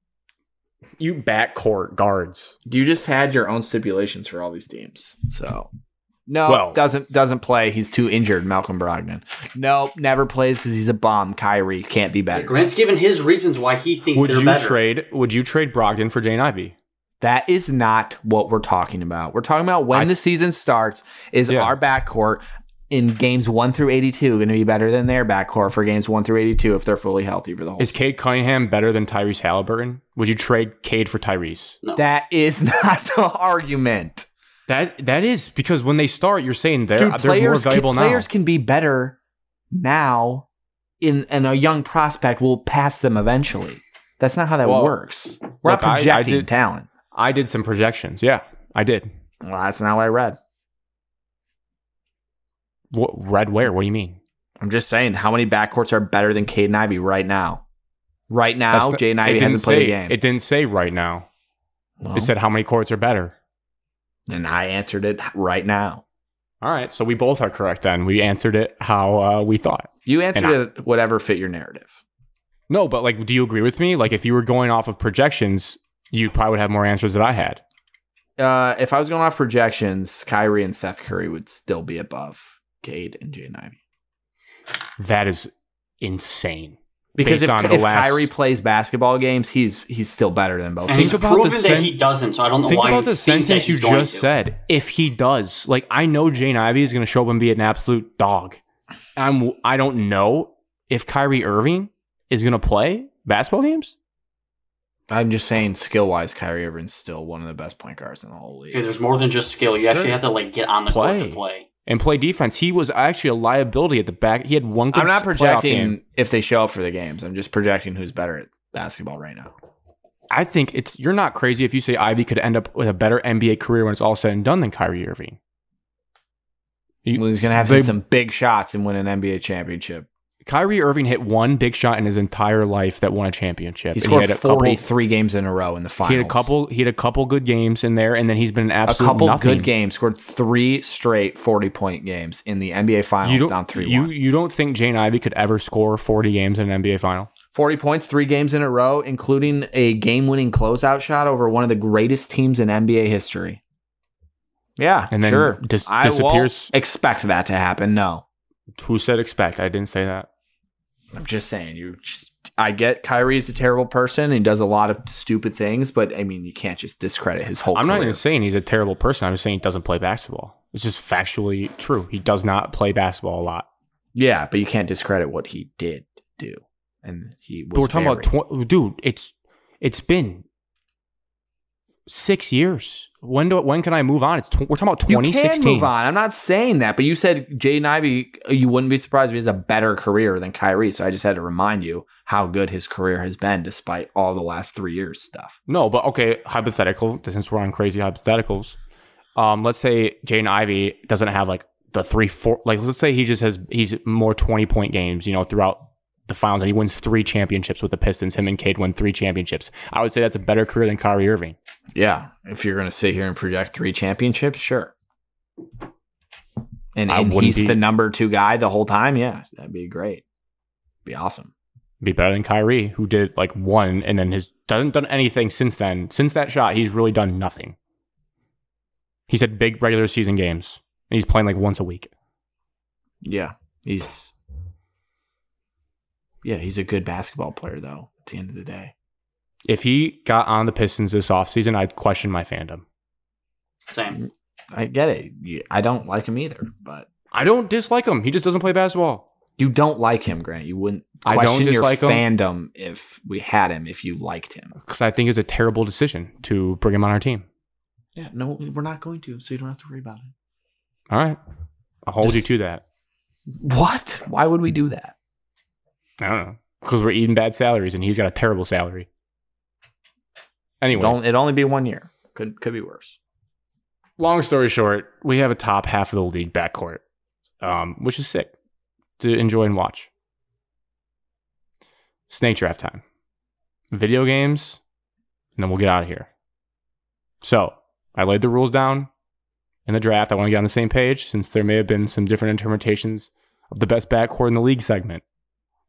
Speaker 1: you backcourt guards.
Speaker 4: You just had your own stipulations for all these teams. So no,
Speaker 1: Well-
Speaker 4: doesn't doesn't play. He's too injured. Malcolm Brogdon. No, never plays because he's a bomb. Kyrie can't be
Speaker 2: Yeah,
Speaker 4: better.
Speaker 2: Grant's given his reasons why he thinks
Speaker 1: Would
Speaker 2: they're
Speaker 1: you
Speaker 2: better.
Speaker 1: trade? Would you trade Brogdon for Jane Ivy?
Speaker 4: That is not what we're talking about. We're talking about when
Speaker 1: I-
Speaker 4: the season starts. Is
Speaker 1: Yeah.
Speaker 4: our backcourt in games one through eighty-two going to be better than their backcourt for games one through eighty-two if they're fully healthy for the whole?
Speaker 1: Is Cade Cunningham better than Tyrese Halliburton? Would you trade Cade for Tyrese?
Speaker 2: No.
Speaker 4: That is <laughs> not the argument.
Speaker 1: That that is because when they start, you're saying they're
Speaker 4: Dude,
Speaker 1: they're more
Speaker 4: players, can,
Speaker 1: valuable now.
Speaker 4: players can be better now, in and a young prospect will pass them eventually. That's not how that
Speaker 1: Well,
Speaker 4: works. We're
Speaker 1: look, I-
Speaker 4: not
Speaker 1: I
Speaker 4: projecting
Speaker 1: did-
Speaker 4: talent.
Speaker 1: I did some projections. Yeah, I did.
Speaker 4: Well, that's not what I read.
Speaker 1: What, red where? What do you mean?
Speaker 4: I'm just saying, how many backcourts are better than Cade and Ivy right now? Right now,
Speaker 1: That's the-
Speaker 4: Jay and
Speaker 1: it
Speaker 4: Ivy
Speaker 1: didn't
Speaker 4: hasn't played
Speaker 1: say,
Speaker 4: a game. Oh.
Speaker 1: It didn't say right now.
Speaker 4: Well,
Speaker 1: It said how many courts are better.
Speaker 4: and I answered it right now.
Speaker 1: All right, so we both are correct then. We answered it how uh, we thought.
Speaker 4: You answered
Speaker 1: And
Speaker 4: it whatever fit your narrative.
Speaker 1: No, but like, do you agree with me? Like, if you were going off of projections, you probably would have more answers than I had.
Speaker 4: Uh, if I was going off projections, Kyrie and Seth Curry would still be above Cade and Jay and Ivy.
Speaker 1: That is insane.
Speaker 4: Because
Speaker 1: Based
Speaker 4: if,
Speaker 1: on the
Speaker 4: if
Speaker 1: last-
Speaker 4: Kyrie plays basketball games, he's he's still better than
Speaker 2: And
Speaker 4: both. of
Speaker 1: Think
Speaker 2: he's
Speaker 4: them.
Speaker 1: about the
Speaker 2: proven that
Speaker 1: sen-
Speaker 2: he doesn't, so I don't know
Speaker 1: Think
Speaker 2: why
Speaker 1: about
Speaker 2: you
Speaker 1: the
Speaker 2: think that
Speaker 1: sentence you
Speaker 2: he's going
Speaker 1: just
Speaker 2: to.
Speaker 1: said. If he does, like I know Jane Ivy is going to show up and be an absolute dog. I'm I don't know if Kyrie Irving is going to play basketball games.
Speaker 4: I'm just saying, skill wise, Kyrie Irving's still one of the best point guards in the whole league.
Speaker 2: Okay, there's more than just skill. You actually
Speaker 1: Sure.
Speaker 2: have to like get on the court
Speaker 1: Play.
Speaker 2: to play.
Speaker 1: And play defense. He was actually a liability at the back. He had one. Good
Speaker 4: I'm not
Speaker 1: playoff game.
Speaker 4: projecting if they show up for the games. I'm just projecting who's better at basketball right now.
Speaker 1: I think it's you're not crazy if you say Ivy could end up with a better NBA career when it's all said and done than Kyrie Irving. You-
Speaker 4: Well, he's gonna have to
Speaker 1: they-
Speaker 4: hit some big shots and win an NBA championship.
Speaker 1: Kyrie Irving hit one big shot in his entire life that won a championship.
Speaker 4: He
Speaker 1: And
Speaker 4: scored
Speaker 1: had a couple-
Speaker 4: 43 games in a row in the finals.
Speaker 1: He had a couple. He had a couple good games in there, and then he's been an
Speaker 4: a
Speaker 1: absolute
Speaker 4: couple
Speaker 1: nothing.
Speaker 4: good games. Scored three straight 40 point games in the NBA
Speaker 1: You
Speaker 4: finals.
Speaker 1: don't,
Speaker 4: down three.
Speaker 1: you, you don't think Jane Ivy could ever score 40 games in an NBA final?
Speaker 4: 40 points, three games in a row, including a game winning closeout shot over one of the greatest teams in NBA history. Yeah,
Speaker 1: And then
Speaker 4: sure.
Speaker 1: dis-
Speaker 4: I won't
Speaker 1: disappears.
Speaker 4: expect that to happen. No,
Speaker 1: Who said expect? I didn't say that.
Speaker 4: I'm just saying you. Just, I get Kyrie's a terrible person and does a lot of stupid things, but I mean you can't just discredit his whole.
Speaker 1: I'm not
Speaker 4: career.
Speaker 1: even saying he's a terrible person. I'm just saying he doesn't play basketball. It's just factually true. He does not play basketball a lot.
Speaker 4: Yeah, but you can't discredit what he did do, and he. Was
Speaker 1: But we're talking
Speaker 4: very-
Speaker 1: about tw- dude. It's it's been six years. When do when can I move on? It's tw- we're talking about
Speaker 4: You can
Speaker 1: 2016.
Speaker 4: move on. I'm not saying that, but you said Jaden Ivey. You wouldn't be surprised if he has a better career than Kyrie. So I just had to remind you how good his career has been, despite all the last three years stuff.
Speaker 1: No, but okay, hypothetical. Since we're on crazy hypotheticals, um, let's say Jaden Ivy doesn't have like the three four. Like let's say he just has he's more twenty point games. You know, throughout the finals, and he wins three championships with the Pistons. Him and Cade won three championships. I would say that's a better career than Kyrie Irving.
Speaker 4: Yeah, if you're going to sit here and project three championships, sure. And,
Speaker 1: I
Speaker 4: and
Speaker 1: wouldn't
Speaker 4: he's
Speaker 1: be-
Speaker 4: the number two guy the whole time. Yeah, that'd be great. Be awesome.
Speaker 1: Be better than Kyrie, who did like one and then has doesn't done anything since then. Since that shot, he's really done nothing. He's had big regular season games, and he's playing like once a week.
Speaker 4: Yeah, he's yeah he's a good basketball player though. At the end of the day,
Speaker 1: If he got on the Pistons this offseason, I'd question my fandom. Mm.
Speaker 2: Same.
Speaker 4: I get it. You- I don't like him either, but
Speaker 1: I don't dislike him. He just doesn't play basketball.
Speaker 4: You don't like him, Grant. You wouldn't.
Speaker 1: I don't
Speaker 4: question your
Speaker 1: dislike him.
Speaker 4: fandom if we had him. If you liked him,
Speaker 1: because I think it's a terrible decision to bring him on our team.
Speaker 4: yeah. No, we're not going to. So you don't have to worry about it.
Speaker 1: All right, I'll hold
Speaker 4: Just-
Speaker 1: you to that.
Speaker 4: What? Why would we do that?
Speaker 1: I don't know because we're eating bad salaries, and he's got a terrible salary. Anyways,
Speaker 4: Don't, it'd only be one year. Could could be worse.
Speaker 1: long story short, we have a top half of the league backcourt, um, which is sick to enjoy and watch. Snake draft time, video games, and then we'll get out of here. So I laid the rules down in the draft. I want to get on the same page since there may have been some different interpretations of the best backcourt in the league segment.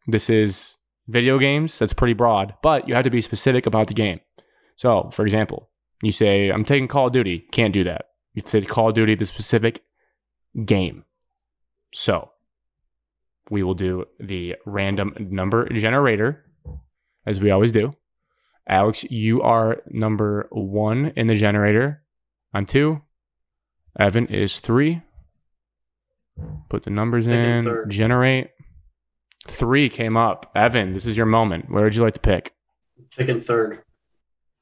Speaker 1: This is video games. That's pretty broad, but you have to be specific about the game. So, for example, you say, I'm taking Call of Duty. Can't do that. You say Call of Duty, the specific game. So we will do the random number generator as we always do. Alex, you are number one in the generator. I'm two. Evan is three. Put the numbers
Speaker 2: Pick in
Speaker 1: in,
Speaker 2: third.
Speaker 1: generate. Three came up. Evan, this is your moment. Where would you like to pick?
Speaker 2: Picking third.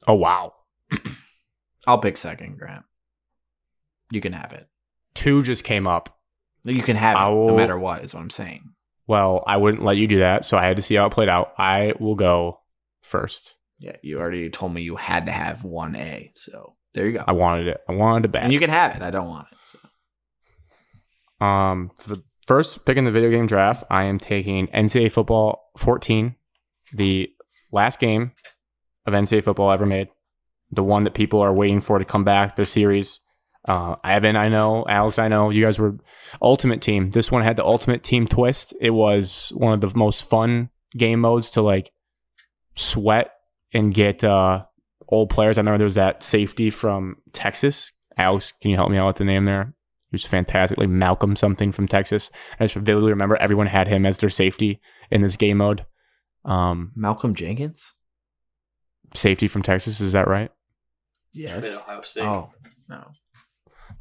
Speaker 1: Oh, wow.
Speaker 4: I'll pick second, Grant. You can have it.
Speaker 1: Two just came up.
Speaker 4: You can have it
Speaker 1: I'll-
Speaker 4: no matter what. Is what I'm saying.
Speaker 1: Well, I wouldn't let you do that, so I had to see how it played out. I will go first.
Speaker 4: Yeah, you already told me you had to have one A. So there you go.
Speaker 1: I wanted it. I wanted it back.
Speaker 4: and you can have it. I don't want it. So.
Speaker 1: um, for the first pick in the video game draft, I am taking NCAA football 14, the last game of NCAA football ever made, the one that people are waiting for to come back. The series. Uh, Evan, I know. Alex, I know. You guys were ultimate team. This one had the ultimate team twist. It was one of the most fun game modes to like sweat and get uh, old players. I remember there was that safety from Texas. Alex, can you help me out with the name there? He was fantastic, like Malcolm something from Texas. I just vividly remember everyone had him as their safety in this game mode. Um,
Speaker 4: Malcolm Jenkins.
Speaker 1: safety from Texas, is that right?
Speaker 2: Played Ohio State.
Speaker 4: Oh no.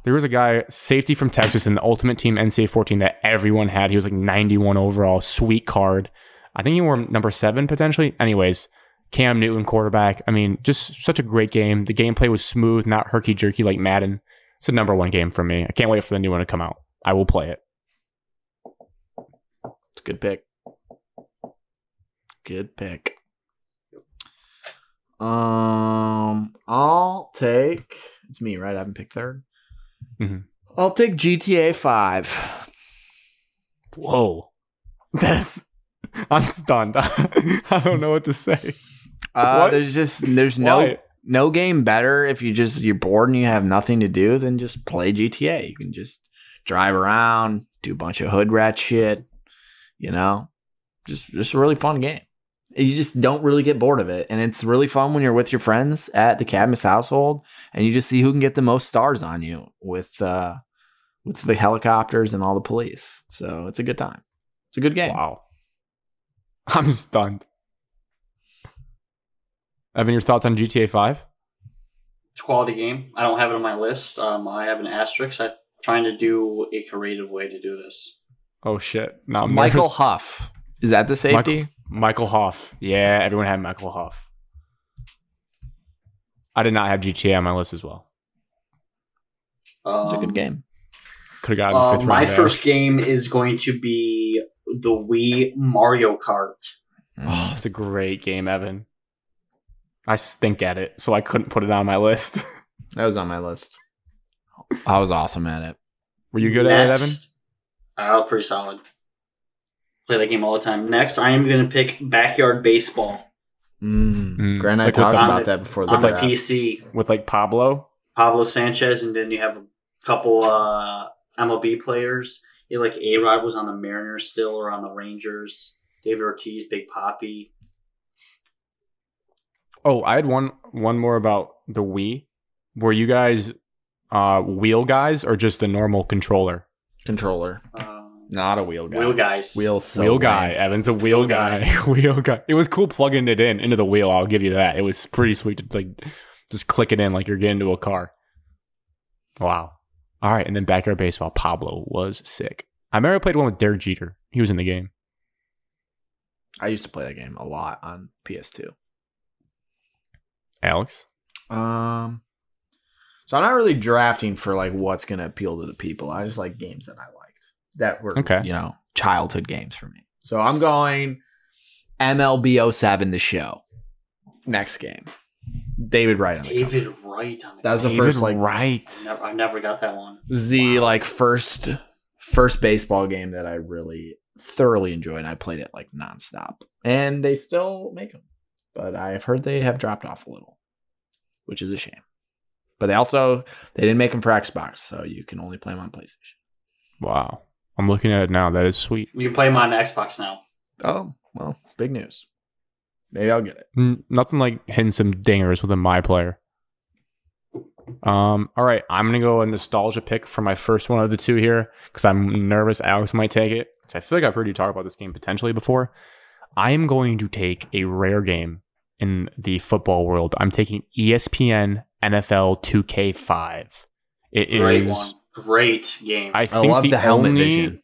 Speaker 1: There was a guy, safety from Texas, in the Ultimate Team NCAA 14 that everyone had. He was like 91 overall, sweet card. I think he wore number seven potentially. Anyways, Cam Newton, quarterback. I mean, just such a great game. The gameplay was smooth, not herky jerky like Madden. It's the number one game for me. I can't wait for the new one to come out. I will play it.
Speaker 4: It's a good pick. Good pick. Um, I'll take. It's me, right? I haven't picked 3rd
Speaker 1: Mhm.
Speaker 4: I'll take GTA Five.
Speaker 1: <laughs> Whoa. That's I'm stunned. <laughs> I don't know what to say.
Speaker 4: Uh,
Speaker 1: What?
Speaker 4: There's just there's no
Speaker 1: Why?
Speaker 4: no game better if you just you're bored and you have nothing to do than just play GTA. You can just drive around, do a bunch of hood rat shit, you know. Just just a really fun game. You just don't really get bored of it, and it's really fun when you're with your friends at the Cadmus household, and you just see who can get the most stars on you with uh with the helicopters and all the police. So it's a good time. It's a good game.
Speaker 1: Wow. <laughs> I'm stunned. Evan, your thoughts on GTA 5?
Speaker 2: It's a quality game. I don't have it on my list. Um, I have an asterisk. I'm trying to do a creative way to do this.
Speaker 1: Oh shit. Now I'm
Speaker 4: Michael
Speaker 1: nervous.
Speaker 4: Huff is that the safety?
Speaker 1: Michael Hoff. Yeah, everyone had Michael Hoff. I did not have GTA on my list as well.
Speaker 2: Um,
Speaker 4: It's a good game.
Speaker 1: Could have gotten the
Speaker 2: uh,
Speaker 1: fifth
Speaker 2: my
Speaker 1: round.
Speaker 2: first game is going to be the Wii Mario Kart.
Speaker 1: <sighs> Oh, it's a great game, Evan. I stink at it, so I couldn't put it on my list. <laughs>
Speaker 4: That was on my list. I was awesome at it.
Speaker 1: Were you good at it, Evan?
Speaker 2: Next- Uh, pretty solid. Play that game all the time. Next, I am going to pick Backyard Baseball
Speaker 4: Mm.
Speaker 1: Mm.
Speaker 4: Grant and I
Speaker 1: Like with
Speaker 4: talked
Speaker 2: the-
Speaker 4: about that before the uh,
Speaker 2: on the
Speaker 4: draft.
Speaker 2: PC.
Speaker 1: With like Pablo?
Speaker 2: Pablo Sanchez, and then you have a couple uh, MLB players. You had, like A Rod was on the Mariners still, or on the Rangers. David Ortiz, Big Poppy.
Speaker 1: Oh, I had one one more about the Wii. Were you guys uh wheel guys or just the normal controller?
Speaker 4: Controller,
Speaker 2: Um,
Speaker 4: not a wheel guy.
Speaker 2: Wheel guys.
Speaker 4: Wheel, so
Speaker 1: wheel
Speaker 4: lame.
Speaker 1: guy. Evan's a wheel,
Speaker 2: Wheel
Speaker 1: guy.
Speaker 2: guy.
Speaker 1: <laughs> wheel guy. It was cool plugging it in into the wheel, I'll give you that. It was pretty sweet to like just click it in like you're getting to a car. Wow. All right, and then backyard baseball, Pablo was sick. I remember I played one with Derek Jeter. He was in the game.
Speaker 4: I used to play that game a lot on PS2.
Speaker 1: Alex.
Speaker 4: Um, so I'm not really drafting for like what's gonna appeal to the people. I just like games that I liked that were
Speaker 1: Okay.
Speaker 4: you know childhood games for me. So I'm going MLB 07 the show. Next game, David Wright. On the cover.
Speaker 2: David Wright on the
Speaker 4: That was the
Speaker 2: cover.
Speaker 4: first like
Speaker 1: right.
Speaker 2: Never, I never got that one.
Speaker 4: was the
Speaker 2: Wow.
Speaker 4: like first first baseball game that I really thoroughly enjoyed. And I played it like nonstop, and they still make them, but I've heard they have dropped off a little, which is a shame. But they also they didn't make them for Xbox, so you can only play them on PlayStation.
Speaker 1: Wow. I'm looking at it now. That is sweet.
Speaker 2: You can play him on Xbox now.
Speaker 4: Oh well, big news. Maybe I'll get it.
Speaker 1: N- nothing like hitting some dingers with a my player. Um. All right, I'm gonna go a nostalgia pick for my first one of the two here because I'm nervous Alex might take it. 'Cause I feel like I've heard you talk about this game potentially before. I am going to take a rare game in the football world. I'm taking E ESPN NFL 2K5. It is.
Speaker 2: Great one. Great game.
Speaker 1: I
Speaker 4: I
Speaker 1: think
Speaker 4: love
Speaker 1: the,
Speaker 4: the helmet
Speaker 1: only,
Speaker 4: vision.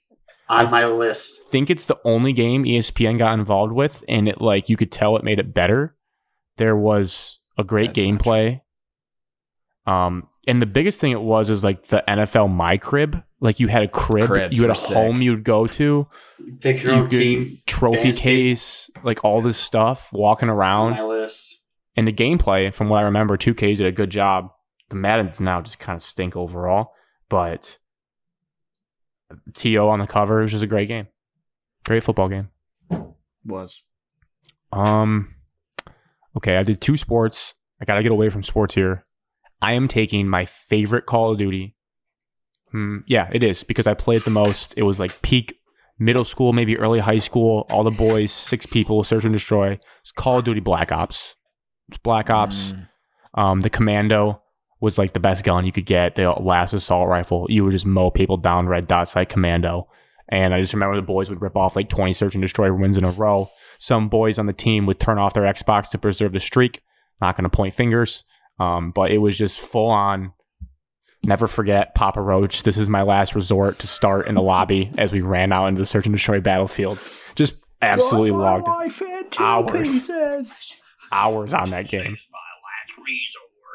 Speaker 2: on my list.
Speaker 1: think it's the only game E ESPN got involved with, and it like you could tell it made it better. There was a great
Speaker 4: That's not
Speaker 1: gameplay. Um, and the biggest thing it was is like the NFL My Crib. Like you had a crib,
Speaker 4: Cribs
Speaker 1: you had
Speaker 4: were
Speaker 1: a home
Speaker 4: sick.
Speaker 1: you'd go to,
Speaker 2: Pick your
Speaker 1: you
Speaker 2: own team.
Speaker 1: trophy
Speaker 2: fans'
Speaker 1: case, like all this stuff, walking
Speaker 2: On
Speaker 1: around,
Speaker 2: my list.
Speaker 1: and the gameplay, from what I remember, 2K did a good job. The Maddens now just kind of stink overall, but To on the cover it was just a great game, great football game.
Speaker 4: Was
Speaker 1: Um, okay, I did two sports. I gotta get away from sports here. I am taking my favorite Call of Duty. Hmm, yeah, it is because I played the most. It was like peak middle school, maybe early high school. All the boys, six people, search and destroy. It's Call of Duty Black Ops. It's Black Ops.
Speaker 4: Mm.
Speaker 1: Um, the Commando was like the best gun you could get. The last assault rifle, you would just mow people down. Red dot sight Commando. And I just remember the boys would rip off like 20 search and destroy wins in a row some boys on the team would turn off their Xbox to preserve the streak. Not going to point fingers, um, but it was just full on. Never forget Papa Roach. This is my last resort to start in the lobby as we ran out into the search and destroy battlefield. Just absolutely logged hours. hours on that game.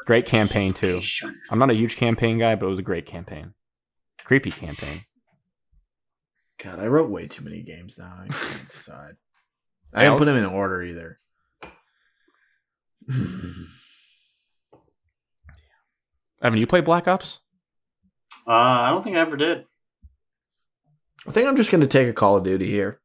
Speaker 1: Great campaign too. I'm not a huge campaign guy, but it was a great campaign. Creepy campaign.
Speaker 4: God, I wrote way too many games down. I <laughs> can't decide. I didn't put them in order either.
Speaker 1: Evan, you play Black Ops?
Speaker 2: Uh, I don't think I ever did.
Speaker 4: I think I'm just going to take a Call of Duty here.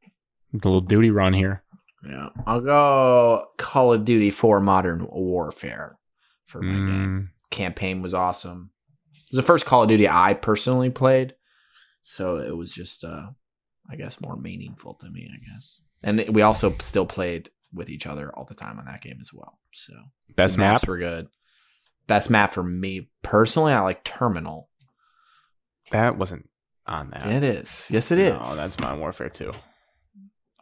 Speaker 1: The little duty run here.
Speaker 4: Yeah, I'll go Call of Duty for Modern Warfare for my game.
Speaker 1: Mm,
Speaker 4: Campaign was awesome. It was the first Call of Duty I personally played, so it was just, uh, I guess, more meaningful to me. I guess, and we also still played with each other all the time on that game as well. So
Speaker 1: best
Speaker 4: the
Speaker 1: map.
Speaker 4: maps were good. Best map for me personally, I like Terminal.
Speaker 1: That wasn't on that.
Speaker 4: It is, yes, it is.
Speaker 1: No, that's Modern Warfare 2.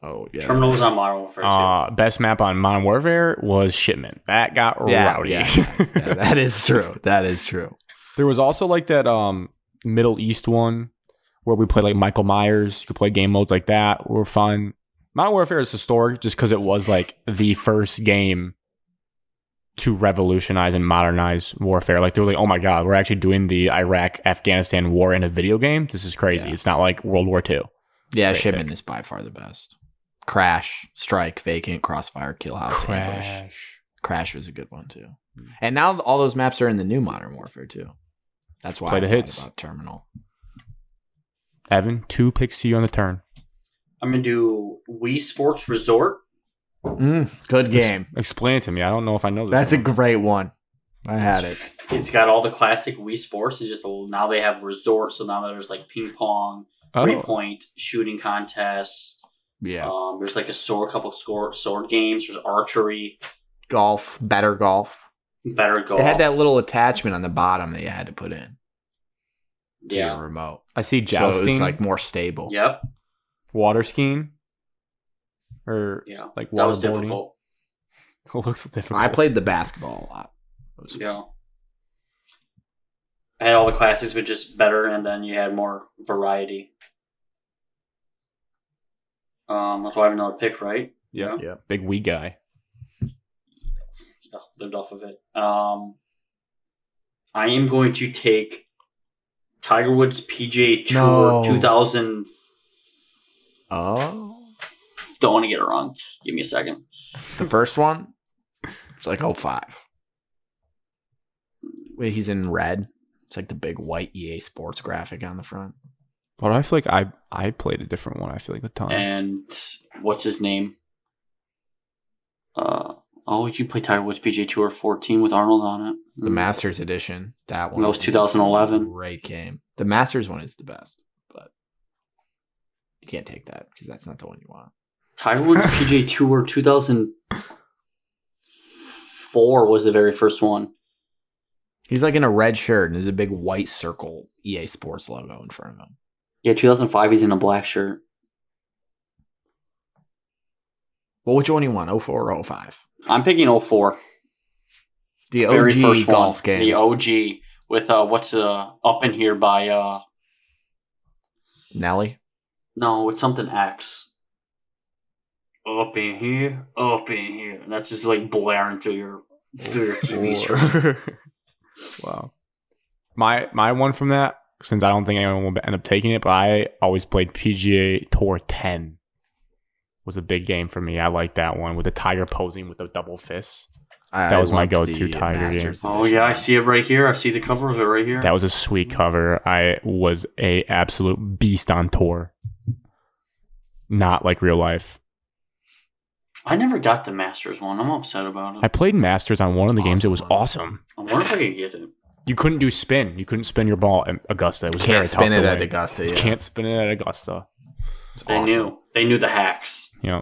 Speaker 4: oh yeah.
Speaker 2: Terminal was on Modern Warfare 2.
Speaker 1: Uh, best map on Modern Warfare was Shipment. That got
Speaker 4: Yeah,
Speaker 1: rowdy. <laughs>
Speaker 4: yeah, <laughs> Yeah, that is true. That is true.
Speaker 1: there was also like that um Middle East one where we played like Michael Myers. You could play game modes like that. Were fun. Modern Warfare is historic just because it was like the first game to revolutionize and modernize warfare. Like they were like, oh my god, we're actually doing the Iraq Afghanistan war in a video game. This is crazy.
Speaker 4: Yeah.
Speaker 1: It's not like World War II.
Speaker 4: Yeah,
Speaker 1: Great
Speaker 4: Shipment
Speaker 1: pick.
Speaker 4: is by far the best. Crash, Strike, Vacant, Crossfire, Kill House, Ambush. Crash was a good one too. And now all those maps are in the new Modern Warfare too. That's why
Speaker 1: Play
Speaker 4: I
Speaker 1: the
Speaker 4: thought
Speaker 1: hits.
Speaker 4: about Terminal.
Speaker 1: Evan, two picks to you on the turn.
Speaker 2: I'm gonna do Wii Sports Resort.
Speaker 4: Mm, good game.
Speaker 1: Explain it to me. I don't know if I know this.
Speaker 4: That's a
Speaker 1: one.
Speaker 4: great one. I had it.
Speaker 2: It's got all the classic Wii Sports, and just a- now they have Resort. So now there's like ping pong, three
Speaker 1: Oh.
Speaker 2: point shooting contest.
Speaker 4: Yeah.
Speaker 2: Um, there's like a sword, couple score sword games. There's archery,
Speaker 4: Golf, better golf.
Speaker 2: better golf.
Speaker 4: It had that little attachment on the bottom that you had to put in to
Speaker 2: yeah,
Speaker 4: your remote.
Speaker 1: I see
Speaker 4: So it
Speaker 1: jousting,
Speaker 4: was like more stable.
Speaker 2: yep,
Speaker 1: water skiing, or
Speaker 2: yeah.
Speaker 1: like
Speaker 2: That was
Speaker 1: waterboarding.
Speaker 2: difficult.
Speaker 1: <laughs> It looks difficult.
Speaker 4: I played the basketball a lot. It was
Speaker 2: Yeah. I had all the classics, but just better, and then you had more variety. Um, that's why I have another pick, right?
Speaker 1: Yeah.
Speaker 4: Yeah.
Speaker 1: Big we guy.
Speaker 2: Yeah, lived off of it. Um, I am going to take Tiger Woods PGA Tour
Speaker 4: No.
Speaker 2: 2000.
Speaker 4: Oh.
Speaker 2: Don't want to get it wrong. Give me a second.
Speaker 4: The first one? It's like oh five. Wait, he's in red. It's like the big white EA sports graphic on the front.
Speaker 1: But I feel like I I played a different one. I feel like with Tom.
Speaker 2: And what's his name? Uh, oh, you play Tiger Woods PGA Tour 14 with Arnold on it.
Speaker 4: The Masters edition. That one
Speaker 2: Mm. That was 2011.
Speaker 4: Great game. The Masters one is the best, but you can't take that because that's not the one you want.
Speaker 2: Tiger Woods
Speaker 4: <laughs>
Speaker 2: PGA Tour 2004 was the very first one.
Speaker 4: He's like in a red shirt and there's a big white circle EA Sports logo in front of him.
Speaker 2: Yeah, 2005. He's in a black shirt.
Speaker 4: Well, which one do you want? 04 or 05?
Speaker 2: I'm picking 04.
Speaker 4: The
Speaker 2: very
Speaker 4: OG
Speaker 2: first
Speaker 4: golf
Speaker 2: one,
Speaker 4: game.
Speaker 2: the OG with uh, what's uh, up in here by uh,
Speaker 4: Nelly.
Speaker 2: no, it's something X. Up in here, up in here. And that's just like blaring through your through your TV screen.
Speaker 4: <laughs>
Speaker 1: wow. My my one from that since I don't think anyone will end up taking it, but I always played PGA Tour 10. Was a big game for me. I liked that one with the tiger posing with the double fist. That was my go-to Tiger game.
Speaker 2: Oh yeah, I see it right here. I see the cover of it right here.
Speaker 1: That was a sweet cover. I was a absolute beast on tour. Not like real life.
Speaker 2: I never got the Masters one. I'm upset about it.
Speaker 1: I played Masters on one of the games. It was
Speaker 4: Awesome.
Speaker 1: awesome.
Speaker 2: I wonder if I could get it.
Speaker 1: You couldn't do spin. You couldn't spin your ball at Augusta. It was
Speaker 4: Can't
Speaker 1: very tough.
Speaker 4: spin it
Speaker 1: to
Speaker 4: at
Speaker 1: win.
Speaker 4: Augusta.
Speaker 1: You
Speaker 4: Yeah.
Speaker 1: Can't spin it at Augusta.
Speaker 4: It's
Speaker 2: They
Speaker 4: awesome.
Speaker 2: knew. They knew the hacks.
Speaker 1: You know.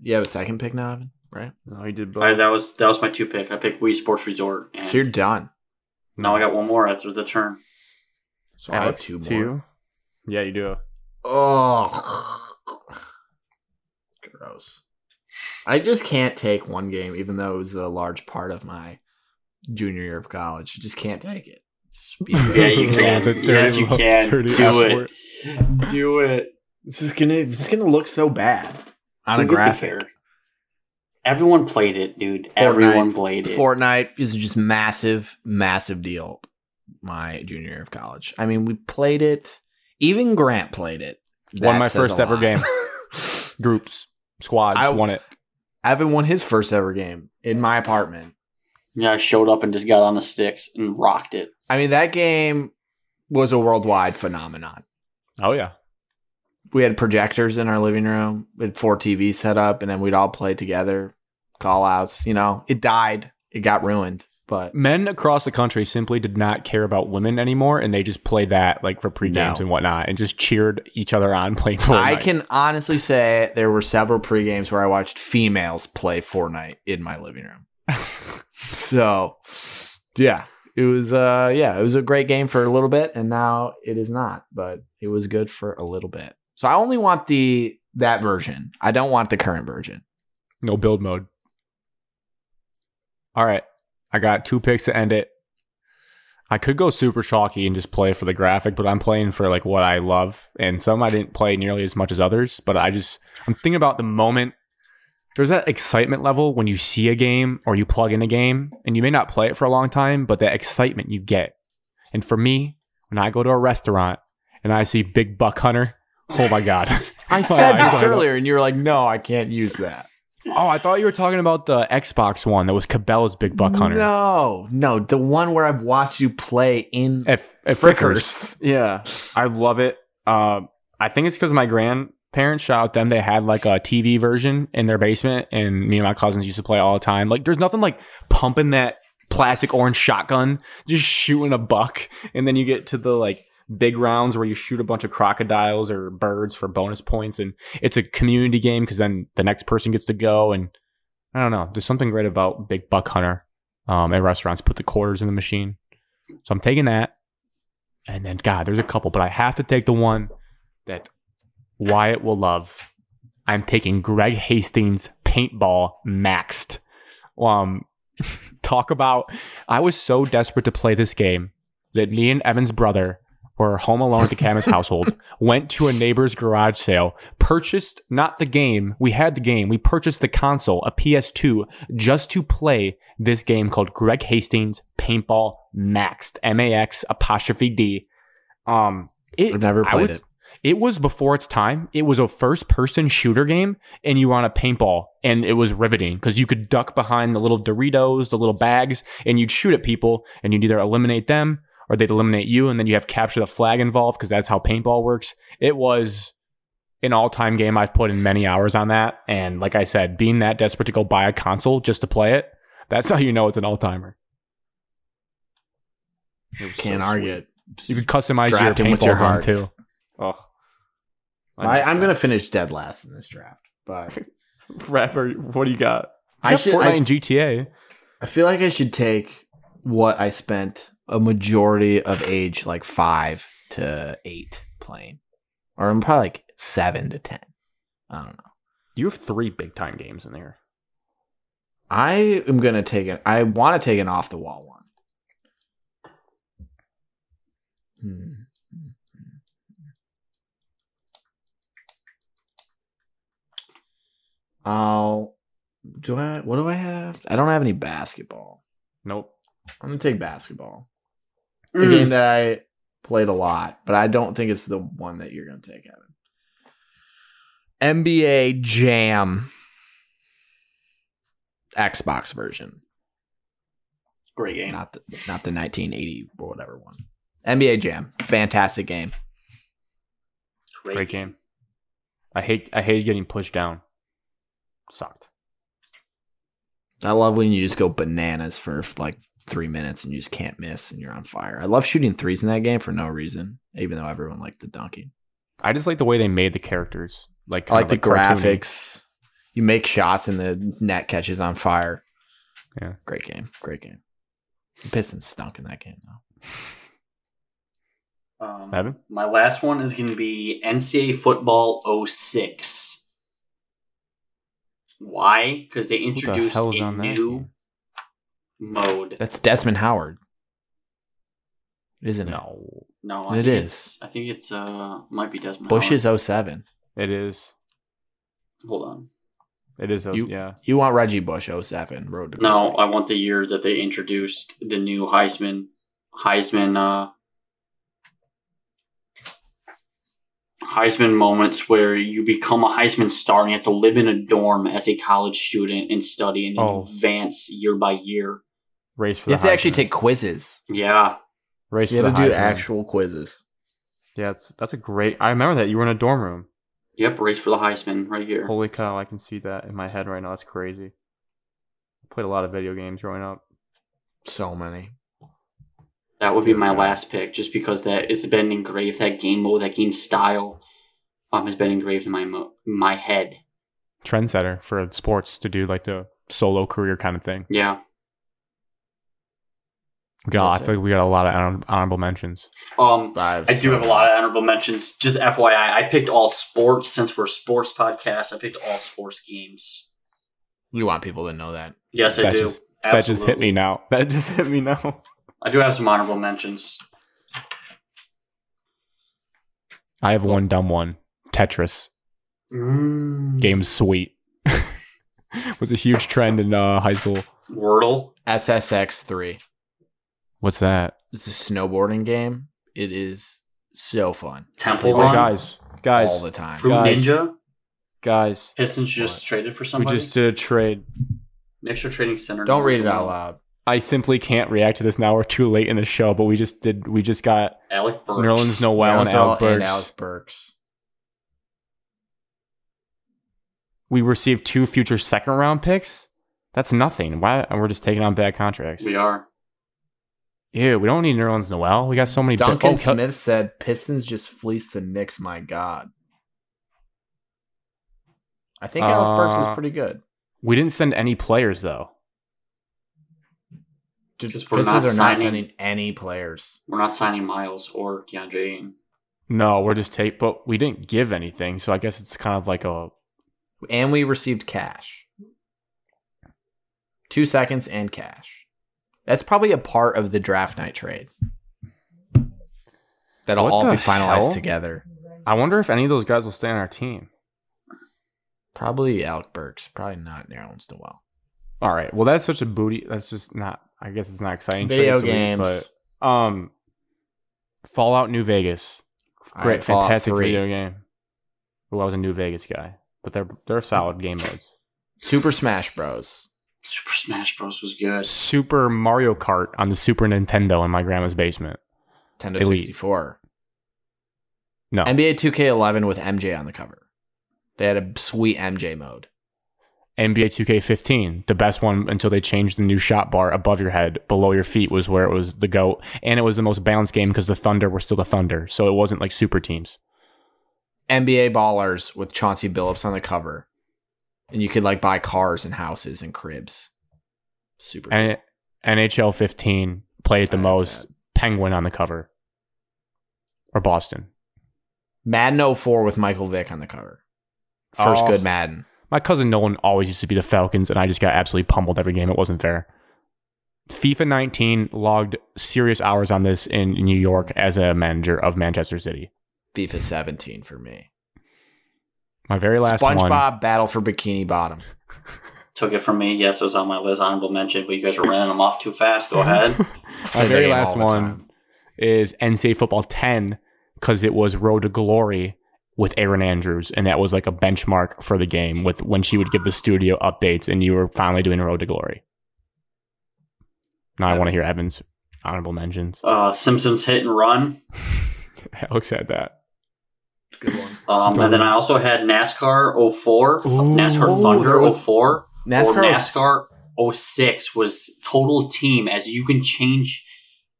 Speaker 4: You have a second pick now, Evan, right?
Speaker 1: No, he did
Speaker 2: I, that was that was my two pick. I picked Wii Sports Resort. And
Speaker 4: So you're done.
Speaker 2: now I got one more after the turn.
Speaker 4: So I have two more.
Speaker 1: Yeah, you do.
Speaker 4: Oh. Gross. I just can't take one game, even though it was a large part of my junior year of college. You just can't take it. Just <laughs> be-
Speaker 2: Yeah, you can.
Speaker 1: The dirty
Speaker 2: yes, you
Speaker 1: little
Speaker 2: can.
Speaker 1: dirty
Speaker 2: Do
Speaker 1: F
Speaker 2: it.
Speaker 1: word.
Speaker 4: Do it. This is gonna. This is gonna look so bad on a
Speaker 2: Who gives
Speaker 4: graphic.
Speaker 2: care? Everyone played it, dude. Everyone played it.
Speaker 4: Fortnite is just massive, massive deal. My junior year of college. I mean, we played it. Even Grant played it.
Speaker 1: Won my
Speaker 4: says
Speaker 1: first
Speaker 4: a
Speaker 1: ever
Speaker 4: lot.
Speaker 1: game. Groups, squads,
Speaker 4: <laughs> I-
Speaker 1: won it.
Speaker 4: Evan won his first ever game in my apartment.
Speaker 2: Yeah, I showed up and just got on the sticks and rocked it.
Speaker 4: I mean, that game was a worldwide phenomenon.
Speaker 1: Oh yeah.
Speaker 4: We had projectors in our living room. We had four TVs set up, and then we'd all play together. Call outs, you know, it died. It got ruined, but
Speaker 1: Men across the country simply did not care about women anymore, and they just played that like for pre games
Speaker 4: No.
Speaker 1: and whatnot, and just cheered each other on <laughs> playing Fortnite.
Speaker 4: I can honestly say there were several pre games where I watched females play Fortnite in my living room. so, yeah, it was uh yeah, it was a great game for a little bit and now it is not, but it was good for a little bit. So I only want the that version. I don't want the current version.
Speaker 1: No build mode. All right. I got two picks to end it. I could go super chalky and just play for the graphic, but I'm playing for like what I love. And some I didn't play nearly as much as others, but I just I'm thinking about the moment. There's that excitement level when you see a game or you plug in a game and you may not play it for a long time, but that excitement you get. And for me, when I go to a restaurant and I see Big Buck Hunter, oh my god.
Speaker 4: I
Speaker 1: <laughs> My
Speaker 4: said
Speaker 1: eyes
Speaker 4: this
Speaker 1: light up.
Speaker 4: earlier and you were like, "No, I can't use that."
Speaker 1: Oh, I thought you were talking about the Xbox one that was Cabela's Big Buck Hunter.
Speaker 4: No, no, the one where I've watched you play in
Speaker 1: At, at
Speaker 4: Frickers.
Speaker 1: Yeah. I love it. Uh, I think it's because my grandparents, shout out them, they had like a TV version in their basement, and me and my cousins used to play all the time. Like, there's nothing like pumping that plastic orange shotgun, just shooting a buck, and then you get to the like big rounds where you shoot a bunch of crocodiles or birds for bonus points, and it's a community game because then the next person gets to go, and I don't know. There's something great about Big Buck Hunter um, at restaurants. Put the quarters in the machine. So I'm taking that. And then, God, there's a couple, but I have to take the one that Wyatt will love. I'm taking Greg Hastings Paintball Maxed. Um, <laughs> talk about, I was so desperate to play this game that me and Evan's brother were home alone at the Camus household, went to a neighbor's garage sale, purchased not the game, we had the game, we purchased the console, a PS2, just to play this game called Greg Hastings Paintball Maxed, M A X apostrophe D. Um, it,
Speaker 4: I've never
Speaker 1: I
Speaker 4: played
Speaker 1: would-
Speaker 4: it.
Speaker 1: it was before its time. It was a first person shooter game, and you on a paintball, and it was riveting because you could duck behind the little Doritos, the little bags, and you'd shoot at people, and you'd either eliminate them or they'd eliminate you, and then you have capture the flag involved because that's how paintball works. It was an all time game. I've put in many hours on that, and like I said, being that desperate to go buy a console just to play it, that's how you know it's an all timer.
Speaker 4: Can't argue it.
Speaker 1: You could customize
Speaker 4: Drafting
Speaker 1: your
Speaker 4: with
Speaker 1: paintball
Speaker 4: your
Speaker 1: gun,
Speaker 4: heart.
Speaker 1: too. Oh,
Speaker 4: I, I'm going to finish dead last in this draft, but
Speaker 1: rapper. What do you got?
Speaker 4: I
Speaker 1: Yeah,
Speaker 4: should.
Speaker 1: Fortnite
Speaker 4: I,
Speaker 1: and GTA.
Speaker 4: I feel like I should take what I spent a majority of age like five to eight playing, or I'm probably like seven to ten. I don't know.
Speaker 1: You have three big time games in there.
Speaker 4: I am gonna take an. I want to take an off the wall one. Hmm. I'll. Do I? What do I have? I don't have any basketball.
Speaker 1: Nope.
Speaker 4: I'm gonna take basketball. A
Speaker 2: Mm.
Speaker 4: game that I played a lot, but I don't think it's the one that you're gonna take, Evan. NBA Jam Xbox version.
Speaker 2: Great game.
Speaker 4: Not the not the 1980 or whatever one. NBA Jam. Fantastic game.
Speaker 2: Great,
Speaker 1: Great
Speaker 2: game.
Speaker 1: game. I hate I hate getting pushed down. Sucked.
Speaker 4: I love when you just go bananas for like three minutes and you just can't miss and you're on fire. I love shooting threes in that game for no reason, even though everyone liked the dunking.
Speaker 1: I just like the way they made the characters. Like
Speaker 4: I like
Speaker 1: kind
Speaker 4: the
Speaker 1: of cartoony.
Speaker 4: graphics. You make shots and the net catches on fire.
Speaker 1: Yeah.
Speaker 4: Great game. Great game. The Pistons stunk in that game though.
Speaker 2: Um,
Speaker 1: Evan?
Speaker 2: My last one is going to be NCAA Football 06. Why? Because they
Speaker 1: Who the
Speaker 2: introduced
Speaker 1: hell is
Speaker 2: a
Speaker 1: on that?
Speaker 2: new
Speaker 1: game?
Speaker 2: mode.
Speaker 4: That's Desmond Howard. Isn't it?
Speaker 1: No,
Speaker 2: No, I
Speaker 4: it
Speaker 2: think
Speaker 4: is.
Speaker 2: It's, I think it's uh might be Desmond.
Speaker 4: Bush is
Speaker 2: Howard.
Speaker 4: 07.
Speaker 1: it is.
Speaker 2: Hold on.
Speaker 1: It is. A,
Speaker 4: You-
Speaker 1: yeah.
Speaker 4: You want Reggie Bush 07 road to
Speaker 2: No, I want the year that they introduced the new Heisman Heisman uh Heisman moments where you become a Heisman star and you have to live in a dorm as a college student and study and then
Speaker 1: Oh.
Speaker 2: advance year by year.
Speaker 1: Race for
Speaker 4: You
Speaker 1: the
Speaker 4: have to actually
Speaker 1: Heisman.
Speaker 4: take quizzes.
Speaker 2: Yeah.
Speaker 1: race
Speaker 4: You
Speaker 1: for
Speaker 4: have
Speaker 1: the
Speaker 4: to do
Speaker 1: Heisman.
Speaker 4: actual quizzes.
Speaker 1: Yeah, it's, that's a great. I remember that you were in a dorm room.
Speaker 2: Yep, race for the Heisman right here.
Speaker 1: Holy cow! I can see that in my head right now. That's crazy. I played a lot of video games growing up.
Speaker 4: So many.
Speaker 2: That would be my
Speaker 4: Yeah.
Speaker 2: last pick, just because that it's been engraved. That game mode, that game style, um, has been engraved in my mo- my head.
Speaker 1: Trendsetter for sports to do like the solo career kind of thing.
Speaker 2: Yeah.
Speaker 1: God,
Speaker 4: That's
Speaker 1: I feel like we got a lot of honor- honorable mentions.
Speaker 2: Um,
Speaker 4: Five,
Speaker 2: I do have a lot of honorable mentions. Just FYI, I picked all sports since we're a sports podcast. I picked all sports games.
Speaker 4: You want people to know that.
Speaker 2: Yes, I
Speaker 1: That
Speaker 2: do.
Speaker 1: just- That just hit me
Speaker 2: Absolutely.
Speaker 1: now. <laughs> That just hit me now.
Speaker 2: I do have some honorable mentions.
Speaker 1: I have one dumb one. Tetris
Speaker 4: Mm.
Speaker 1: game sweet <laughs> was a huge trend in uh, high school.
Speaker 2: Wordle.
Speaker 4: SSX three.
Speaker 1: What's that?
Speaker 4: It's a snowboarding game. It is so fun.
Speaker 2: Temple
Speaker 1: Oh,
Speaker 2: Run.
Speaker 1: guys,
Speaker 4: all
Speaker 1: guys,
Speaker 4: the time.
Speaker 2: Fruit
Speaker 1: Guys.
Speaker 2: Ninja.
Speaker 1: guys.
Speaker 2: Pistons just
Speaker 4: What?
Speaker 2: traded for
Speaker 1: We
Speaker 2: somebody.
Speaker 1: just did a trade.
Speaker 2: Next year trading center.
Speaker 4: Don't read it
Speaker 2: number
Speaker 4: out
Speaker 2: one.
Speaker 4: loud.
Speaker 1: I simply can't react to this now. We're too late in the show, but we just did. We just got
Speaker 2: Alec Burks.
Speaker 1: Nerlens Noel and
Speaker 4: Marisol
Speaker 1: Al Burks.
Speaker 4: Alec Burks.
Speaker 1: We received two future second round picks. That's nothing. Why? And we're just taking on bad contracts.
Speaker 2: We are.
Speaker 1: Ew, we don't need Nerlens Noel. We got so many.
Speaker 4: Duncan
Speaker 1: oh, Ke-
Speaker 4: Smith said, "Pistons just fleeced the Knicks." My God. I think Alec Burks
Speaker 1: Uh,
Speaker 4: is pretty good.
Speaker 1: we didn't send any players though.
Speaker 4: Just,
Speaker 2: 'cause
Speaker 4: Pistons
Speaker 2: we're
Speaker 4: are
Speaker 2: not
Speaker 4: not
Speaker 2: signing-
Speaker 4: sending any players.
Speaker 2: We're not signing Miles or DeAndre Ayton.
Speaker 1: No, we're just take, but we didn't give anything. So I guess it's kind of like a
Speaker 4: And we received cash. Two seconds and cash. That's probably a part of the draft night trade. That'll
Speaker 1: What
Speaker 4: all
Speaker 1: the
Speaker 4: be finalized
Speaker 1: hell?
Speaker 4: together.
Speaker 1: I wonder if any of those guys will stay on our team.
Speaker 4: Probably Alec Burks. Probably not Nerlens Noel.
Speaker 1: All right. Well, that's such a booty. That's just not. I guess it's not exciting. trades of the week, but um, Fallout New Vegas.
Speaker 4: All
Speaker 1: Great,
Speaker 4: right, Fallout
Speaker 1: fantastic
Speaker 4: 3.
Speaker 1: video game. Ooh, I was a New Vegas guy, but they're they're solid game modes.
Speaker 4: Super Smash Bros.
Speaker 2: Super Smash Bros. was good.
Speaker 1: Super Mario Kart on the Super Nintendo in my grandma's basement.
Speaker 4: Nintendo
Speaker 1: Elite.
Speaker 4: 64.
Speaker 1: No,
Speaker 4: NBA 2K11 with MJ on the cover. They had a sweet MJ mode.
Speaker 1: NBA 2K15, the best one until they changed the new shot bar above your head, below your feet was where it was the goat, and it was the most balanced game because the Thunder were still the Thunder, so it wasn't like super teams.
Speaker 4: NBA Ballers with Chauncey Billups on the cover. And you could like buy cars and houses and cribs. Super. cool.
Speaker 1: And NHL 15 played it the
Speaker 4: I have
Speaker 1: most,
Speaker 4: that.
Speaker 1: Penguin on the cover, or Boston.
Speaker 4: Madden 04 with Michael Vick on the cover. First
Speaker 1: Oh.
Speaker 4: good Madden.
Speaker 1: My cousin Nolan always used to be the Falcons, and I just got absolutely pummeled every game. It wasn't fair. FIFA 19 logged serious hours on this in New York as a manager of Manchester City.
Speaker 4: FIFA 17 for me.
Speaker 1: My very last
Speaker 4: SpongeBob
Speaker 1: one.
Speaker 4: Battle for Bikini Bottom.
Speaker 2: Took it from me. Yes, it was on my list. Honorable mention, but you guys were running them off too
Speaker 1: <laughs>
Speaker 2: fast. Go ahead.
Speaker 1: My
Speaker 4: Play
Speaker 1: very
Speaker 4: the game
Speaker 1: last
Speaker 4: all the
Speaker 1: one.
Speaker 4: time.
Speaker 1: is NCAA football 10 because it was Road to Glory with Aaron Andrews. And that was like a benchmark for the game with when she would give the studio updates and you were finally doing Road to Glory. Now I want to hear Evan's honorable
Speaker 4: <laughs>
Speaker 1: mentions.
Speaker 2: Uh, Simpsons Hit and Run.
Speaker 1: Alex had that.
Speaker 4: Good one.
Speaker 2: Um, and then I also had NASCAR 04, NASCAR
Speaker 4: Ooh,
Speaker 2: Thunder
Speaker 4: there was-
Speaker 2: 04.
Speaker 4: NASCAR, was-
Speaker 2: or NASCAR 06 was total team as you can change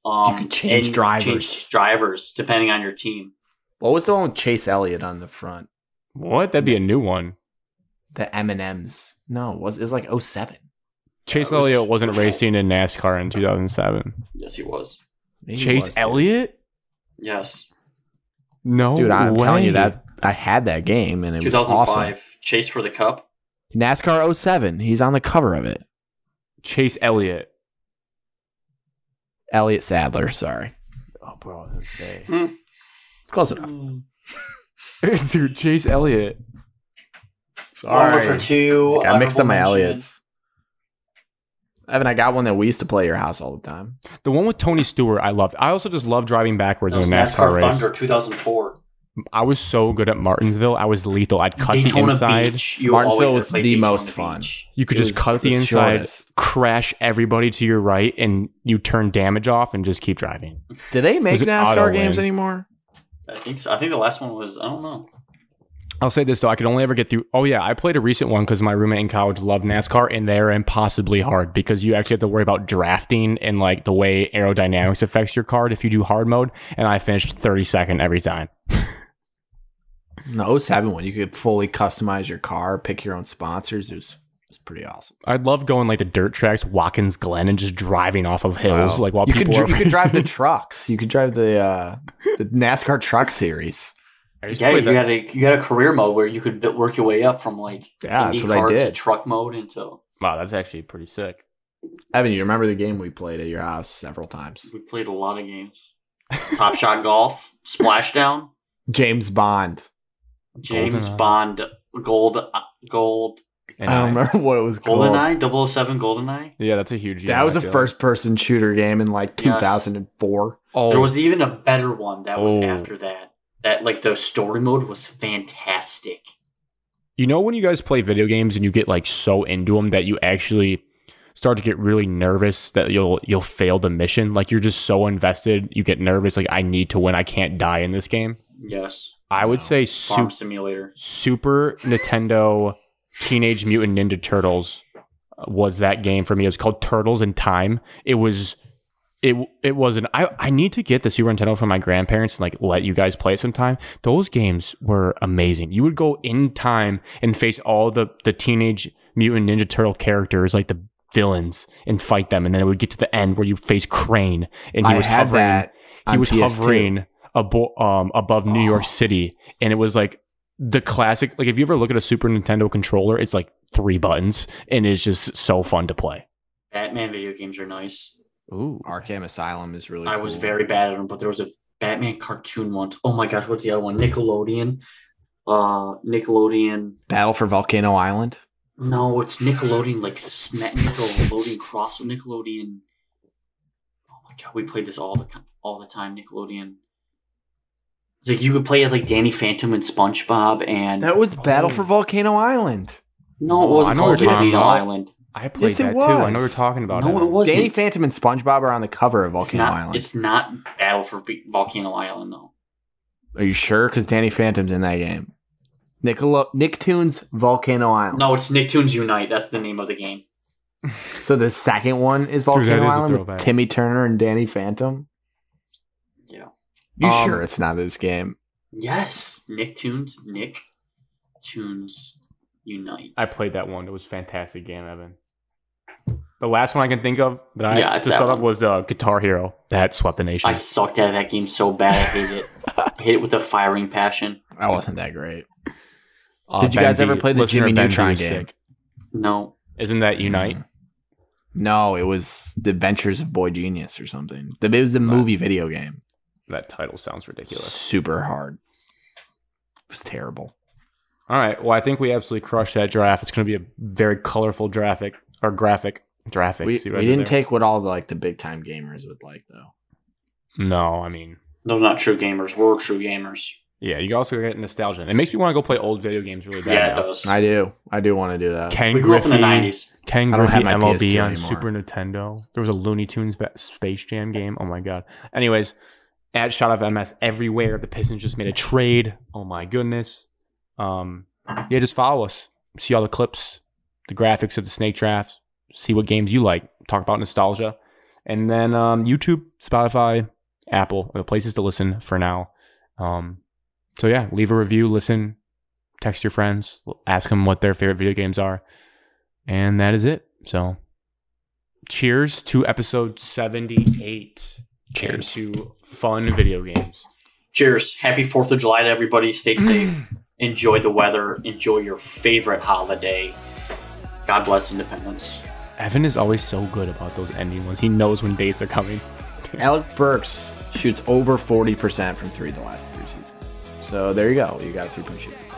Speaker 2: um
Speaker 4: You can change
Speaker 2: and
Speaker 4: drivers.
Speaker 2: change drivers depending on your team.
Speaker 4: What was the one with Chase Elliott on the front?
Speaker 1: What? That'd be a new one.
Speaker 4: The M and M's. No, it was it was like 07.
Speaker 1: Chase
Speaker 2: That was-
Speaker 1: Elliott wasn't racing in NASCAR in 2007.
Speaker 2: Yes, he was.
Speaker 4: Maybe it
Speaker 1: Chase
Speaker 4: was, dude.
Speaker 1: Elliott?
Speaker 2: Yes.
Speaker 1: No,
Speaker 4: Dude, I'm telling you
Speaker 1: way.
Speaker 4: that I had that game and it was
Speaker 2: 2005
Speaker 4: awesome.
Speaker 2: Chase for the Cup.
Speaker 4: NASCAR 07. He's on the cover of it.
Speaker 1: Chase Elliott.
Speaker 4: Elliott Sadler. Sorry,
Speaker 1: Oh, bro, that's insane.
Speaker 4: it's close enough.
Speaker 1: <laughs> Dude, Chase Elliott.
Speaker 4: Sorry,
Speaker 2: two.
Speaker 4: I mixed up my Elliots. Evan, I got one that we used to play at your house all the time.
Speaker 1: The one with Tony Stewart, I loved. I also just love driving backwards
Speaker 2: That
Speaker 1: in a
Speaker 2: was
Speaker 1: NASCAR,
Speaker 2: NASCAR
Speaker 1: race.
Speaker 2: Thunder 2004.
Speaker 1: I was so good at Martinsville. I was lethal. I'd cut
Speaker 2: Daytona
Speaker 1: the inside.
Speaker 2: Beach. You
Speaker 4: Martinsville
Speaker 2: always
Speaker 4: was
Speaker 2: played
Speaker 4: the
Speaker 2: Daytona
Speaker 4: most fun.
Speaker 2: Beach.
Speaker 1: You could
Speaker 4: It
Speaker 1: just
Speaker 4: was
Speaker 1: cut the,
Speaker 4: the
Speaker 1: inside,
Speaker 4: shortest.
Speaker 1: crash everybody to your right, and you turn damage off and just keep driving.
Speaker 4: Do they make
Speaker 1: was an
Speaker 4: NASCAR
Speaker 1: auto
Speaker 4: games
Speaker 1: win.
Speaker 4: anymore?
Speaker 2: I think so. I think the last one was I don't know.
Speaker 1: I'll say this though, I could only ever get through. Oh yeah, I played a recent one because my roommate in college loved NASCAR, and they're impossibly hard because you actually have to worry about drafting and like the way aerodynamics affects your card if you do hard mode. And I finished thirty second every time.
Speaker 4: No, 07 one. You could fully customize your car, pick your own sponsors. It was, it was pretty awesome.
Speaker 1: I love going like the dirt tracks, Watkins Glen, and just driving off of hills like while
Speaker 4: you could
Speaker 1: people
Speaker 4: dri-
Speaker 1: are
Speaker 4: you could drive the
Speaker 1: racing.
Speaker 4: trucks. You could drive the uh,
Speaker 1: <laughs>
Speaker 4: the NASCAR Truck Series. <laughs>
Speaker 1: I used to
Speaker 2: Yeah,
Speaker 1: play
Speaker 2: you
Speaker 1: that-
Speaker 2: had a you had a career mode where you could bu- work your way up from like
Speaker 4: Yeah, that's what I
Speaker 2: IndyCar to
Speaker 4: did.
Speaker 2: truck mode until
Speaker 1: Wow, that's actually pretty sick.
Speaker 4: Evan, you remember the game we played at your house several times?
Speaker 2: we played a lot of games. Top
Speaker 4: <laughs>
Speaker 2: Shot Golf, Splashdown,
Speaker 4: James Bond.
Speaker 2: James
Speaker 1: GoldenEye.
Speaker 2: Bond, Gold, uh, Gold,
Speaker 1: And
Speaker 4: I don't remember <laughs> what it was called.
Speaker 2: GoldenEye, 007 GoldenEye.
Speaker 1: Yeah, that's a huge. game,
Speaker 4: That was
Speaker 1: I
Speaker 4: a
Speaker 1: feel.
Speaker 4: first person shooter game in like
Speaker 2: Yes.
Speaker 4: 2004.
Speaker 1: Oh,
Speaker 2: There was even a better one that was
Speaker 1: Oh.
Speaker 2: after that. That like the story mode was fantastic.
Speaker 1: you know when you guys play video games and you get like so into them that you actually start to get really nervous that you'll you'll fail the mission. Like you're just so invested, you get nervous. Like I need to win. I can't die in this game.
Speaker 2: Yes,
Speaker 1: I would
Speaker 4: Wow.
Speaker 1: say super,
Speaker 2: Farm Simulator.
Speaker 1: super Nintendo Teenage Mutant Ninja Turtles was that game for me. It was called Turtles in Time. It was it it wasn't I I need to get the Super Nintendo from my grandparents and like let you guys play it sometime. Those games were amazing. You would go in time and face all the the Teenage Mutant Ninja Turtle characters like the villains and fight them and then it would get to the end where you face Crane and he
Speaker 4: I
Speaker 1: was
Speaker 4: had
Speaker 1: hovering
Speaker 4: that
Speaker 1: he
Speaker 4: on
Speaker 1: was
Speaker 4: PS2.
Speaker 1: hovering abo- um, above New York City, and it was like the classic. Like if you ever look at a Super Nintendo controller, it's like three buttons, and it's just so fun to play.
Speaker 2: Batman video games are nice.
Speaker 1: Ooh,
Speaker 4: Arkham Asylum is really
Speaker 2: I was
Speaker 4: cool.
Speaker 2: very bad at them, but there was a Batman cartoon once. Oh my gosh, what's the other one? Nickelodeon. Uh, Nickelodeon.
Speaker 4: Battle for Volcano Island.
Speaker 2: No, it's Nickelodeon, like Smet Nickelodeon Cross with Nickelodeon. Oh my god, we played this all the time. All the time, Nickelodeon. It's like you could play as like Danny Phantom and SpongeBob, and
Speaker 4: That was Battle for Volcano Island.
Speaker 2: no, it
Speaker 1: Oh, I
Speaker 2: wasn't
Speaker 1: know what
Speaker 2: called
Speaker 1: you're talking
Speaker 2: Volcano
Speaker 1: about.
Speaker 2: Island.
Speaker 1: I played
Speaker 4: Yes, it
Speaker 1: that too. I know
Speaker 4: was.
Speaker 1: you're talking about.
Speaker 2: No,
Speaker 1: it.
Speaker 2: it wasn't.
Speaker 4: Danny Phantom and SpongeBob are on the cover of
Speaker 2: It's
Speaker 4: Volcano
Speaker 2: not.
Speaker 4: Island.
Speaker 2: It's not Battle for Be- Volcano Island though.
Speaker 4: Are you sure? Because Danny Phantom's in that game. Niccolo- Nicktoons Volcano Island.
Speaker 2: No, it's Nicktoons Unite. That's the name of the game.
Speaker 4: So the second one is Volcano
Speaker 1: that is a
Speaker 4: Island
Speaker 1: throwback.
Speaker 4: with Timmy Turner and Danny Phantom.
Speaker 2: Yeah.
Speaker 4: You
Speaker 1: Um,
Speaker 4: sure it's not this game?
Speaker 2: Yes, Nicktoons. Nick Tunes Unite.
Speaker 1: I played that one. It was a fantastic game, Evan. The last one I can think of that I
Speaker 2: Yeah, it's
Speaker 1: to
Speaker 2: that
Speaker 1: start off
Speaker 2: one.
Speaker 1: was uh, Guitar Hero. That swept the nation.
Speaker 2: I sucked out of that game so bad. I hated it. I hate it with a firing passion.
Speaker 4: That wasn't that great.
Speaker 1: Uh,
Speaker 4: Did you
Speaker 1: Ben
Speaker 4: guys ever
Speaker 1: V-
Speaker 4: play the
Speaker 1: listener
Speaker 4: Jimmy
Speaker 1: Ben V
Speaker 4: Neutron
Speaker 1: is
Speaker 4: game?
Speaker 1: sick.
Speaker 2: No,
Speaker 1: Isn't that Unite?
Speaker 4: Mm. No, it was The Adventures of Boy Genius or something. The- It was the movie video game.
Speaker 1: That title sounds ridiculous.
Speaker 4: Super hard. It was terrible.
Speaker 1: All right. Well, I think we absolutely crushed that draft. It's going to be a very colorful graphic or graphic. Graphic.
Speaker 4: we
Speaker 1: See what I
Speaker 4: we
Speaker 1: did
Speaker 4: didn't
Speaker 1: there?
Speaker 4: take what all the, like the big time gamers would like though.
Speaker 1: No, I mean,
Speaker 2: those are not true gamers. We're true gamers.
Speaker 1: yeah. You also get nostalgia. It makes me want to go play old video games really bad.
Speaker 2: Yeah, it
Speaker 1: now.
Speaker 2: does.
Speaker 4: I do. I do want to do that.
Speaker 1: Ken
Speaker 2: we grew up in
Speaker 1: Griffey,
Speaker 2: the '90s.
Speaker 1: Ken
Speaker 4: I don't
Speaker 1: Griffey
Speaker 4: have my
Speaker 1: MLB
Speaker 4: PS2
Speaker 1: on
Speaker 4: anymore.
Speaker 1: Super Nintendo. There was a Looney Tunes ba- Space Jam game. Oh my god. Anyways, at shot of MS everywhere. The Pistons just made a trade. Oh my goodness. Um, yeah, just follow us. See all the clips, the graphics of the snake drafts. See what games you like. Talk about nostalgia, and then um, YouTube, Spotify, Apple are the places to listen for now. Um, so yeah, leave a review, listen, text your friends, ask them what their favorite video games are. And that is it. So, cheers to episode 78.
Speaker 2: Cheers.
Speaker 1: to fun video games.
Speaker 2: Cheers. Happy 4th of July to everybody. Stay safe. Enjoy the weather. Enjoy your favorite holiday. God bless independence.
Speaker 1: Evan is always so good about those ending ones. He knows when dates are coming.
Speaker 4: <laughs> Alec Burks shoots over 40% from three the last three seasons. So there you go. You got a three point shooter.